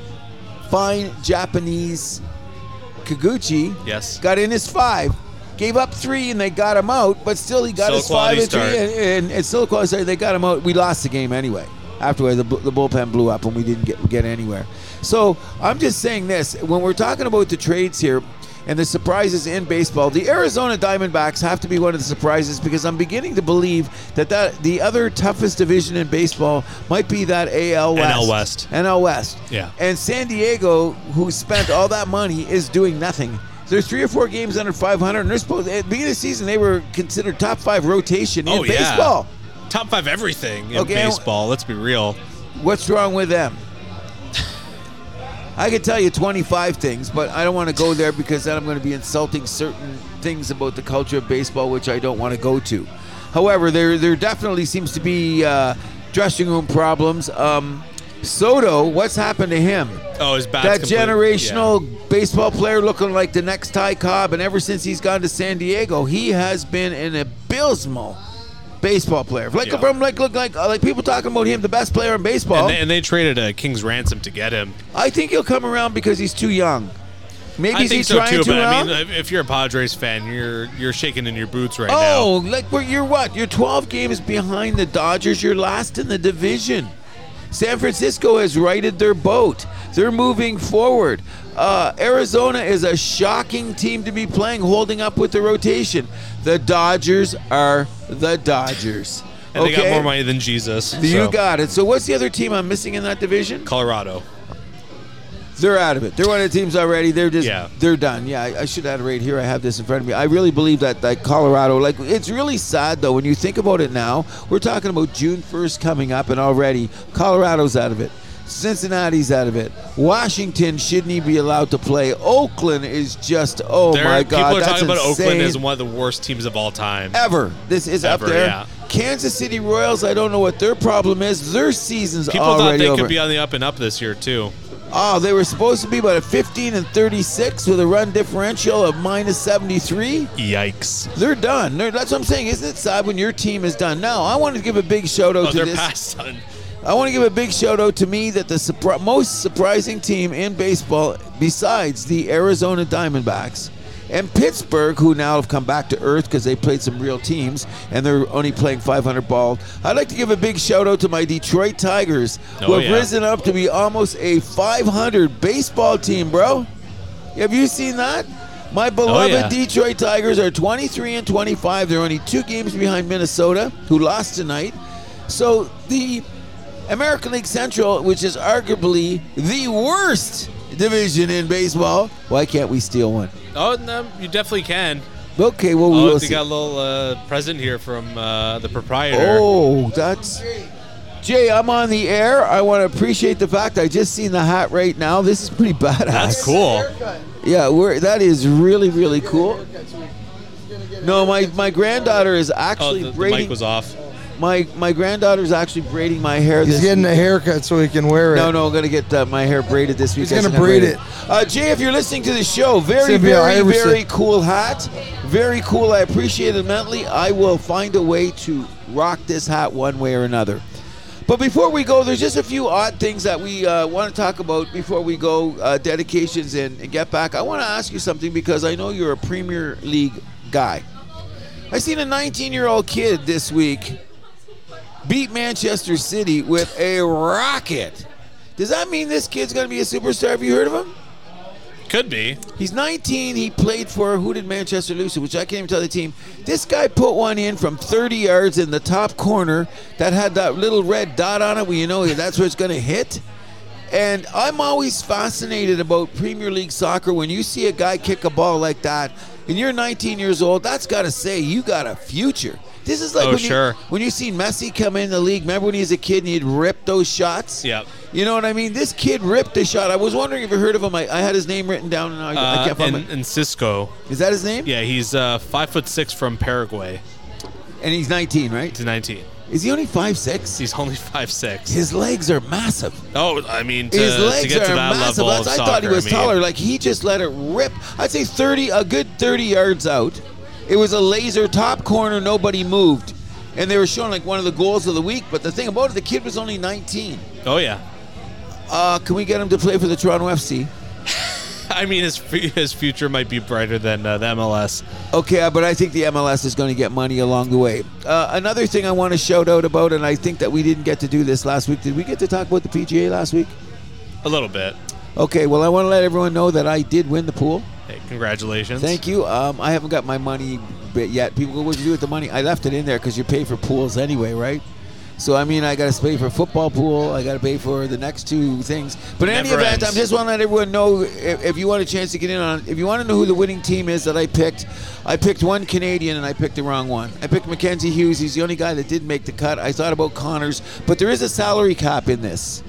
fine Japanese Kaguchi
Yes.
got in his five. Gave up three and they got him out, but still he got
Still a
his five
quality
and three,
start.
and, and it's still a quality start. They got him out. We lost the game anyway. Afterwards, the, bu- the bullpen blew up and we didn't get get anywhere. So I'm just saying this: when we're talking about the trades here and the surprises in baseball, the Arizona Diamondbacks have to be one of the surprises because I'm beginning to believe that that the other toughest division in baseball might be that AL West.
NL West.
NL West.
Yeah.
And San Diego, who spent all that money, is doing nothing. There's three or four games under 500, and they're supposed at the beginning of the season they were considered top five rotation in
oh, yeah.
baseball.
Top five everything in
Okay, and-
baseball. Let's be real.
What's wrong with them? I could tell you 25 things, but I don't want to go there because then I'm going to be insulting certain things about the culture of baseball, which I don't want to go to. However, there there definitely seems to be uh, dressing room problems. Um, Soto, what's happened to him?
Oh, his bats
that
complete-
generational baseball player looking like the next Ty Cobb, and ever since he's gone to San Diego, he has been an abysmal baseball player. Like
Yeah.
from like look like uh, like people talking about him, the best player in
Yeah.
baseball.
And, they, and they traded a King's ransom to get him.
I think he'll come around because he's too young. Maybe
I
is he
think so
trying
too,
too
but I
long?
mean, if you're a Padres fan, you're you're shaking in your boots right
oh, like well, you're what? You're 12 games behind the Dodgers. You're last in the division. San Francisco has righted their boat. They're moving forward. Uh, Arizona is a shocking team to be playing, holding up with the rotation. The Dodgers are the Dodgers.
now, and
okay,
they got more money than Jesus.
you
so.
got it. So what's the other team I'm missing in that division?
Colorado.
They're out of it. They're one of the teams already. They're just
Yeah.
they're done. Yeah, I, I should add it right here. I have this in front of me. I really believe that that Colorado, like it's really sad though when you think about it now. We're talking about June first coming up, and already Colorado's out of it. Cincinnati's out of it. Washington shouldn't be allowed to play. Oakland is just oh
They're-
my god,
people are
that's
talking about
insane
Oakland as one of the worst teams of all time.
ever. This is
Ever,
up there.
yeah.
Kansas City Royals. I don't know what their problem is. Their season's
People thought
already
they
over.
could be on the up and up this year too.
Oh, they were supposed to be about a 15 and 36 with a run differential of minus 73.
Yikes!
They're done. They're- that's what I'm saying. Isn't it sad when your team is done? Now, I want to give a big shout out
Oh,
to
they're
this.
past done.
I want to give a big shout out to me that the surpri- most surprising team in baseball, besides the Arizona Diamondbacks and Pittsburgh, who now have come back to earth because they played some real teams and they're only playing 500 ball. I'd like to give a big shout out to my Detroit Tigers, who
Oh,
have
yeah.
risen up to be almost a 500 baseball team, bro. Have you seen that? My beloved
Oh, yeah.
Detroit Tigers are 23 and 25. They're only two games behind Minnesota, who lost tonight. So the American League Central, which is arguably the worst division in baseball, why can't we steal one?
Oh no, you definitely can.
Okay, well we
Oh,
will
they
see.
got a little uh, present here from uh, the proprietor.
Oh, that's. Jay, I'm on the air. I want to appreciate the fact I just seen the hat right now. This is pretty badass.
That's cool.
Yeah, we're that is really really cool. No, my my granddaughter is
Oh,
actually
the, the
braiding
mic was off.
my my granddaughter is actually braiding my hair.
He's
this
getting a
week.
haircut so he can wear it.
No, no, I'm gonna get uh, my hair braided this week.
He's gonna
I said I'm
braid
braiding. Uh, Jay, if you're listening to the show, very
gonna be an
very
Irish-
very cool hat, very cool. I appreciate it mentally. I will find a way to rock this hat one way or another. But before we go, there's just a few odd things that we uh, want to talk about before we go uh, dedications and, and get back. I want to ask you something because I know you're a Premier League guy. I seen a 19 year old kid this week beat Manchester City with a rocket. Does that mean this kid's going to be a superstar? Have you heard of him?
Could be.
He's 19. He played for who did Manchester lose to, which I can't even tell the team. This guy put one in from 30 yards in the top corner that had that little red dot on it where you know that's where it's going to hit. And I'm always fascinated about Premier League soccer when you see a guy kick a ball like that and you're 19 years old, that's got to say you got a future. This is like
Oh,
when, you-
sure.
when you seen Messi come in the league. Remember when he was a kid and he'd rip those shots?
Yep.
You know what I mean? This kid ripped a shot. I was wondering if you heard of him. I, I had his name written down and I, I
Uh,
can't find
and,
it.
and Cisco,
Is that his name?
yeah, he's uh, five foot six from Paraguay.
And he's 19, right?
He's 19.
Is he only five six?
He's only five six.
His legs are massive.
Oh, I mean, to,
His legs
to get
are
to that
massive.
level,
That's-
of
I thought he
soccer,
was
I mean,
taller. Like he just let it rip. I'd say 30, a good 30 yards out. It was a laser top corner. Nobody moved, and they were showing like one of the goals of the week. But the thing about it, the kid was only 19.
Oh yeah,
Uh, can we get him to play for the Toronto FC?
I mean, his fu- his future might be brighter than uh, the MLS.
Okay, uh, but I think the MLS is going to get money along the way. Uh, another thing I want to shout out about, and I think that we didn't get to do this last week. Did we get to talk about the PGA last week?
A little bit.
Okay, well, I want to let everyone know that I did win the pool.
Hey, congratulations.
Thank you. Um, I haven't got my money bit yet. People go, what'd you do with the money? I left it in there because you pay for pools anyway, right? So I mean, I got to pay for football pool. I got to pay for the next two things. But in any
Never
event,
ends.
I'm just want to let everyone know if, if you want a chance to get in on. If you want to know who the winning team is that I picked, I picked one Canadian and I picked the wrong one. I picked Mackenzie Hughes. He's the only guy that did make the cut. I thought about Connors, but there is a salary cap in this.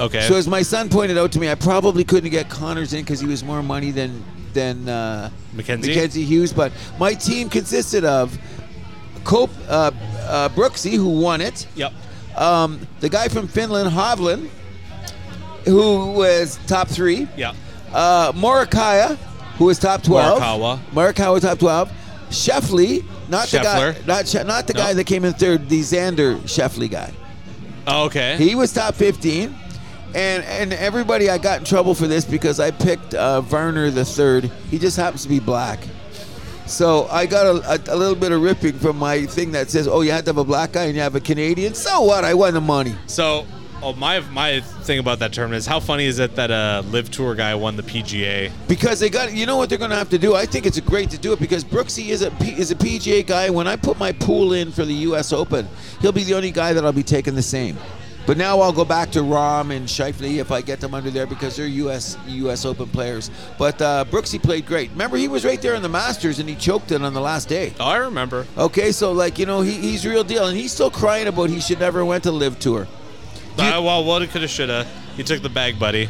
Okay.
So as my son pointed out to me, I probably couldn't get Connors in because he was more money than than uh,
Mackenzie?
Mackenzie Hughes. But my team consisted of Cope uh, uh, Brooksy, who won it.
yep.
Um, the guy from Finland, Hovland, who was top three.
Yeah.
Uh, Morikawa, who was top twelve.
Morikawa.
Morikawa, top twelve. Sheffley, not the guy,
Scheffler.
not She- not the
No.
guy that came in third, the Xander Sheffley guy.
Oh, Okay.
He was top 15. And and everybody, I got in trouble for this because I picked uh, Werner the third. He just happens to be black. So I got a, a, a little bit of ripping from my thing that says, oh, you have to have a black guy and you have a Canadian. So what? I won the money.
so, oh, my my thing about that tournament is how funny is it that a live tour guy won the PGA?
Because they got, you know what they're going to have to do. I think it's great to do it because Brooksy is a P, is a PGA guy. When I put my pool in for the U.S. Open, he'll be the only guy that I'll be taking the same. But now I'll go back to Rom and Shifley if I get them under there because they're U.S. U.S. Open players. But uh, Brooksy played great. Remember, he was right there in the Masters and he choked it on the last day.
Oh, I remember.
Okay, so like you know, he, he's real deal, and he's still crying about he should never went to Live Tour.
Uh, well, what it coulda, shoulda. You took the bag, buddy.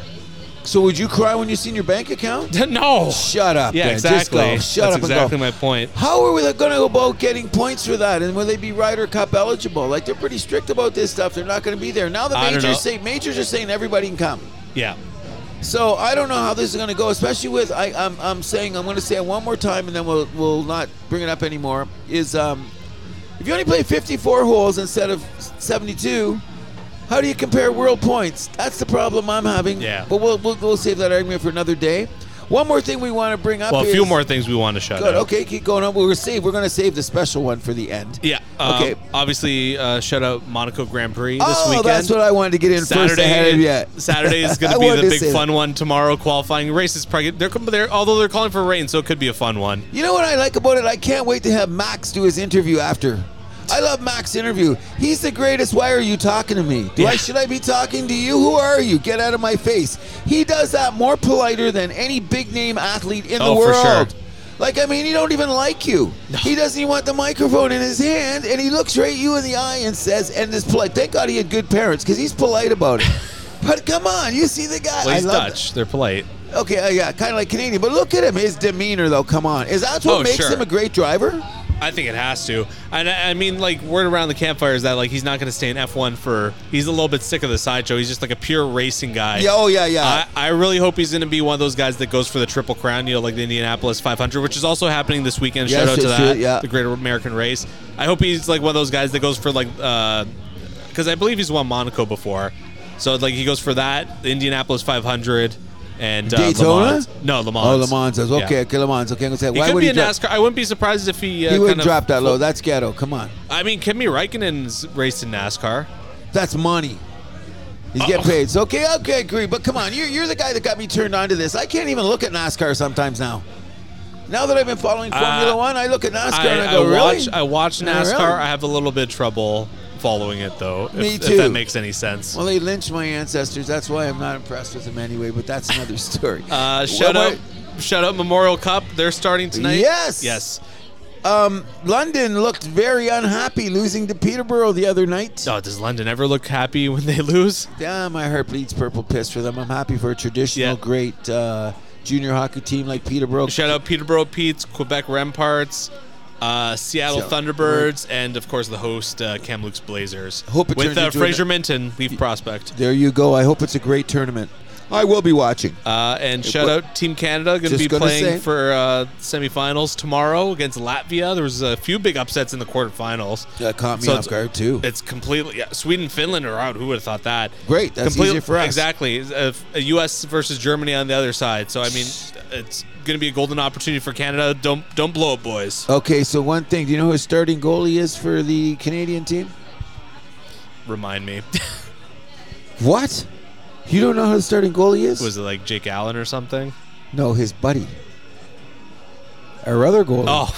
So would you cry when you seen your bank account?
no.
Shut up.
Yeah,
Ben. Just
exactly.
go. Shut
That's
up and go.
exactly my point.
How are we going to go about getting points for that? And will they be Ryder Cup eligible? Like they're pretty strict about this stuff. They're not going to be there now. The
I don't know.
majors say majors are saying everybody can come.
Yeah.
So I don't know how this is going to go, especially with I, I'm, I'm saying I'm going to say it one more time, and then we'll we'll not bring it up anymore. Is um, if you only play 54 holes instead of 72, how do you compare world points? That's the problem I'm having.
Yeah.
But we'll we'll, we'll save that argument for another day. One more thing we want to bring up.
Well, a
is,
few more things we want to shout
Good.
out.
Okay, keep going on. We're save. We're going to save the special one for the end.
Yeah. Um,
Okay.
okay. Obviously, uh, shout out Monaco Grand Prix this
oh,
weekend.
that's what I wanted to get in first ahead of yet.
Saturday is going
I
to be
wanted
the
to
big
say
fun one tomorrow. Qualifying races, probably they're, com- they're although they're calling for rain, so it could be a fun one.
You know what I like about it? I can't wait to have Max do his interview after. I love Max interview. He's the greatest. Why are you talking to me? Do I
Yeah.
should I be talking to you? Who are you? Get out of my face. He does that more politer than any big name athlete in the
Oh, for
world.
sure.
Like I mean, he don't even like you. He doesn't even want the microphone in his hand, and he looks right you in the eye and says, "And is polite." Thank God he had good parents, because he's polite about it. but come on, you see the guy.
Well, he's
I love
Dutch. They're polite.
Okay, uh, yeah, kind of like Canadian, but look at him. His demeanor, though, come on, is that what
Oh,
makes
sure.
him a great driver?
I think it has to. And I, I mean, like word around the campfire is that like he's not going to stay in F1 for. He's a little bit sick of the sideshow. He's just like a pure racing guy.
Yeah, oh yeah, yeah.
I, I really hope he's going to be one of those guys that goes for the triple crown, you know, like the Indianapolis 500, which is also happening this weekend.
Yes,
Shout out to
it's
that,
true, yeah.
the Great American Race. I hope he's like one of those guys that goes for like, because I believe he's won Monaco before, so like he goes for that the Indianapolis 500 and uh, Le
Daytona?
Mans. No, Le Mans.
oh, Le Mans says,
Yeah.
okay, okay, Le Mans, okay, I'm gonna say,
He
why
could
would
be
he
a
drop?
NASCAR. I wouldn't be surprised if he. Uh,
He
kind
wouldn't
of
drop that low.
flipped-
That's ghetto. Come on,
I mean, Kimi Raikkonen's raced in NASCAR.
that's money. He's getting
Oh.
paid. So okay, okay, agree. But come on, you're you're the guy that got me turned on to this. I can't even look at NASCAR sometimes now. Now that I've been following Formula
Uh,
One, I look at NASCAR and
I,
I go,
I
really?
watch I watch
Yeah,
NASCAR.
really?
I have a little bit of trouble following it though. If,
Me
if
too.
that makes any sense.
Well, they lynched my ancestors. That's why I'm not impressed with them anyway. But that's another story.
Uh, shout
Well,
out Shout out Memorial Cup. They're starting tonight.
Yes.
Yes.
Um, London looked very unhappy losing to Peterborough the other night.
Oh, does London ever look happy when they lose?
Yeah, my heart bleeds purple piss for them. I'm happy for a traditional
Yeah.
great uh, junior hockey team like Peterborough.
Shout out Peterborough Pete's, Quebec Remparts, uh, Seattle
So-
Thunderbirds, and of course the host uh, Kamloops Blazers.
Hope it
with
turns
uh,
into an-
Fraser Minton, Leaf prospect.
There you go. I hope it's a great tournament. I will be watching.
Uh, and shout
what-
out Team Canada going to
Just
be
gonna
playing
say.
for uh, semifinals tomorrow against Latvia. There was a few big upsets in the quarterfinals.
That caught me
So
off
it's-
guard too.
It's completely yeah, Sweden, Finland are out. Who would have thought that?
Great, that's easier for us.
Exactly. It's, uh, A U.S. versus Germany on the other side. So I mean, it's going to be a golden opportunity for Canada. Don't don't blow it, boys.
Okay, so one thing. Do you know who his starting goalie is for the Canadian team?
Remind me,
What? You don't know who the starting goalie is?
was it like Jake Allen or something?
no, his buddy. Our other goalie.
Oh,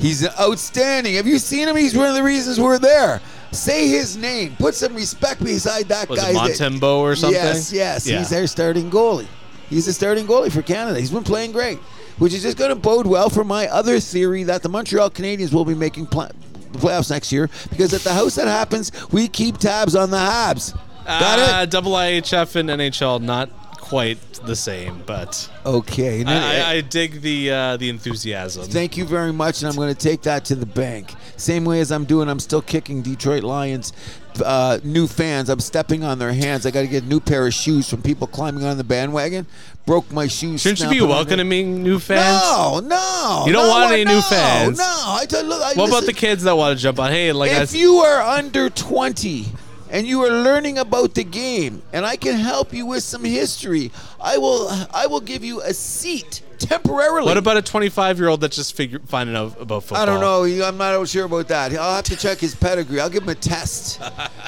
He's outstanding. Have you seen him? He's one of the reasons we're there. Say his name. Put some respect beside that
Oh, was
guy.
it Montembeau or something?
Yes, yes.
Yeah.
He's their starting goalie. He's the starting goalie for Canada. He's been playing great, which is just going to bode well for my other theory that the Montreal Canadiens will be making pl- playoffs next year because at the house that happens, we keep tabs on the Habs. Got
uh,
it?
Double IHF and NHL not quite the same, but
Okay. And
I,
then-
I, I dig the uh, the enthusiasm.
Thank you very much, and I'm going to take that to the bank. Same way as I'm doing, I'm still kicking Detroit Lions uh, new fans. I'm stepping on their hands. I got to get a new pair of shoes from people climbing on the bandwagon. Broke my shoes.
Shouldn't you be
snapping on their-
welcoming new fans?
No, no.
You don't
no,
want
I-
any new
no,
fans.
No, I tell look. I,
What about the
listen,
kids that want to jump on? Hey, like I
If
s-
you are under 20 and you are learning about the game, and I can help you with some history, I will. I will give you a seat temporarily.
what about a 25 year old that's just figure, finding out about football?
I don't know. He- I'm not sure about that. I'll have to check his pedigree. I'll give him a test.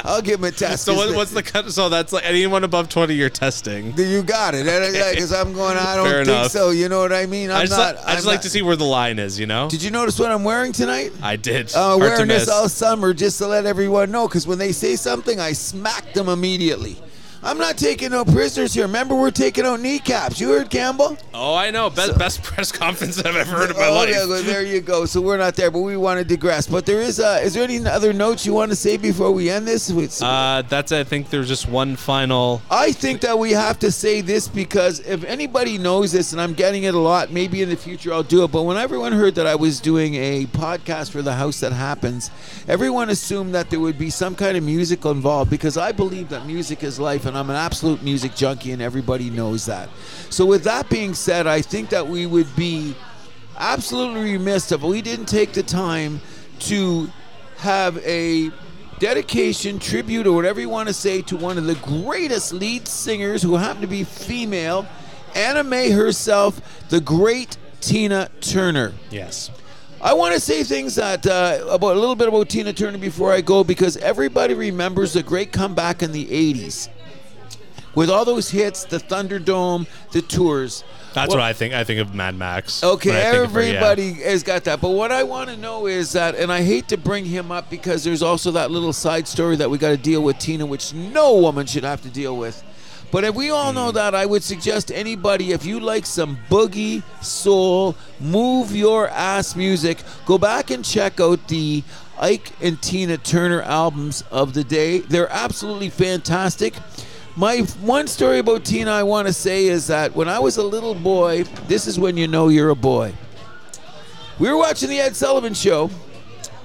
I'll give him a test.
So what,
Is
what's the cut? So that's like anyone above 20 you're testing.
the- You got it. Because I'm going. I don't
Fair
think
enough.
so. You know what I mean? I'm
I just,
not.
like,
I'm
I just like
not-
to see where the line is. You know,
Did you Uh, notice what I'm wearing tonight?
I did. Hard to
I'm wearing this
miss.
all summer just to let everyone know. Because when they say something, I smack them immediately. I'm not taking no prisoners here. Remember, we're taking out kneecaps. You heard Campbell?
oh, I know. Best, best press conference I've ever heard in my
Oh,
life.
yeah, well, there you go. So we're not there, but we want to digress. But there is. Uh, is there any other notes you want to say before we end this? With-
Uh, that's. I think there's just one final.
I think that we have to say this because if anybody knows this, and I'm getting it a lot, maybe in the future I'll do it. But when everyone heard that I was doing a podcast for The House That Happens, everyone assumed that there would be some kind of music involved because I believe that music is life, and I'm an absolute music junkie, and everybody knows that. So, with that being said, I think that we would be absolutely remiss if we didn't take the time to have a dedication, tribute, or whatever you want to say to one of the greatest lead singers who happened to be female, Anna Mae herself, the great Tina Turner.
Yes.
I want to say things that uh, about a little bit about Tina Turner before I go because everybody remembers the great comeback in the '80s with all those hits, the Thunderdome, the tours.
That's
Well-
what I think. I think of Mad Max.
Okay,
when I think of her, yeah.
everybody has got that. But what I want to know is that, and I hate to bring him up because there's also that little side story that we got to deal with Tina, which no woman should have to deal with. But if we all know that, I would suggest anybody, if you like some boogie, soul, move your ass music, go back and check out the Ike and Tina Turner albums of the day. They're absolutely fantastic. My one story about Tina I want to say is that when I was a little boy, this is when you know you're a boy. We were watching the Ed Sullivan show,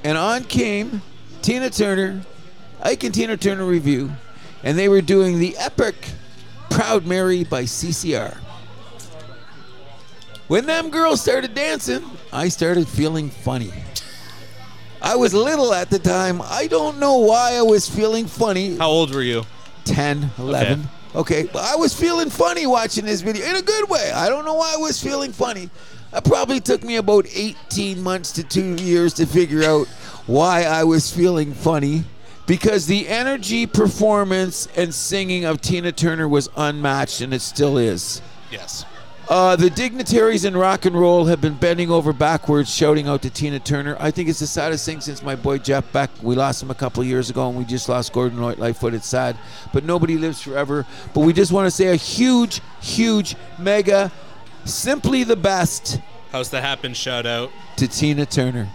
and on came Tina Turner, Ike and Tina Turner review, and they were doing the epic Proud Mary by CCR. When them girls started dancing, I started feeling funny. I was little at the time. I don't know why I was feeling funny.
How old were you?
10, 11. Okay. But I was feeling funny watching this video in a good way. I don't know why I was feeling funny. It probably took me about 18 months to two years to figure out why I was feeling funny because the energy, performance, and singing of Tina Turner was unmatched, and it still is.
Yes.
Uh, the dignitaries in rock and roll have been bending over backwards, shouting out to Tina Turner. I think it's the saddest thing since my boy Jeff Beck. We lost him a couple of years ago, and we just lost Gordon Light- Lightfoot. It's sad, but nobody lives forever. But we just want to say a huge, huge, mega Simply the best
How's that happen? Shout out.
to Tina Turner.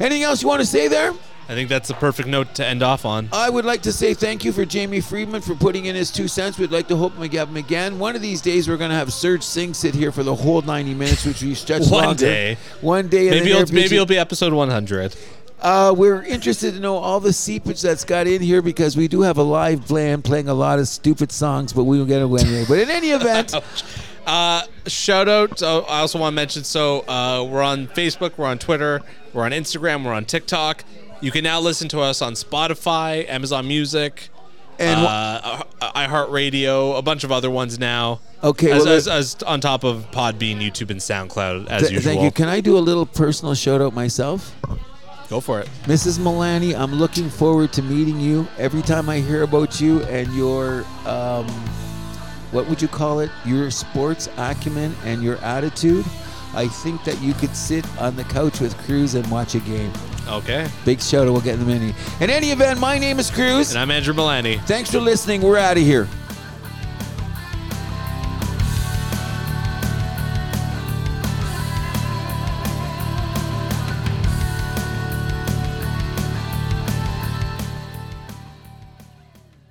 Anything else you want to say there?
I think that's the perfect note to end off on.
I would like to say thank you for Jamie Friedman for putting in his two cents. We'd like to hope we get him again. One of these days, we're going to have Serge Singh sit here for the whole 90 minutes, which we stretched
One
longer.
day.
One day. and
Maybe
then
it'll,
Air
maybe
Fiji-
it'll be episode 100.
Uh, we're interested to know all the seepage that's got in here because we do have a live band playing a lot of stupid songs, but we don't get away with it. But in any event,
Uh, shout out. Uh, I also want to mention so uh, we're on Facebook, we're on Twitter, we're on Instagram, we're on TikTok. You can now listen to us on Spotify, Amazon Music,
and
uh, iHeartRadio, a bunch of other ones now.
Okay,
As,
well,
as, as on top of Podbean, YouTube, and SoundCloud, as
th-
usual.
thank you. Can I do a little personal shout out myself?
Go for it.
Mrs. Milani, I'm looking forward to meeting you. Every time I hear about you and your, um, what would you call it? Your sports acumen and your attitude, I think that you could sit on the couch with Cruz and watch a game.
Okay.
Big shout out. We'll get in the mini. In any event, my name is Cruz.
And I'm Andrew Milani.
Thanks for listening. We're out of here.